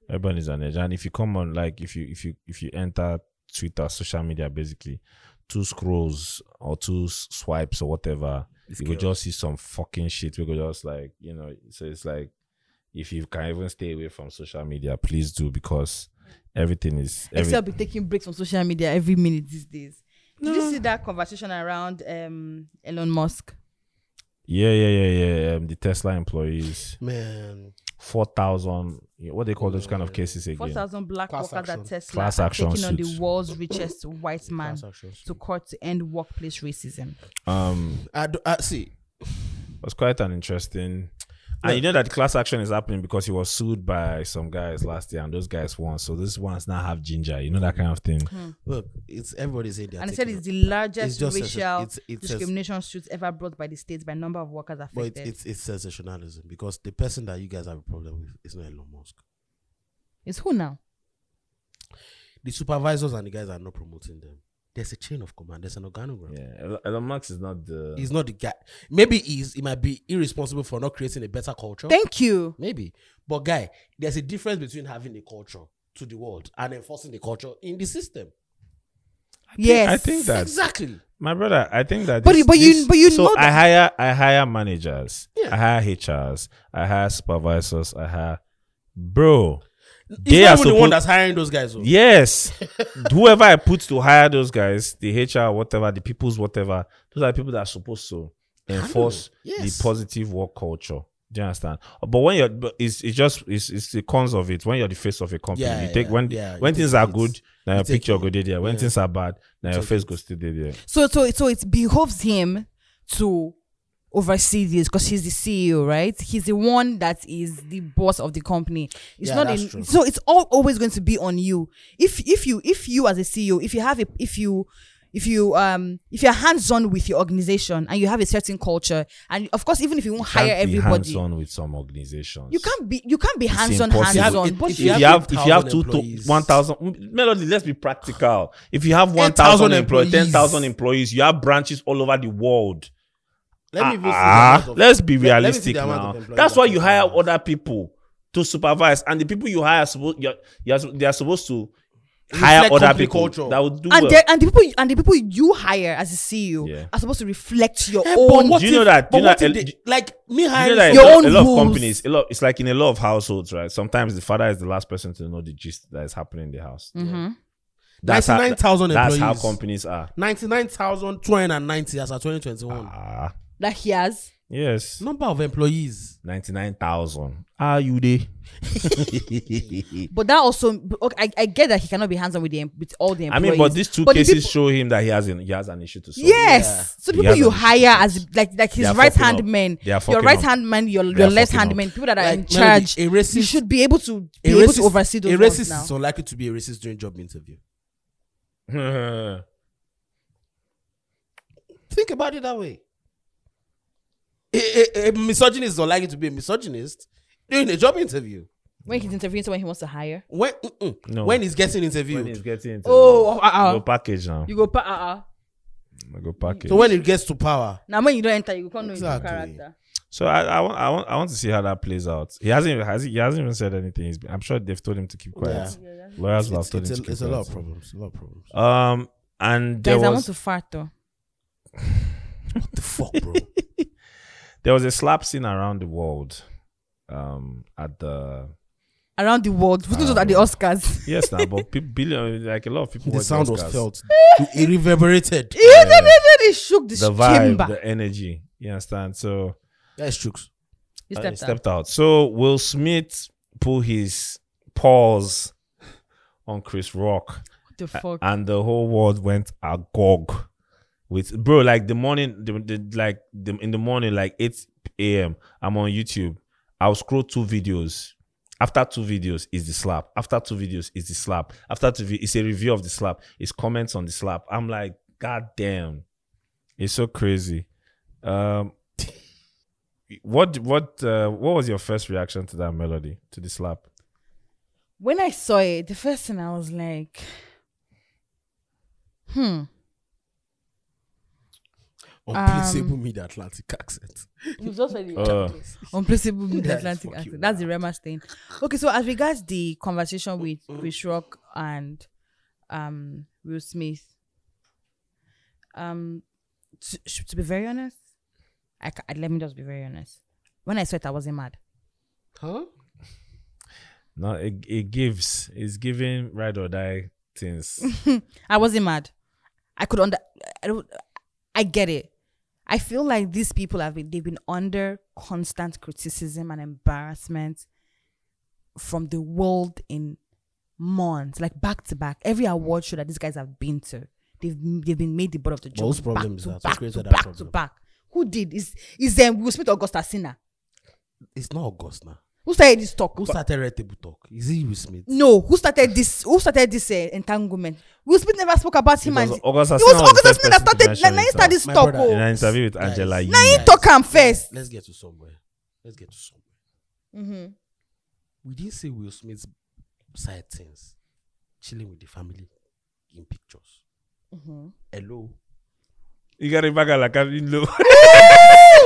S3: Everybody's on edge. And if you come on, like if you if you if you enter Twitter, social media, basically, two scrolls or two s- swipes or whatever,
S1: It's
S3: you could
S1: chaos.
S3: just see some fucking shit. We could just like, you know, so it's like if you can even stay away from social media, please do because everything is every,
S2: Excel be taking breaks from social media every minute these days. Did you see that conversation around um, Elon Musk?
S3: yeah, yeah, yeah, yeah. Um, the Tesla employees,
S1: Man,
S3: four thousand what they call those kind of cases
S2: Four
S3: again.
S2: thousand black
S1: Class
S2: workers
S1: action.
S2: at Tesla
S3: Class
S2: are
S3: action
S2: taking on
S3: suit.
S2: the world's richest
S1: [coughs]
S2: white man
S1: class actions.
S2: to court to end workplace racism.
S3: Um
S1: I, do, I see.
S3: was quite an interesting.
S1: Yeah.
S3: And you know that class action is happening because he was sued by some guys last year, and those guys won. So these ones now have ginger. You know that kind of thing.
S1: Hmm. Look, it's everybody's in there.
S2: and he said it's the largest
S1: just sensa-
S2: racial
S1: it's- it's sens-
S2: discrimination suit ever brought by the states by number of workers
S1: But it's,
S2: affected.
S1: it's it's sensationalism because the person that you guys have a problem with is not Elon Musk.
S2: It's who now?
S1: The supervisors and the guys are not promoting them. There's a chain of command. There's an organogram.
S3: Yeah, Elon- Elon Musk is not the.
S1: He's not the guy. Maybe he's he might be irresponsible for not creating a better culture.
S2: Thank you.
S1: Maybe. But guy, there's a difference between having a culture to the world and enforcing the culture in the system.
S2: yes,
S3: I think that
S1: exactly.
S3: my brother. I think that.
S2: But
S3: this-
S2: you- but you-
S3: this-
S2: but you
S3: so
S2: know
S3: I hire I hire managers.
S1: Yeah.
S3: I hire HRs. I hire supervisors. I hire, bro.
S1: He's
S3: They
S1: not
S3: are
S1: even the one
S3: suppo-
S1: that's hiring those guys. though. [laughs]
S3: Yes. Whoever I put to hire those guys, the HR, whatever, the people's whatever, those are the people that are supposed to enforce
S1: Handle it. Yes.
S3: the positive work culture. Do you understand? But when you're, but it's, it's just it's, it's the cons of it. When you're the face of a company,
S1: Yeah,
S3: you take
S1: yeah,
S3: when
S1: yeah, you
S3: when
S1: take
S3: things are
S1: it.
S3: good, now
S1: You
S3: your
S1: take
S3: picture
S1: it.
S3: go there. there. When
S1: Yeah.
S3: things are bad, now your
S1: take
S3: face
S1: it.
S3: go still there. there.
S2: So so so it behoves him to oversee this because he's the CEO, right? He's the one that is the boss of the company. It's
S1: Yeah,
S2: not
S1: that's
S2: in-
S1: true.
S2: so it's all always going to be on you. If if you if you as a CEO, if you have a if you if you um if you're hands on with your organization and you have a certain culture and of course even if you won't hire
S3: Can't be
S2: everybody
S3: hands-on with some organizations.
S2: you can't be you can't be hands on
S3: impossible.
S2: hands on
S1: If- if
S2: but
S3: If
S2: you
S3: you
S1: have
S3: have if you have
S1: 8,000
S3: two to
S1: employees.
S3: one thousand mm, melody, let's be practical. If you have one thousand employees, ten
S1: employees.
S3: thousand employees, you have branches all over the world.
S1: Let me even see the
S3: Ah,
S1: amount of-
S3: let's be
S1: let- let me see the
S3: realistic
S1: amount
S3: now.
S1: of employees
S3: That's
S1: that
S3: why you hire
S1: company has.
S3: other people to supervise, and the people you hire are supposed you're, you're, they are supposed to hire
S1: Reflect
S3: other
S1: company
S3: people
S1: culture.
S3: that would do
S2: and,
S3: well.
S2: the- and the people and the people you hire as a CEO
S3: Yeah.
S2: are supposed to reflect your
S1: Eh,
S2: own
S1: but what
S3: Do you know
S1: if-
S3: that- do
S1: But
S3: you know
S1: what
S3: that-
S1: if they- like me
S3: You know
S1: hiring
S3: that
S2: your
S3: a lot,
S2: own
S3: a lot of
S2: rules.
S3: companies, a lot. It's like in a lot of households, right? Sometimes the father is the last person to know the gist that is happening in the house.
S2: Mm-hmm.
S3: That's how-
S1: 99,000
S3: That's how
S1: employees.
S3: companies are.
S1: 99,290 as at 2021.
S3: Ah,
S2: that he has
S3: yes.
S1: Number of employees.
S3: 99,000. Are you there?
S2: [laughs] But that also, okay, I, I get that he cannot be hands-on with the em- with all the
S3: I
S2: employees.
S3: mean, but these two
S2: But the
S3: cases
S2: people-
S3: show him that he has an, he has an issue to solve. [laughs]
S2: yes.
S1: Yeah.
S2: So the
S3: He
S2: people
S3: has
S2: you
S3: an
S2: hire as like like
S3: They are
S2: his
S3: fucking
S2: right hand
S3: up.
S2: men,
S3: They are
S2: your
S3: fucking
S2: right
S3: up.
S2: hand man, your
S3: They are
S2: your left
S3: fucking
S2: hand
S3: up.
S2: men, people that are
S1: Like,
S2: in
S1: Melody,
S2: charge.
S1: a racist-
S2: you should be able to
S1: A
S2: be able
S1: racist-
S2: to oversee those
S1: a
S2: ones
S1: racist
S2: now.
S1: is unlikely to be a racist during job interview. Think about it that way. A, a- a misogynist is unlikely to be a misogynist during a job interview.
S2: when he's interviewing someone he wants to hire,
S1: When mm-mm.
S3: No.
S1: when he's getting interviewed,
S3: when he's getting into
S2: Oh,
S3: the
S2: uh-uh.
S3: the package now.
S2: you go. Pa- uh, uh.
S3: I go pack it.
S1: So when it gets to power,
S2: Now when you don't enter, you can't know
S1: Exactly.
S2: your character.
S3: So I, I want I want I want to see how that plays out. He hasn't even has he, he hasn't even said anything. He's been, I'm sure they've told him to keep quiet. Lawyers will have
S1: it's,
S3: told
S1: it's,
S3: him to
S1: a,
S3: keep
S1: it's a lot of
S3: quiet.
S1: problems. A lot of problems.
S3: Um and there
S2: Guys, I want
S3: was
S2: to fart though.
S1: What the [laughs] fuck, bro?
S3: there was a slap scene around the world. Um at the
S2: Around the world. Who's not
S3: Ah,
S2: at the
S3: well.
S2: Oscars? [laughs]
S3: yes now, but people billion like a lot of people
S1: the
S3: watch
S1: sound was
S3: Oscars.
S1: felt. it reverberated.
S2: it shook the,
S3: The vibe,
S2: chamber.
S3: the energy. You understand? So
S1: That's tricks.
S2: You
S3: Uh,
S2: stepped
S3: he
S2: out.
S3: stepped out. So Will Smith pull his paws on Chris Rock,
S2: What the fuck?
S3: and the whole world went agog. With bro, like the morning, the, the, like the, in the morning, like eight a.m. I'm on YouTube. I'll scroll two videos. After two videos is the slap. After two videos is the slap. After two, vi- it's a review of the slap. It's comments on the slap. I'm like, God damn, it's so crazy. Um, [laughs] what what uh, what was your first reaction to that melody to the slap?
S2: when I saw it, the first thing I was like, hmm. Um,
S1: Unplaceable mid Atlantic accent.
S2: You just said it.
S3: Uh,
S2: Unplaceable mid
S1: That's
S2: Atlantic
S1: fucking
S2: accent. That's the Remas thing. Okay, so as regards the conversation with Chris Rock and um Will Smith, um, to, sh- to be very honest, I, ca- I let me just be very honest. When I saw it, I wasn't mad.
S1: Huh?
S3: no, it, it gives. It's giving ride or die things.
S2: I wasn't mad. I could under. I don't. I get it. I feel like these people have been. They've been under constant criticism and embarrassment from the world in months, like back to back. Every award show that these guys have been to, they've they've been made the butt of the joke.
S1: whose problem
S2: back
S1: is
S2: to
S1: that? Who created
S2: Back to
S1: that
S2: back to
S1: problem?
S2: back. Who did? Is is them? Will Smith Augusta Sina?
S1: It's not August now.
S2: Who started this talk?
S1: Who started Red Table Talk? Is it Will Smith?
S2: no, who started this? Who started this uh, entanglement? Will Smith never spoke about him.
S3: was
S2: and
S3: August
S2: it
S3: Asina
S2: was
S3: was the
S2: August
S3: first
S2: Asina that
S3: person to
S2: started.
S3: mention
S2: Like, na
S3: it,
S2: him start
S3: uh,
S2: this
S1: my
S2: talk.
S1: brother,
S2: oh.
S3: in an interview with
S1: Guys,
S3: Angela Yee.
S2: Now you
S1: Guys,
S2: talk am first.
S1: Let's get to somewhere. Let's get to somewhere.
S2: Mhm.
S1: We didn't say Will Smith's side things. Chilling with the family in pictures.
S2: Mm-hmm.
S1: Hello.
S3: You got it back at like I didn't know.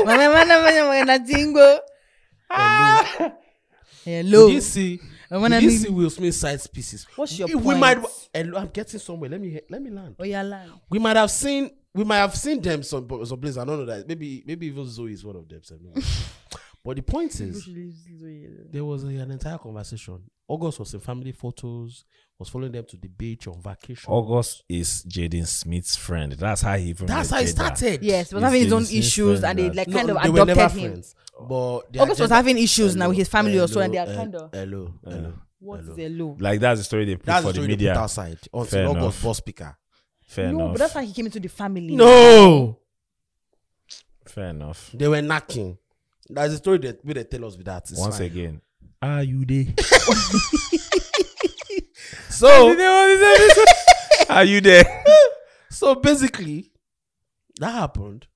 S2: Mama, mama, mama, mama, jingo. Ah! Hello.
S1: We didn't see.
S2: I
S1: We
S2: wanna
S1: didn't
S2: leave-
S1: see Will Smith's side pieces.
S2: What's your
S1: we, We
S2: point?
S1: might. Hello, I'm getting somewhere. Let me let me land.
S2: Oh, yeah, lie.
S1: We might have seen. We might have seen them some some place. I don't know that. Maybe maybe even Zoe is one of them. so I don't
S2: [laughs]
S1: know. but the point is, there was a- an entire conversation. August was in family photos. Was following them to the beach on vacation.
S3: [laughs] August is Jaden Smith's friend. That's how he even.
S1: That's
S3: met
S1: how it
S3: Jada.
S1: started.
S2: Yes, he was
S3: It's
S2: having his own
S3: his- his
S2: issues, and
S3: friend
S2: they
S3: that-
S2: like
S1: No,
S2: kind of
S1: they were never
S2: adopted him.
S1: friends. But the
S2: August was
S1: agenda-
S2: having issues now with
S1: Hello,
S2: his family also, and they are
S1: hello,
S2: kind
S1: eh,
S2: of-
S1: Hello, hello.
S2: What
S1: hello.
S2: is a low?
S3: Like that's the story they put
S1: That's
S3: for
S1: the
S3: the
S1: story they put
S3: media.
S1: outside
S3: Fair
S1: until August
S3: enough.
S1: first speaker.
S3: Fair
S2: No,
S3: enough.
S2: but that's why he came into the family.
S1: No,
S3: Fair enough.
S1: they were knocking. That's the story that they tell us with that. It's
S3: Once
S1: fine.
S3: again, are you there?
S2: [laughs]
S1: [laughs]
S3: Oh.
S1: so
S3: [laughs] are you there?
S1: so basically, that happened,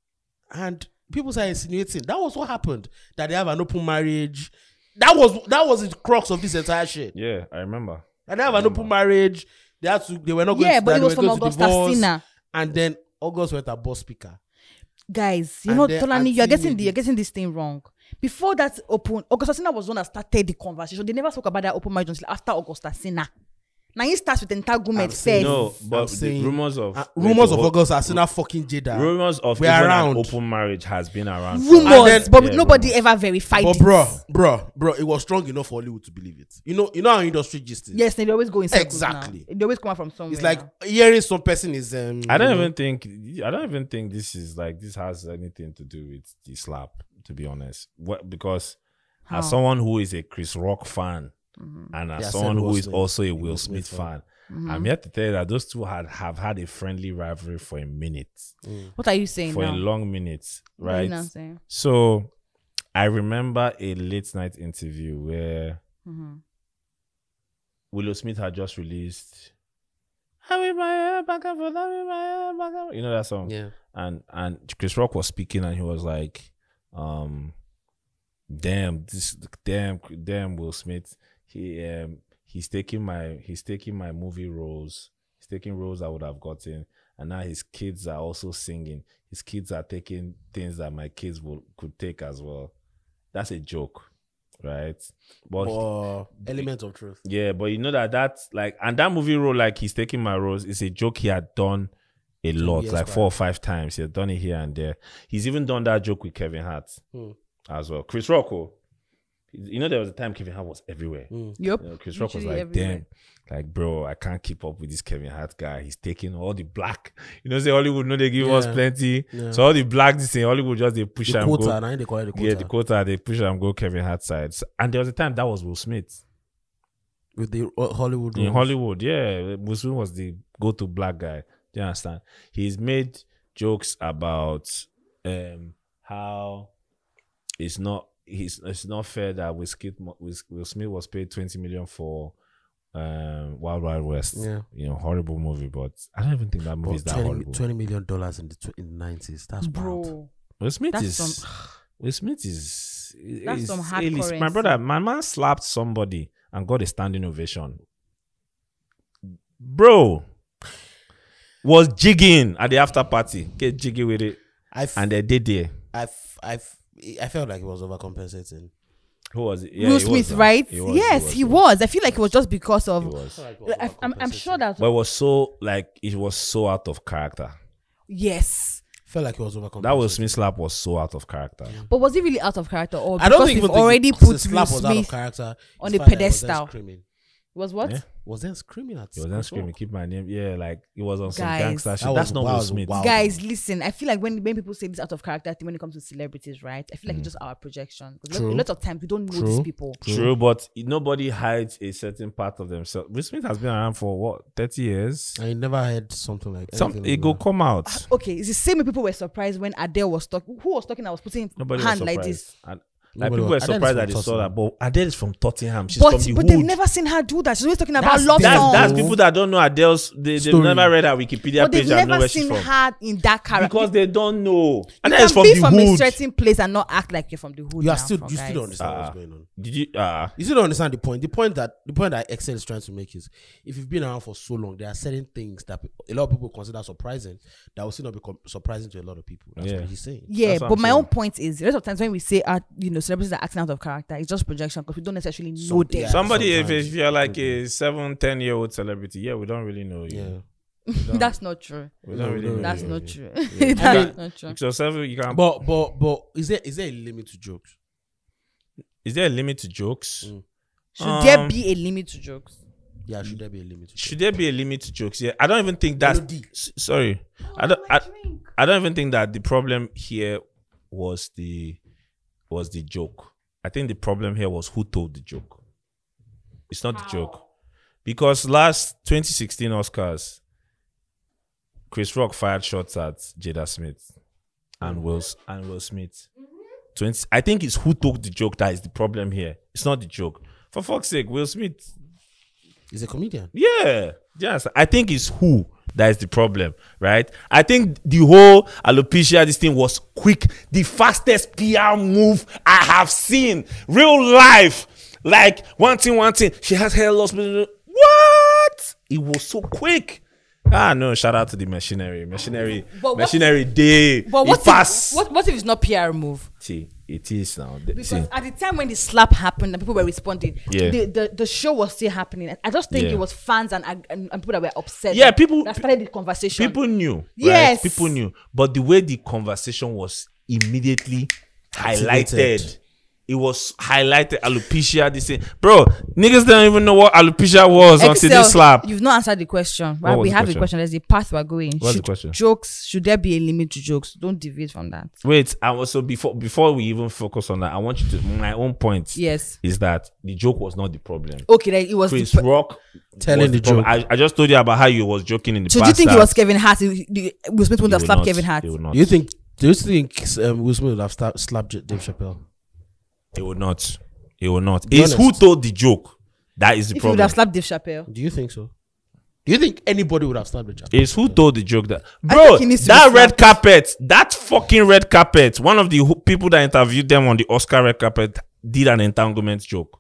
S1: and people started insinuating that was what happened. That they have an open marriage. That was that was the crux of this entire shit.
S3: Yeah, I remember.
S1: And they have an open marriage. They had to. They were not going.
S2: Yeah,
S1: to,
S2: but
S1: they
S2: it
S1: were
S2: was from
S1: going to
S2: Augusta
S1: divorce.
S2: Sina.
S1: And then August went a boss speaker.
S2: guys you
S1: And
S2: know
S1: then
S2: tolani you're
S1: Anthony
S2: getting
S1: did.
S2: the, you're getting this thing wrong before that open augustasina was the one that started the conversation they never spoke about that open marriage until after augustasina now he starts with entanglement
S1: I'm saying-
S2: first
S3: No,
S1: I'm
S3: but the
S1: saying-
S3: rumors of
S1: Uh, rumors of
S3: Wait,
S1: August are still not fucking Jada.
S3: Rumors of
S1: We're
S3: even an
S1: around.
S3: open marriage has been around. for-
S2: rumors
S1: And then-
S2: but
S3: Yeah,
S2: nobody ever verified
S1: but
S2: it
S1: bro, bro, bro, it was strong enough for Hollywood to believe it. You know, you know how industry gist is.
S2: yes they always go in circles
S1: Exactly.
S2: now. they always come out from somewhere
S1: it's like
S2: now.
S1: hearing some person is. Um,
S3: I don't
S1: you know,
S3: even think I don't even think this is like this has anything to do with the slap, to be honest. What because
S2: How?
S3: as someone who is a Chris Rock fan
S2: Mm-hmm.
S3: and as
S1: Yeah, I said
S3: someone
S1: Will
S3: who is
S1: Smith.
S3: also a
S1: Will
S3: Will Smith,
S1: Smith Mm-hmm.
S3: fan, I'm here to tell you that those two had have had a friendly rivalry for a minute.
S2: what are you saying
S3: For
S2: now?
S3: a long minute,
S2: What are you
S3: right?
S2: now saying?
S3: So I remember a late night interview where
S2: Mhm.
S3: Willow Smith had just released I'm in my hair, back and forth, I'm in my hair, back and forth. You know that song?
S1: Yeah.
S3: and and Chris Rock was speaking and he was like, um, damn, this damn damn Will Smith, he um he's taking my he's taking my movie roles, he's taking roles I would have gotten, and now his kids are also singing. His kids are taking things that my kids will could take as well. That's a joke, right? But
S1: Or element of truth.
S3: yeah, but you know that that's like and that movie role, like he's taking my roles, is a joke he had done a lot,
S1: years
S3: like four or five times. He had done it here and there. He's even done that joke with Kevin Hart
S1: Hmm.
S3: as well. Chris Rock, oh, you know, there was a time Kevin Hart was everywhere.
S1: hmm.
S2: Yep.
S3: You know, Chris Rock was
S2: Literally
S3: like,
S2: everywhere.
S3: damn, like, bro, I can't keep up with this Kevin Hart guy. He's taking all the black. [laughs] You know, say Hollywood, no, they give us
S1: Yeah.
S3: plenty.
S1: Yeah.
S3: So all the black, this in Hollywood, just they push
S1: The
S3: and
S1: quota,
S3: go.
S1: now they call it the quota.
S3: Yeah, the quota, they push and go Kevin Hart side. So- And there was a time that was Will Smith
S1: With the uh, Hollywood.
S3: in
S1: rules.
S3: Hollywood. Yeah, Will Smith was the go to black guy. Do you understand? He's made jokes about um how it's not he's it's not fair that Will Smith, Will Smith was paid 20 million for um Wild Wild West.
S1: Yeah.
S3: You know, horrible movie, but I don't even think that movie
S1: Bro,
S3: is that
S1: 20
S3: horrible.
S1: $20 million dollars in the, tw- in the 90s. That's wild.
S2: Bro.
S3: Will Smith
S2: That's
S3: is
S2: some-
S3: [sighs] Will Smith is
S2: That's
S3: is-
S2: some
S3: is-
S2: hardcore
S3: My
S2: NC.
S3: brother, my man slapped somebody and got a standing ovation. Bro was jigging at the after party. Get jiggy with it,
S1: I, f-
S3: and they did there.
S1: I, f- I, f- I felt like it was overcompensating.
S3: Who was it? Yeah,
S2: Will
S3: he was
S2: Smith,
S3: now.
S2: right?
S3: He was,
S2: yes, he was. I feel like it was just because
S3: He
S2: of.
S3: was.
S2: I, am I'm sure that.
S3: But it was so like it was so out of character.
S2: yes.
S1: felt like it was overcompensating.
S3: That Will Smith slap was so out of character.
S2: But was he really out of character? Or
S1: I don't think
S2: Oh, because we've
S1: even think
S2: already
S1: the- the
S2: put Will
S1: slap was out of
S2: Smith.
S1: character It's
S2: on
S1: fine that he
S2: a
S1: wasn't
S2: pedestal.
S1: Screaming.
S2: Was what?
S3: Yeah.
S1: Was then screaming at
S3: He was
S1: Chris
S3: not screaming,
S1: Rock?
S3: keep my name. Yeah, like it was on some
S2: Guys.
S3: gangster shit.
S1: That
S3: That's
S1: was-
S3: not
S1: that
S3: Will
S1: was
S3: Smith.
S1: wild.
S2: Guys, listen. I feel like when when people say this out of character thing when it comes to celebrities, right? I feel like it's just our projection. 'Cause A
S1: True.
S2: lot of times we don't know
S1: True.
S2: these people.
S3: Mm. True. but nobody hides a certain part of themselves. Will Smith has been around for what thirty years.
S1: I never heard something like
S3: Some
S1: anything
S3: it
S1: like
S3: go
S1: that.
S3: come out.
S2: Okay, it's the same way people were surprised when Adele was talking. Who was talking? I was putting
S3: Nobody was
S2: hand
S3: surprised.
S2: like this.
S3: And, like
S1: Nobody
S3: people were
S1: was- Adele is
S3: surprised that they
S1: from
S3: saw that. But Adele is from Tottenham. She's
S2: But
S3: from the
S2: but
S3: hood.
S2: they've never seen her do that. She's always talking about
S1: That's-
S2: love
S3: that's,
S1: No.
S3: that's
S2: songs.
S3: people that don't know Adele's. They, they've
S1: Story.
S3: never read her Wikipedia
S2: But they've
S3: page and know
S2: never
S3: where she's
S2: seen
S3: from
S2: her in that character.
S3: because they don't know.
S2: You
S3: Adele is
S2: can
S3: from
S2: be
S3: the
S2: from a
S3: hood.
S2: certain place and not act like you're from the hood.
S1: You
S2: now,
S1: are still
S2: from
S1: you still
S2: guys.
S1: don't understand what's
S3: Ah.
S1: going on.
S3: Did you? Uh,
S1: You still don't understand the point. The point that the point that Excel is trying to make is if you've been around for so long, there are certain things that pe- a lot of people consider surprising that will still not be com- surprising to a lot of people. That's
S3: Yeah.
S1: what he's saying.
S2: Yeah,
S3: That's what
S2: but
S3: I'm
S2: my
S3: saying.
S2: own point is, a lot of times when we say, uh, you know, celebrities are acting out of character, it's just projection because we don't necessarily know
S1: Some-
S2: them.
S1: yeah.
S3: somebody, if,
S1: sometimes.
S3: if you're like a seven, ten year old celebrity, yeah, we don't really know you.
S1: Yeah.
S3: We don't-
S2: That's not true.
S3: we don't
S1: No,
S3: really
S1: no,
S3: know.
S2: That's
S3: you.
S2: not [laughs] true.
S3: I
S2: That's
S3: mean,
S2: not true.
S3: It's yourself, you can
S1: But but but is there is there a limit to jokes?
S3: is there a limit to jokes?
S1: Mm.
S2: Should there
S3: um,
S2: be a limit to jokes?
S1: Yeah, should there be a limit to
S3: Should there be a limit to jokes? Yeah, I don't even think that's
S1: Melody.
S3: s- sorry. I don't. I, I don't even think that the problem here was the was the joke. I think the problem here was who told the joke. It's not the joke, because last 2016 Oscars, Chris Rock fired shots at Jada Smith and Will S- and Will Smith. 20, I think it's who took the joke that is the problem here. It's not the joke. For fuck's sake, Will Smith
S1: jokes? He's a comedian.
S3: yeah. Yes. I think it's who that is the problem, right? I think the whole alopecia, this thing was quick. The fastest PR move I have seen. Real life. Like one thing, one thing. She has hair loss. blah, blah, blah. What? It was so quick. Ah no, shout out to the machinery. Machinery.
S2: But what-
S3: machinery day.
S2: But what
S3: it
S2: if,
S3: fast.
S2: what, what if it's not PR move?
S3: See, it is now.
S2: Because
S3: See,
S2: at the time when the slap happened and people were responding,
S3: Yeah.
S2: the, the, the show was still happening. I just think
S3: Yeah.
S2: it was fans and, and, and people that were upset.
S3: Yeah, people-
S2: that started the conversation.
S3: people knew right?
S2: Yes.
S3: people knew but the way the conversation was immediately highlighted
S1: Activated.
S3: it was highlighted alopecia this thing bro niggas don't even know what alopecia was until
S2: Excel,
S3: this slap
S2: You've not answered the question. Well,
S3: was
S2: we
S3: the
S2: have
S3: question?
S2: a question. There's a path we're going.
S3: What's the
S2: should
S3: question?
S2: Jokes. Should there be a limit to jokes? Don't deviate from that.
S3: wait i was so before before we even focus on that i want you to my own point
S2: Yes.
S3: is that the joke was not the problem
S2: Okay, then it was. the
S3: chris
S2: pr-
S3: rock
S1: Telling
S3: was
S1: the
S3: problem. I, I just told you about how you was joking in the
S2: so do you
S3: past
S2: think
S3: that
S2: it was Kevin Hart? He- he- Will Smith
S3: he
S2: wouldn't have
S3: would
S2: slapped
S3: not-
S2: Kevin Hart.
S3: he would not
S1: Do you think do you think um, Will Smith would have sta- slapped J- Dave Chappelle?
S3: he would not he would not it's who
S1: honest.
S3: told the joke that is the
S2: If he would
S3: problem
S2: have slapped Dave Chappelle.
S1: Do you think so? Do you think anybody would have slapped Dave Chappelle?
S3: It's who told the joke that
S2: think
S3: bro
S2: he needs to
S3: that
S2: be
S3: red carpet that fucking red carpet one of the who- people that interviewed them on the Oscar red carpet did an entanglement joke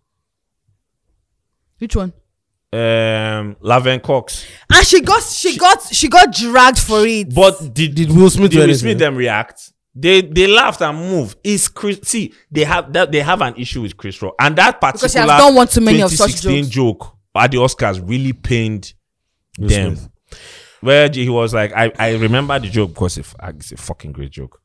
S2: Which one?
S3: um um, Laverne Cox.
S2: and she got she, got she got dragged for it.
S3: But did
S1: Did Will Smith
S3: did
S1: do
S3: Will
S1: anything?
S3: Smith them react? They they laughed and moved. It's Chris. See, they have that they have an issue with Chris Rock, and that particular
S2: she has done one too many of such
S3: 2016 joke at the Oscars really pained
S1: Will
S3: them.
S1: Smith.
S3: Where he was like, I, I remember the joke because it's a, it's a fucking great joke.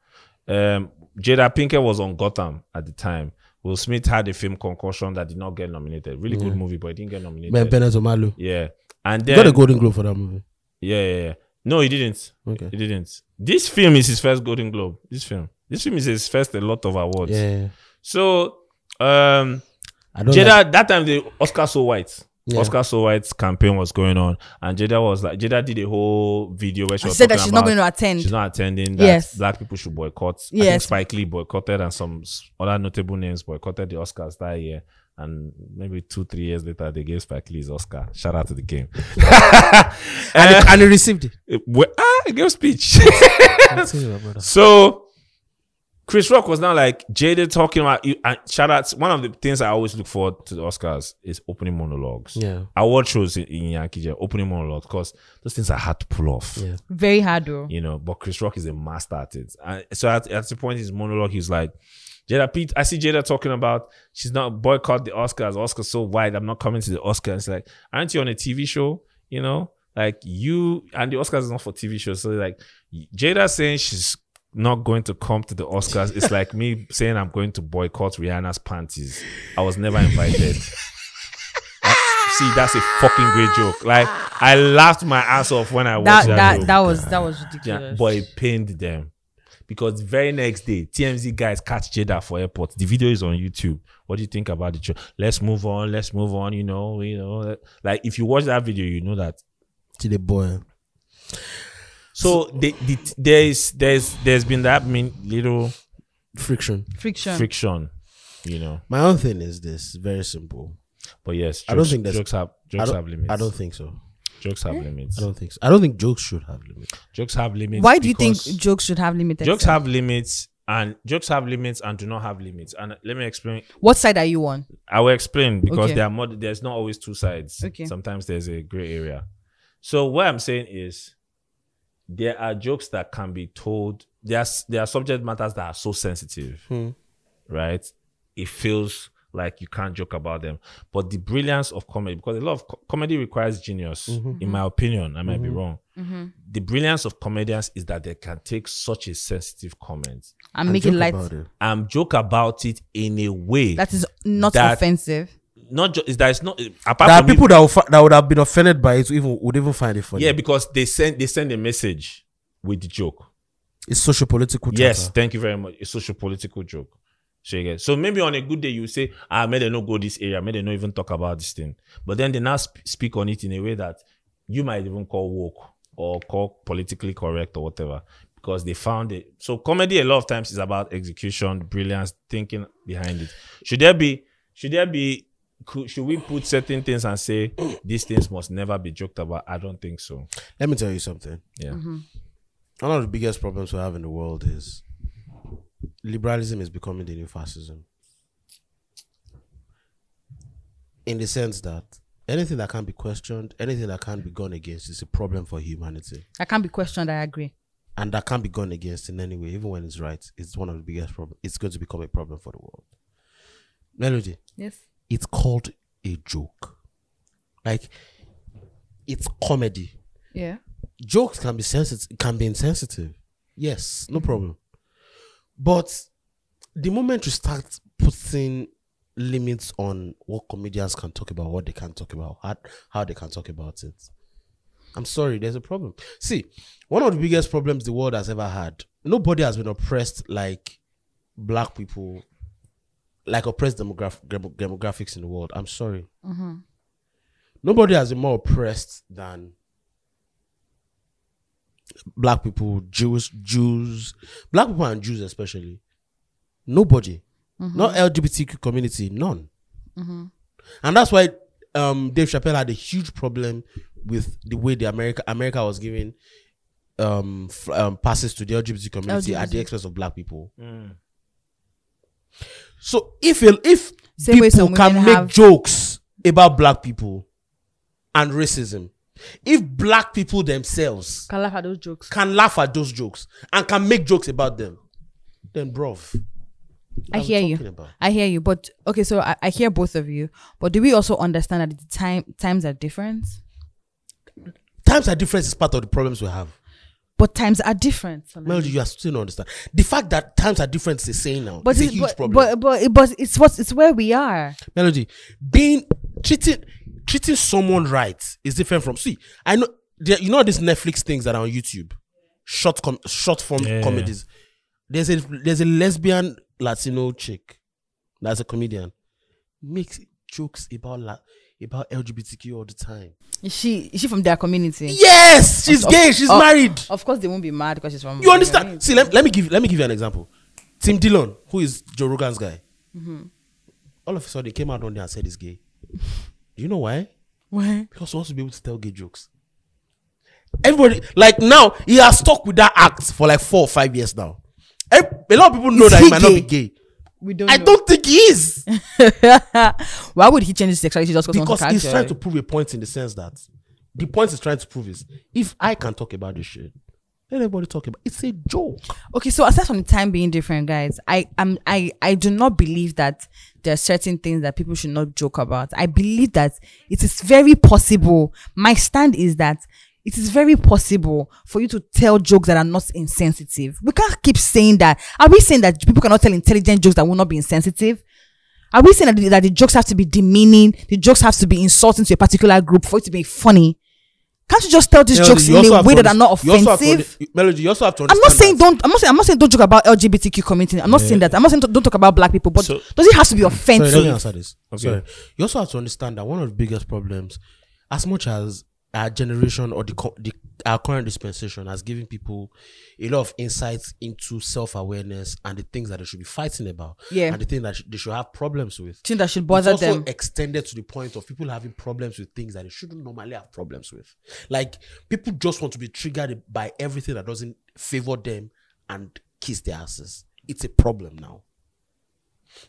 S3: Um, Jada Pinkett was on Gotham at the time. Will Smith had a film concussion that did not get nominated. Really good movie, but it didn't get nominated.
S1: Mm. Ben- Bennett Omalu.
S3: yeah, and
S1: He got a
S3: then
S1: Golden Globe for that movie.
S3: yeah, yeah, yeah. No, he didn't.
S1: Okay.
S3: He didn't. This film is his first Golden Globe. This film. This film is his first a lot of awards.
S1: Yeah.
S3: So um
S1: I don't
S3: Jada
S1: like-
S3: that time the Oscar So White.
S1: Yeah.
S3: Oscar So White's campaign was going on, and Jada was like, Jada did a whole video where she
S2: she
S3: was
S2: said that
S3: talking
S2: she's not
S3: about
S2: going to attend.
S3: she's not attending. That
S2: Yes.
S3: black people should boycott. I think
S2: Yes.
S3: Spike Lee boycotted, and some s- other notable names boycotted the Oscars that year. And maybe two, three years later, they gave Spike Lee his Oscar. Shout out to the game.
S1: and,
S3: [laughs]
S1: he- and he received it.
S3: It- we- ah, he gave speech. [laughs]
S1: I'm telling you, brother.
S3: So Chris Rock was now like jaded talking about you and shout out one of the things I always look forward to the Oscars is opening monologues.
S1: Yeah.
S3: Award shows in, in Yankee Jam, opening monologues, because those things are hard to pull off.
S1: Yeah.
S2: Very hard though.
S3: You know, but Chris Rock is a master at it. And so at, at the point in his monologue, he's like, Jada Pete, I see Jada talking about she's not boycott the Oscars. Oscars so wide, I'm not coming to the Oscars. It's like, aren't you on a TV show? You know, like you and the Oscars is not for TV shows. So like Jada saying she's not going to come to the Oscars. It's like me [laughs] saying I'm going to boycott Rihanna's panties. I was never invited. [laughs] I- See, that's a fucking great joke. Like I laughed my ass off when I
S2: That
S3: watched that.
S2: that
S3: joke.
S2: that was that was
S3: Yeah,
S2: ridiculous.
S3: but it pained them because very next day, TMZ guys catch Jada for airport. The video is on YouTube. What do you think about the show? Let's move on. Let's move on. You know, you know, like if you watch that video, you know that.
S1: To the boy.
S3: So the, the, there is there's there's been that mean little
S1: Friction.
S2: Friction.
S3: friction, you know.
S1: My own thing is this very simple.
S3: But yes, jokes,
S1: I don't think there's-
S3: jokes have
S1: I
S3: jokes have
S1: don't,
S3: limits.
S1: I don't think so.
S3: jokes have limits.
S1: I don't think so. I don't think jokes should have limits.
S3: Jokes have limits.
S2: Why do you think
S3: because-
S2: jokes should have limited?
S3: jokes
S2: sense?
S3: have limits and jokes have limits and do not have limits? And let me explain
S2: What side are you on?
S3: I will explain because
S2: Okay.
S3: there are more, there's not always two sides.
S2: Okay.
S3: Sometimes there's a gray area. So what I'm saying is there are jokes that can be told. There are, s- there are subject matters that are so sensitive,
S2: Hmm.
S3: right? It feels like you can't joke about them. But the brilliance of comedy, because a lot of co- comedy requires genius,
S2: Mm-hmm,
S3: in my opinion. I might be wrong. The brilliance of comedians is that they can take such a sensitive comment
S2: I'm making
S1: joke
S2: light.
S1: about it.
S3: and joke about it in a way
S2: That is not
S3: That-
S2: offensive.
S3: not just that it's not apart
S1: There are
S3: from it-
S1: people that, will fi- that would have been offended by it, even would even find it funny.
S3: Yeah, because they send they send a message with the joke.
S1: it's social political.
S3: Yes, thank you very much. It's social political joke. So you get so maybe on a good day you say, ah, may they not go this area, may they not even talk about this thing. But then they now sp- speak on it in a way that you might even call woke or call politically correct or whatever. Because they found it. So comedy a lot of times is about execution, brilliance, thinking behind it. Should there be should there be could, should we put certain things and say these things must never be joked about? I don't think so.
S1: Let me tell you something.
S3: Yeah.
S1: One of the biggest problems we have in the world is liberalism is becoming the new fascism. In the sense that anything that can be questioned, anything that can be gone against, is a problem for humanity.
S2: That can't be questioned. I agree.
S1: and that can't be gone against in any way, even when it's right, it's one of the biggest problem. It's going to become a problem for the world. Melody,
S2: Yes.
S1: it's called a joke. Like, it's comedy.
S2: Yeah.
S1: Jokes can be sensitive, can be insensitive. Yes, no problem. But the moment you start putting limits on what comedians can talk about, what they can talk about, how, how they can talk about it, I'm sorry, there's a problem. See, one of the biggest problems the world has ever had, nobody has been oppressed like black people, like oppressed demograph- demo- demographics in the world. I'm sorry. Nobody has been more oppressed than black people, Jews, Jews, black people and Jews especially. Nobody. Not LGBTQ community, none. And that's why um, Dave Chappelle had a huge problem with the way the America America was giving um, f- um, passes to the LGBT community at the
S2: LGBT.
S1: expense of black people. So if a- if
S2: Same way some
S1: people can
S2: women
S1: make
S2: have-
S1: jokes about black people, and racism. If black people themselves
S2: Can laugh at those jokes.
S1: can laugh at those jokes and can make jokes about them, then bruv.
S2: I
S1: I'm
S2: hear you.
S1: talking about.
S2: I hear you. But okay, so I, I hear both of you. But do we also understand that the time times are different?
S1: Times are different is part of the problems we have.
S2: But times are different. Olami.
S1: Melody, you are still not understand. The fact that times are different is a saying now.
S2: but
S1: it's a
S2: it's-
S1: huge
S2: but,
S1: problem.
S2: But but but it's what it's where we are.
S1: Melody, being treating treating someone right is different from see. I know there, you know these Netflix things that are on YouTube, short com, short form
S3: Yeah.
S1: comedies. There's a there's a lesbian Latino chick that's a comedian makes jokes about la, about LGBTQ all the time.
S2: Is she is she from their community?
S1: Yes, she's gay. She's
S2: Of-
S1: married.
S2: Of course, they won't be mad because she's from.
S1: You understand?
S2: Right.
S1: See, let, let me give let me give you an example. Tim Dillon, who is Joe Rogan's guy, all of a sudden he came out on there and said he's gay. Do you know why?
S2: Why?
S1: Because he wants to be able to tell gay jokes. Everybody like now he has stuck with that act for like four or five years now. Eh, A lot of people know
S2: Is
S1: that
S2: he
S1: he might not be
S2: gay?
S1: gay.
S2: We don't.
S1: I
S2: know.
S1: don't think he is
S2: [laughs] Why would he change his sexuality just because?
S1: because
S2: someone
S1: he's
S2: can
S1: trying to prove a point in the sense that the point he's trying to prove is if I can talk about this shit, let everybody talk about. It's a joke.
S2: Okay, so aside from the time being different, guys, I am I I do not believe that there are certain things that people should not joke about. I believe that it is very possible. My stand is that it is very possible for you to tell jokes that are not insensitive. We can't keep saying that. Are we saying that people cannot tell intelligent jokes that will not be insensitive? Are we saying that the, that the jokes have to be demeaning? The jokes have to be insulting to a particular group for it to be funny? Can't you just tell these
S1: Melody,
S2: jokes
S1: you
S2: in
S1: also
S2: a
S1: have
S2: way
S1: to
S2: that
S1: underst-
S2: are not
S1: you also have to
S2: offensive?
S1: under- Melody, you also have to
S2: I'm
S1: understand.
S2: not saying
S1: that.
S2: don't. I'm not saying. I'm not saying don't joke about LGBTQ community. I'm not saying that. I'm not saying don't talk about black people. But
S3: So-
S2: does it have to be
S1: Sorry,
S2: offensive?
S1: let me answer this.
S3: Okay.
S1: Sorry. You also have to understand that one of the biggest problems, as much as our generation or the, co- the our current dispensation has given people a lot of insights into self awareness and the things that they should be fighting about,
S2: Yeah.
S1: and the things that sh- they should have problems with.
S2: Thing that should bother
S1: it's also
S2: them.
S1: extended to the point of people having problems with things that they shouldn't normally have problems with. Like people just want to be triggered by everything that doesn't favor them and kiss their asses. It's a problem now.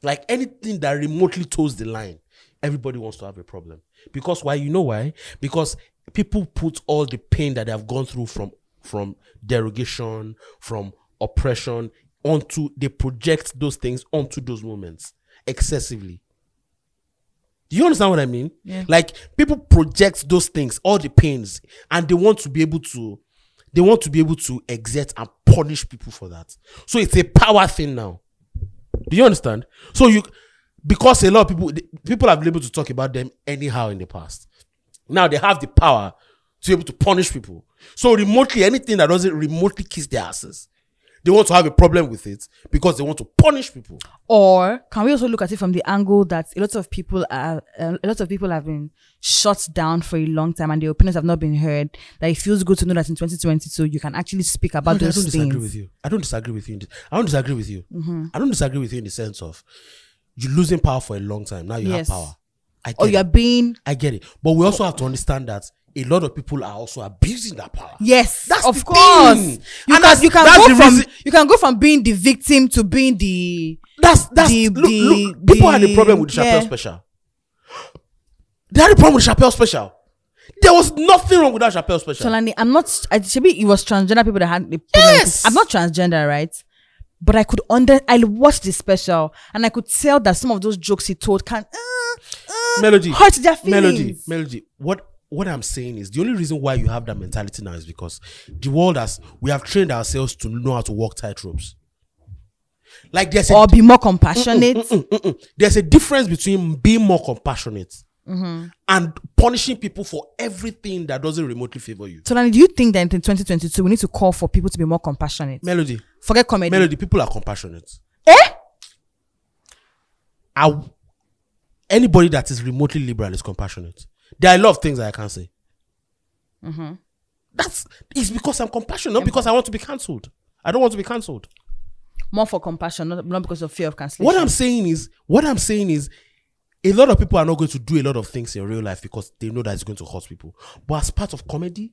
S1: Like anything that remotely toes the line, everybody wants to have a problem. Because why? You know why? Because people put all the pain that they have gone through from from derogation, from oppression, onto they project those things onto those moments excessively. Do you understand what I mean?
S2: Yeah.
S1: Like people project those things, all the pains, and they want to be able to, they want to be able to exert and punish people for that. So it's a power thing now. Do you understand? So you, because a lot of people, the- people have been able to talk about them anyhow in the past. Now they have the power to be able to punish people. So remotely, anything that doesn't remotely kiss their asses, they want to have a problem with it because they want to punish people.
S2: Or can we also look at it from the angle that a lot of people are uh, a lot of people have been shut down for a long time and their opinions have not been heard. That it feels good to know that in 2022 you can actually speak about
S1: Dude, I
S2: those
S1: don't
S2: things.
S1: disagree with you. I don't disagree with you. In the, I don't disagree with you. I don't disagree with you in the sense of you losing power for a long time. Now you
S2: Yes.
S1: have power. I
S2: Or
S1: get,
S2: you are
S1: it.
S2: being
S1: I get it. But we also have to understand that a lot of people are also abusing that power.
S2: yes,
S1: That's
S2: of
S1: the
S2: course.
S1: thing.
S2: You
S1: And
S2: can
S1: that's-
S2: you can
S1: that's
S2: go
S1: the
S2: from
S1: reason-
S2: you can go from being the victim to being the
S1: That's that's
S2: The-
S1: look,
S2: the-
S1: look, people had a
S2: the-
S1: problem with the Chappelle
S2: yeah.
S1: special. They had a problem with Chappelle special. There was nothing wrong with that Chappelle special.
S2: Solani, I'm not. I, should be, it was transgender people that had the problem.
S1: Yes!
S2: I'm not transgender, right? But I could under. I watched the special and I could tell that some of those jokes he told can uh, uh,
S1: melody
S2: hurt their feelings.
S1: melody melody what what i'm saying is the only reason why you have that mentality now is because the world has we have trained ourselves to know how to walk tight ropes like there's a
S2: or be more compassionate.
S1: Mm-mm. there's a difference between being more compassionate
S2: Mm-hmm.
S1: and punishing people for everything that doesn't remotely favor you
S2: Solani, do you think that in 2022 we need to call for people to be more compassionate?
S1: melody
S2: Forget comedy.
S1: melody people are compassionate
S2: Eh?
S1: I, anybody that is remotely liberal is compassionate. There are a lot of things that I can't say. That's it's because I'm compassionate, not because I want to be cancelled. I don't want to be cancelled.
S2: More for compassion, not, not because of fear of cancellation.
S1: What I'm saying is, what I'm saying is, a lot of people are not going to do a lot of things in real life because they know that it's going to hurt people. But as part of comedy,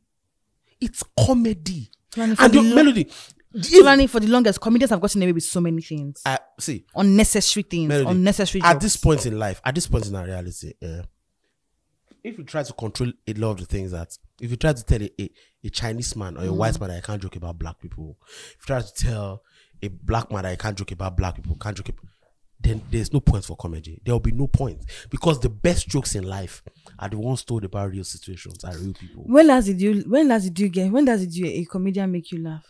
S1: it's comedy
S2: Lani, for
S1: and
S2: the
S1: your
S2: lo-
S1: melody. If,
S2: Solani, for the longest, comedians have gotten away with so many things,
S1: I, see,
S2: unnecessary things,
S1: Melody,
S2: unnecessary.
S1: at
S2: jokes.
S1: this point in life, at this point in our reality, yeah, if you try to control a lot of the things that if you try to tell a, a, a Chinese man or
S2: Mm.
S1: a white man that I can't joke about black people, if you try to tell a black man that I can't joke about black people, can't joke about then there's no point for comedy. There will be no point because the best jokes in life are the ones told about real situations and real people.
S2: When last did you? When last did you get? When does it you a comedian make you laugh?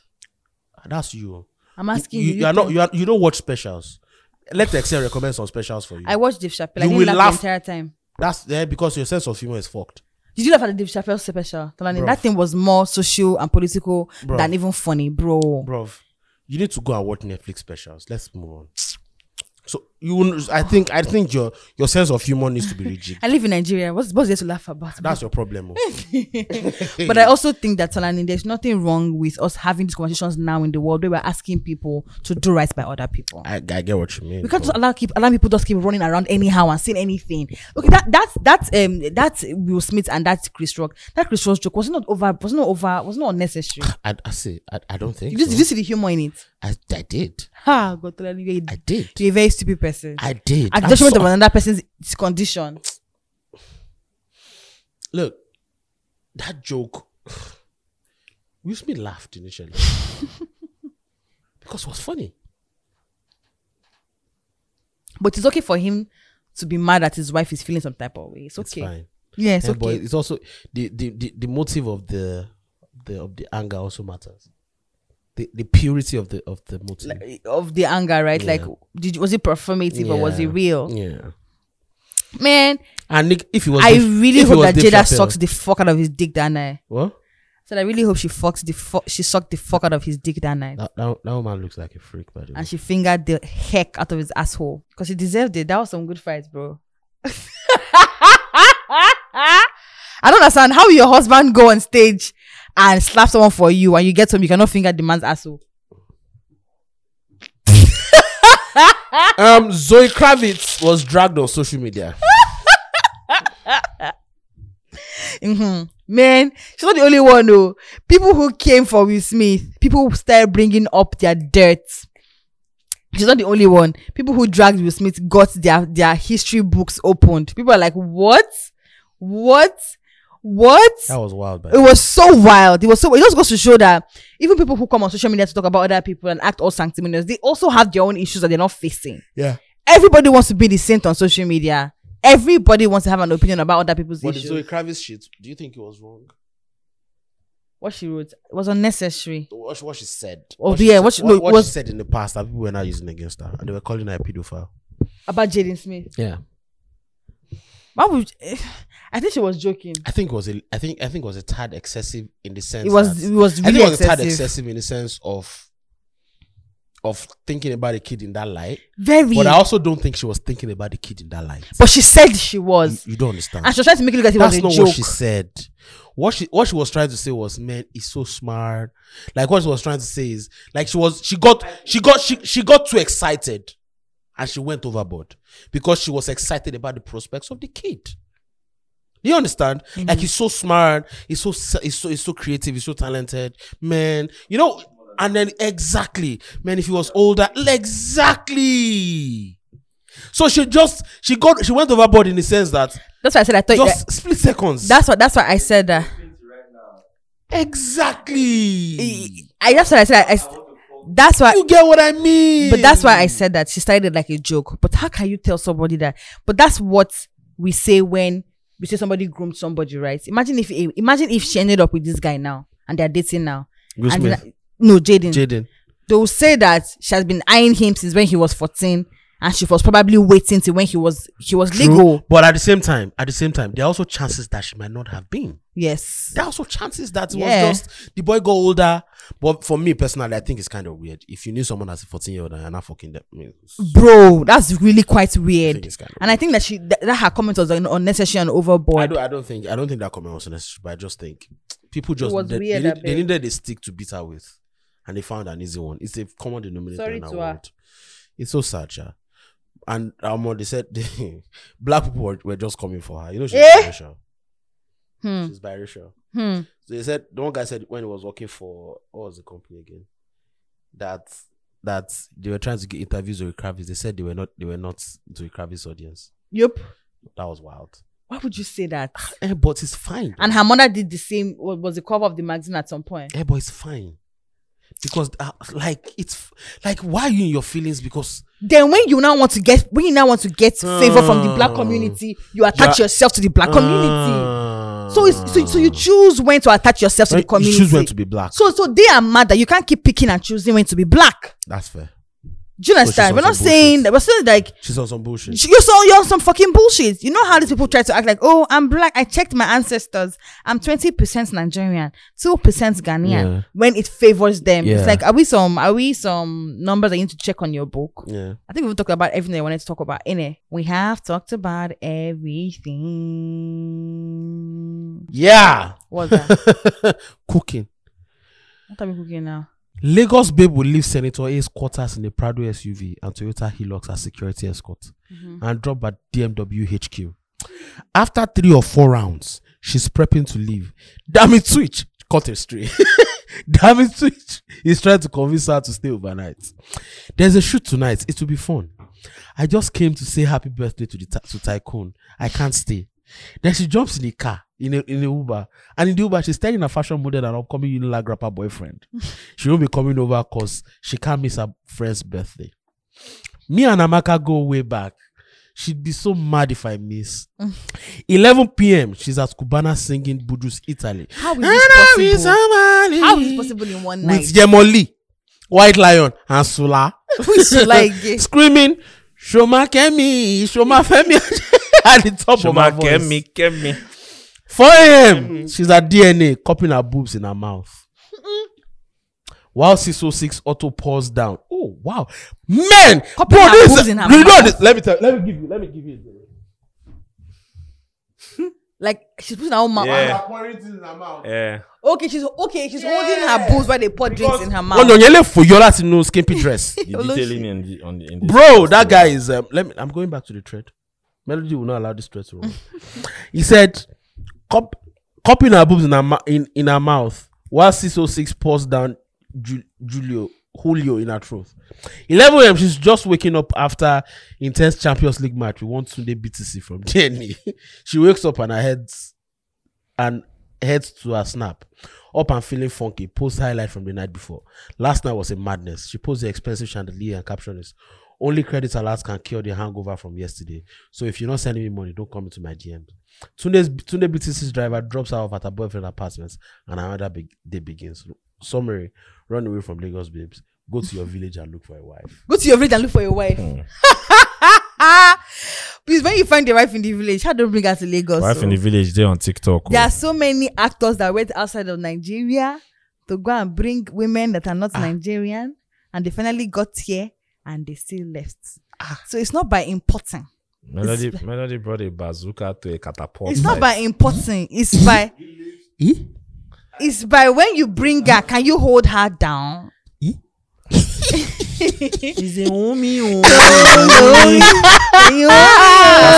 S1: That's you.
S2: I'm asking
S1: you,
S2: you.
S1: you are not.
S2: tell-
S1: You, are, you don't watch specials. Let the Excel recommend some specials for you.
S2: I watched Dave Chappelle. I
S1: You
S2: didn't
S1: will
S2: laugh,
S1: laugh.
S2: the entire time.
S1: That's there because your sense of humor is fucked.
S2: Did you laugh at the Dave Chappelle special? Tolani, that thing was more social and political
S1: Bruv.
S2: than even funny, bro.
S1: Bruv, you need to go and watch Netflix specials. Let's move on. So you, will- I think, I think your your sense of humor needs to be rejigged.
S2: I live in Nigeria. What's what's there to laugh about?
S1: That's your problem. oh.
S2: [laughs] but I also think that Tolani, there's nothing wrong with us having these conversations now in the world where we're asking people to do right by other people.
S1: [laughs] I, I get what you mean.
S2: We can't
S1: but-
S2: just allow keep allow people just keep running around anyhow and saying anything. Okay, that that's that's um that's Will Smith and that's Chris Rock. That Chris Rock joke was not over was not over was not unnecessary.
S1: I, I see. I, I don't think.
S2: Did you,
S1: so.
S2: did you see the humor in it?
S1: I, I did.
S2: Ha God Tolani, you're a-
S1: I did.
S2: you're a very stupid person.
S1: I did.
S2: At
S1: I'm
S2: the detriment
S1: so-
S2: of another person's condition.
S1: Look, that joke. [sighs] Will Smith laughed
S2: [laughs]
S1: initially because it was funny.
S2: But it's okay for him to be mad that his wife is feeling some type of way. It's
S1: It's
S2: okay.
S1: fine.
S2: Yeah, it's
S1: Yeah, but
S2: okay.
S1: it's also the, the, the, the motive of the the of the anger also matters. The the purity of the of the motive.
S2: Like, Eh, of the anger, right? Like, did was it performative or was it
S1: Yeah.
S2: real?
S1: Yeah.
S2: Man,
S1: And Nick, if it was
S2: I
S1: Dave-
S2: really
S1: if it
S2: hope
S1: was
S2: that
S1: Dave
S2: Jada
S1: Chappelle-
S2: sucks the fuck out of his dick that night.
S1: What?
S2: So I really hope she fucks the fuck. She sucked the fuck out of his dick that night,
S1: That, that that woman looks like a freak, by the way.
S2: and she fingered the heck out of his asshole because she deserved it. That was some good fights, bro. [laughs] I don't understand how will your husband go on stage and slap someone for you, and you get home, you cannot finger the man's asshole.
S1: [laughs] Um, Zoe Kravitz was dragged on social media.
S2: hmm Man, she's not the only one though. People who came for Will Smith, people who started bringing up their dirt. She's not the only one. People who dragged Will Smith got their their history books opened. People are like, what, what, what?
S1: That was wild, by
S2: It was so wild. It was so. It just goes to show that even people who come on social media to talk about other people and act all sanctimonious, they also have their own issues that they're not facing.
S1: Yeah.
S2: Everybody wants to be the saint on social media. Everybody wants to have an opinion about other people's
S1: But the
S2: issues
S1: Zoe Kravitz shit, do you think it was wrong?
S2: what she wrote was unnecessary.
S1: What, she- what she said?
S2: Oh,
S1: what she
S2: yeah,
S1: said-
S2: what she-
S1: what,
S2: no,
S1: what
S2: was-
S1: she said in the past that people were not using against her, and they were calling her a pedophile.
S2: About Jaden Smith.
S1: Yeah,
S2: Why would [sighs] I think she was joking.
S1: I think it was a, I think I think it was a tad excessive in the sense
S2: It was
S1: that-
S2: it was
S1: I
S2: really
S1: think it was a tad
S2: excessive.
S1: excessive in the sense of of thinking about the kid in that light.
S2: Very
S1: But
S2: but,
S1: I also don't think she was thinking about the kid in that light.
S2: she said she
S1: You,
S2: was.
S1: you don't understand.
S2: And she was trying to make it look like it
S1: Mm. That's
S2: was a
S1: not
S2: joke.
S1: what she said. What she what she was trying to say was, man, he's so smart. Like what she was trying to say is, like she was she got she got she she got too excited, and she went overboard because she was excited about the prospects of the kid. You understand? Like he's so smart, he's so s- he's so he's so creative, he's so talented, man. You know, and then exactly, man. If he was older, exactly. So she just she got she went overboard in the sense that
S2: That's why I said I thought
S1: just split seconds.
S2: that's what that's why I said that.
S1: exactly.
S2: I that's what I said I, Eh, I- that's why
S1: You get what I mean.
S2: but that's why I said that she started it like a joke. But how can you tell somebody that? But that's what we say when we say somebody groomed somebody, right? Imagine if eh, imagine if she ended up with this guy now and they're dating now.
S1: Will
S2: And
S1: Smith.
S2: then- no, Jaden.
S1: Jaden.
S2: they will say that she has been eyeing him since when he was 14 and she was probably waiting till when he was he was legal
S1: But at the same time, at the same time, there are also chances that she might not have been.
S2: yes
S1: There are also chances that it
S2: Yeah.
S1: was just the boy got older. But for me personally, I think it's kind of weird. If you knew someone as a 14 year old and you're not fucking them, I mean, it's-
S2: bro that's really quite
S1: I
S2: weird
S1: think it's kind of.
S2: and i think that she that, that her comment was un- unnecessary and
S1: I
S2: overboard
S1: don't, I don't think I don't think that comment was necessary, but I just think people just
S2: was
S1: needed,
S2: weird,
S1: they,
S2: I
S1: need- they
S2: beg.
S1: needed a stick to beat her with, and they found an easy one. It's a common denominator
S2: Sorry
S1: in our
S2: to her.
S1: world. It's so sad, yeah. And um, they said [laughs] black people were, were just coming for her. You know she's
S2: Eh?
S1: biracial.
S2: hmm,
S1: She's biracial.
S2: hmm.
S1: So they said the one guy said when he was working for what was the company again? That that they were trying to get interviews with Kravitz. They said they were not they were not Zoe Kravitz audience.
S2: yep
S1: That was wild.
S2: Why would you say that?
S1: Eh, but it's fine.
S2: And her mother did the same. wa- Was the cover of the magazine at some point?
S1: Eh, but it's fine. Because uh, like it's f- like why are you in your feelings? Because
S2: Then when you now want to get when you now want to get favor from the black
S1: Mm.
S2: community, you attach
S1: Yeah.
S2: yourself to the black community.
S1: Ah.
S2: So it's so, so you choose when to attach yourself to
S1: Right?
S2: the community.
S1: You choose when to be black.
S2: so so they are mad that you can't keep picking and choosing when to be black.
S1: That's fair.
S2: Do you understand?
S1: on
S2: We're not
S1: some bullshit.
S2: saying that. We're saying like
S1: She's on some bullshit.
S2: you saw you're on some fucking bullshit. You know how these people try to act like, oh, I'm black. I checked my ancestors. I'm twenty percent Nigerian, two percent Ghanaian.
S1: Yeah.
S2: When it favors them,
S1: Yeah.
S2: it's like, are we some? Are we some numbers that you need to check on your book?
S1: Yeah.
S2: I think we've talked about everything I wanted to talk about. In it, we have talked about everything.
S1: Yeah.
S2: What's that?
S1: Cooking.
S2: what are we cooking now?
S1: Lagos babe will leave Senator A's quarters in a Prado SUV and Toyota Hilux as security escort and drop at DMW HQ. After three or four rounds, she's prepping to leave. Damn it, switch. Cut a stray. [laughs] Damn it, switch. He's trying to convince her to stay overnight. There's a shoot tonight. It will be fun. I just came to say happy birthday to the ty- to Tycoon. I can't stay. Then she jumps in the car in a, in a Uber, and in the Uber she's telling her fashion model and upcoming Unilag rapper boyfriend she won't be coming over because she can't miss her friend's birthday. Me and Amaka go way back. She'd be so mad if I miss.
S2: Mm.
S1: 11 p.m. She's at Cubana singing Buju's Italy.
S2: How is this possible? How is this
S1: possible?
S2: possible in one
S1: [laughs]
S2: night?
S1: With Yemoli, White Lion, and Sula
S2: Which you [laughs] like eh?
S1: screaming, Shoma Kemi, Shoma Femi [laughs] at the top of my
S3: Shoma,
S1: voice.
S3: Kemi, Kemi.
S1: 4 a.m. She's at DNA, cupping her boobs in her mouth. While 606 auto pulls down. Oh, wow. Men!
S2: Cupping her
S1: this-
S2: boobs in her
S1: you know
S2: mouth.
S1: this- Let me tell let me give you, let me give you.
S2: like she's putting her own mouth.
S3: Yeah.
S1: in her mouth.
S2: [laughs]
S3: Yeah.
S2: Okay, she's okay. She's holding her boobs while they pour drinks in her mouth.
S1: Well, Onyele Fuyola láti no skimpy dress.
S3: The
S2: Oloshi-
S3: detailing in the, on the, in the
S1: Bro, that guy is. Um, let me. I'm going back to the thread. Melody will not allow this thread to run. he said, Cop, "Copying her boobs in her mou- in, in her mouth while 606 pours down Ju- Julio Julio in her throat." 11 a.m. She's just waking up after intense Champions League match. We want Sunday BTC from [laughs] Jenny. she wakes up and her head's and heads to her snap. Up and feeling funky. Post highlight from the night before. Last night was a madness. She posed the expensive chandelier and caption is only credit alerts can cure the hangover from yesterday. So if you're not sending me money, don't come into my DM. Tunde's Tunde BTC's driver drops her off at her boyfriend's apartment and another big day begins. Summary run away from Lagos babes. Go to your village and look for a wife.
S2: Go to your village and look for your wife. [laughs] Please, when you find your wife in the village, how don't bring her to Lagos.
S3: Wife in
S2: oh.
S3: the village, they on TikTok. oh.
S2: there are so many actors that went outside of Nigeria to go and bring women that are not
S3: Ah.
S2: Nigerian, and they finally got here and they still left.
S3: Ah.
S2: So it's not by importing.
S3: Melody, Melody brought a bazooka to a catapult.
S2: It's not
S3: site.
S2: by importing. It's by
S3: Hmm?
S1: E?
S2: it's by when you bring her, can you hold her down?
S1: E?
S2: She's a [laughs]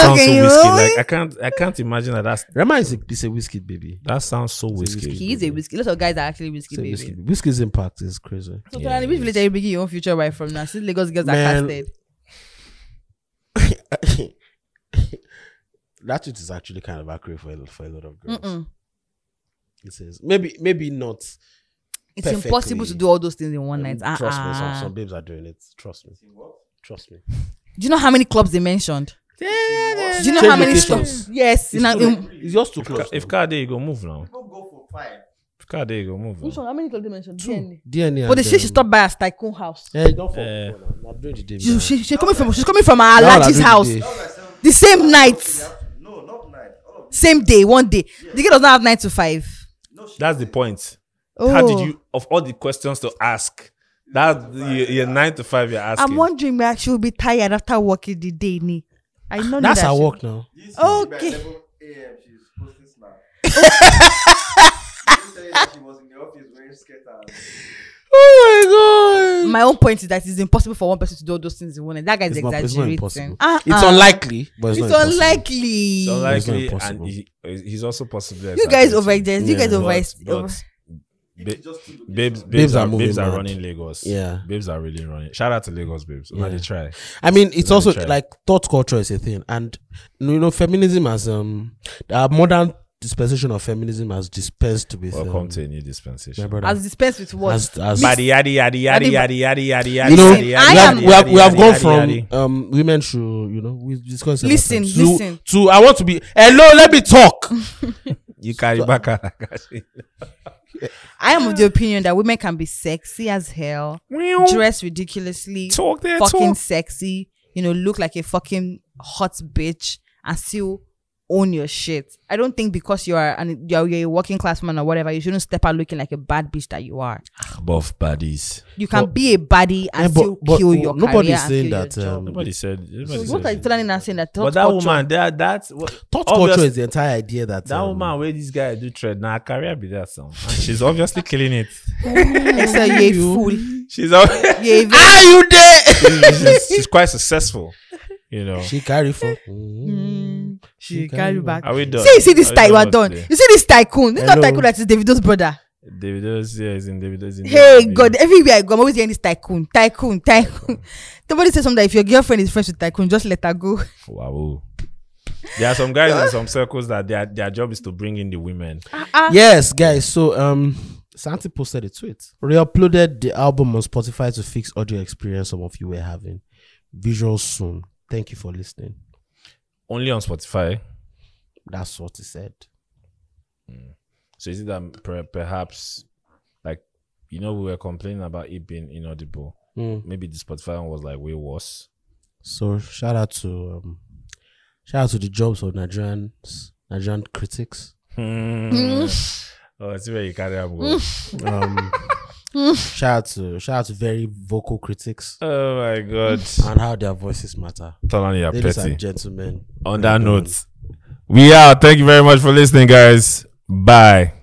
S2: That
S3: That sounds so risky. Like I can't, I can't imagine that. That's,
S1: Rema is a, is a whiskey baby.
S3: that sounds so risky.
S2: He is a whiskey. Lots of guys are actually whiskey
S1: It's a
S2: baby.
S1: whiskey. Whiskey's impact is crazy.
S2: So, Tolani, which village are you bringing your own future wife from now? Since Lagos girls are
S1: Man.
S2: casted.
S1: that tweet is actually kind of accurate for a, for a lot of girls.
S2: Mm-mm.
S1: It says maybe maybe not.
S2: It's impossible to
S1: Perfectly.
S2: do all those things in one night.
S1: Trust me, some,
S2: Uh-uh.
S1: some babes are doing it. Trust me. Trust me.
S2: Do you know how many clubs they mentioned? Do you know
S1: Change
S2: how many
S1: locations.
S2: clubs? Yes.
S1: It's,
S2: in a-
S1: too
S2: in-
S1: late. It's just too close.
S3: If car there, you go move now. If car there, you go move.
S2: Which
S3: Now.
S2: one? How many clubs they mentioned? DNA.
S1: DNA.
S2: But they
S1: and,
S2: say she
S1: um,
S2: stopped by a tycoon house.
S1: Yeah, don't fall.
S3: Eh.
S1: I'm doing the day.
S2: She,
S1: man.
S2: she, she's coming from she's coming from her
S1: Now I'm
S2: Alaji's
S1: doing
S2: house.
S1: the day.
S2: The same night. Same day, one day. The girl does not have nine to five.
S3: That's the point.
S2: Oh.
S3: How did you, of all the questions to ask, that you, you're nine to five, you're asking.
S2: I'm wondering where she will be tired after working the day. Ni. I know
S1: That's
S2: that Ah.
S1: her
S2: she-
S1: work now.
S2: Okay.
S4: AM, she's posting snap. She said that she was in the office wearing skirt and-
S1: Oh my god.
S2: My own point is that it's impossible for one person to do all those things in one night. That guy's
S1: It's not, it's not
S2: exaggerating.
S1: impossible.
S2: Uh-uh.
S1: It's unlikely, but it's,
S2: It's
S1: not impossible.
S2: unlikely.
S3: So
S1: It's not
S3: likely, and
S1: impossible.
S3: he, he's also possibly.
S2: You guys
S3: exaggerating.
S2: over you guys
S1: Yeah.
S2: over,
S3: But-
S2: over
S3: but Ba-
S4: just two locations.
S3: babes, babes,
S1: Babes
S3: are,
S1: are moving
S3: babes are
S1: mad.
S3: running Lagos.
S1: Yeah.
S3: babes are really running. Shout out to Lagos babes. Yeah.
S1: Yeah.
S3: they try.
S1: I mean, it's
S3: Let me
S1: also
S3: try.
S1: like thought culture is a thing, and you know, feminism has um, our modern dispensation of feminism has dispensed with
S3: Welcome
S1: um,
S3: to a new
S1: my
S3: dispensation.
S1: brother.
S2: As dispensed with what?
S1: Has- has-
S3: Yadi yadi yadi yadi
S2: Adi-
S3: yadi yadi yadi yadi.
S1: you know,
S3: yadi,
S1: we
S2: I
S3: yadi,
S1: have,
S2: am-
S1: we have, we have
S3: yadi,
S1: gone
S3: yadi,
S1: from
S3: yadi.
S1: um women should you know we discuss
S2: Listen,
S1: to,
S2: listen.
S1: to I want to be hello let me talk
S3: you carry back. Alakashi.
S2: I am of the opinion that women can be sexy as hell, dress ridiculously,
S3: Talk there,
S2: fucking
S3: talk.
S2: sexy, you know, look like a fucking hot bitch and still own your shit. I don't think because you are an you're, you're a working class woman or whatever, you shouldn't step out looking like a bad bitch that you are.
S3: Buff baddies.
S2: You can
S1: But-
S2: be a baddie
S1: Yeah,
S2: and
S1: Eh, but-
S2: still
S1: but
S2: kill your
S1: nobody's
S2: career and
S1: saying
S2: kill your
S1: that,
S2: job.
S1: um,
S3: Nobody said. Nobody
S2: So what are you
S3: said.
S2: telling us saying that?
S3: But that woman, that that's what,
S1: thought
S3: obvious-
S1: culture is the entire idea that
S3: That
S1: um,
S3: woman where this guy do tread now, her career be that song. And she's obviously killing it.
S2: Excel, you're a
S1: [laughs]
S2: fool.
S3: [laughs] She's obviously,
S2: You're a very-
S1: are you there
S3: she's, she's quite successful. You know.
S1: she carry
S3: [laughs]
S1: for
S2: Mm, she
S1: She
S2: carry
S1: can-
S2: back.
S3: Are we done?
S2: See, you see this
S3: Are we
S2: tycoon.
S3: done
S2: done.
S3: today?
S2: You see this tycoon. This is not
S1: Hello.
S2: tycoon that is Davido's brother.
S3: Davido's yeah, is in Davido's in
S2: Hey
S3: Davido's
S2: God,
S3: video.
S2: everywhere I go, I'm always hearing this tycoon, tycoon, tycoon. [laughs] Somebody said something that if your girlfriend is friends with tycoon, just let her go.
S3: Wow. There are some guys in some circles that their their job is to bring in the women.
S1: yes guys so um Santi posted a tweet re-uploaded the album on Spotify to fix audio experience some of you were having visuals soon thank you for listening
S3: Only on Spotify.
S1: that's what he said
S3: So is it that per- perhaps like you know we were complaining about it being inaudible.
S1: Mm.
S3: Maybe the Spotify one was like way worse.
S1: So shout out to um, shout out to the jobs of Nigerians, Nigerian critics.
S3: [laughs] Oh, see where you carry am go.
S2: [laughs]
S1: Um, shout out to shout out to very vocal critics
S3: Oh my god.
S1: and how their voices matter.
S3: Tolani, you're
S1: Ladies
S3: petty.
S1: and gentlemen, Um,
S3: On that note, we out. Thank you very much for listening, guys. Bye.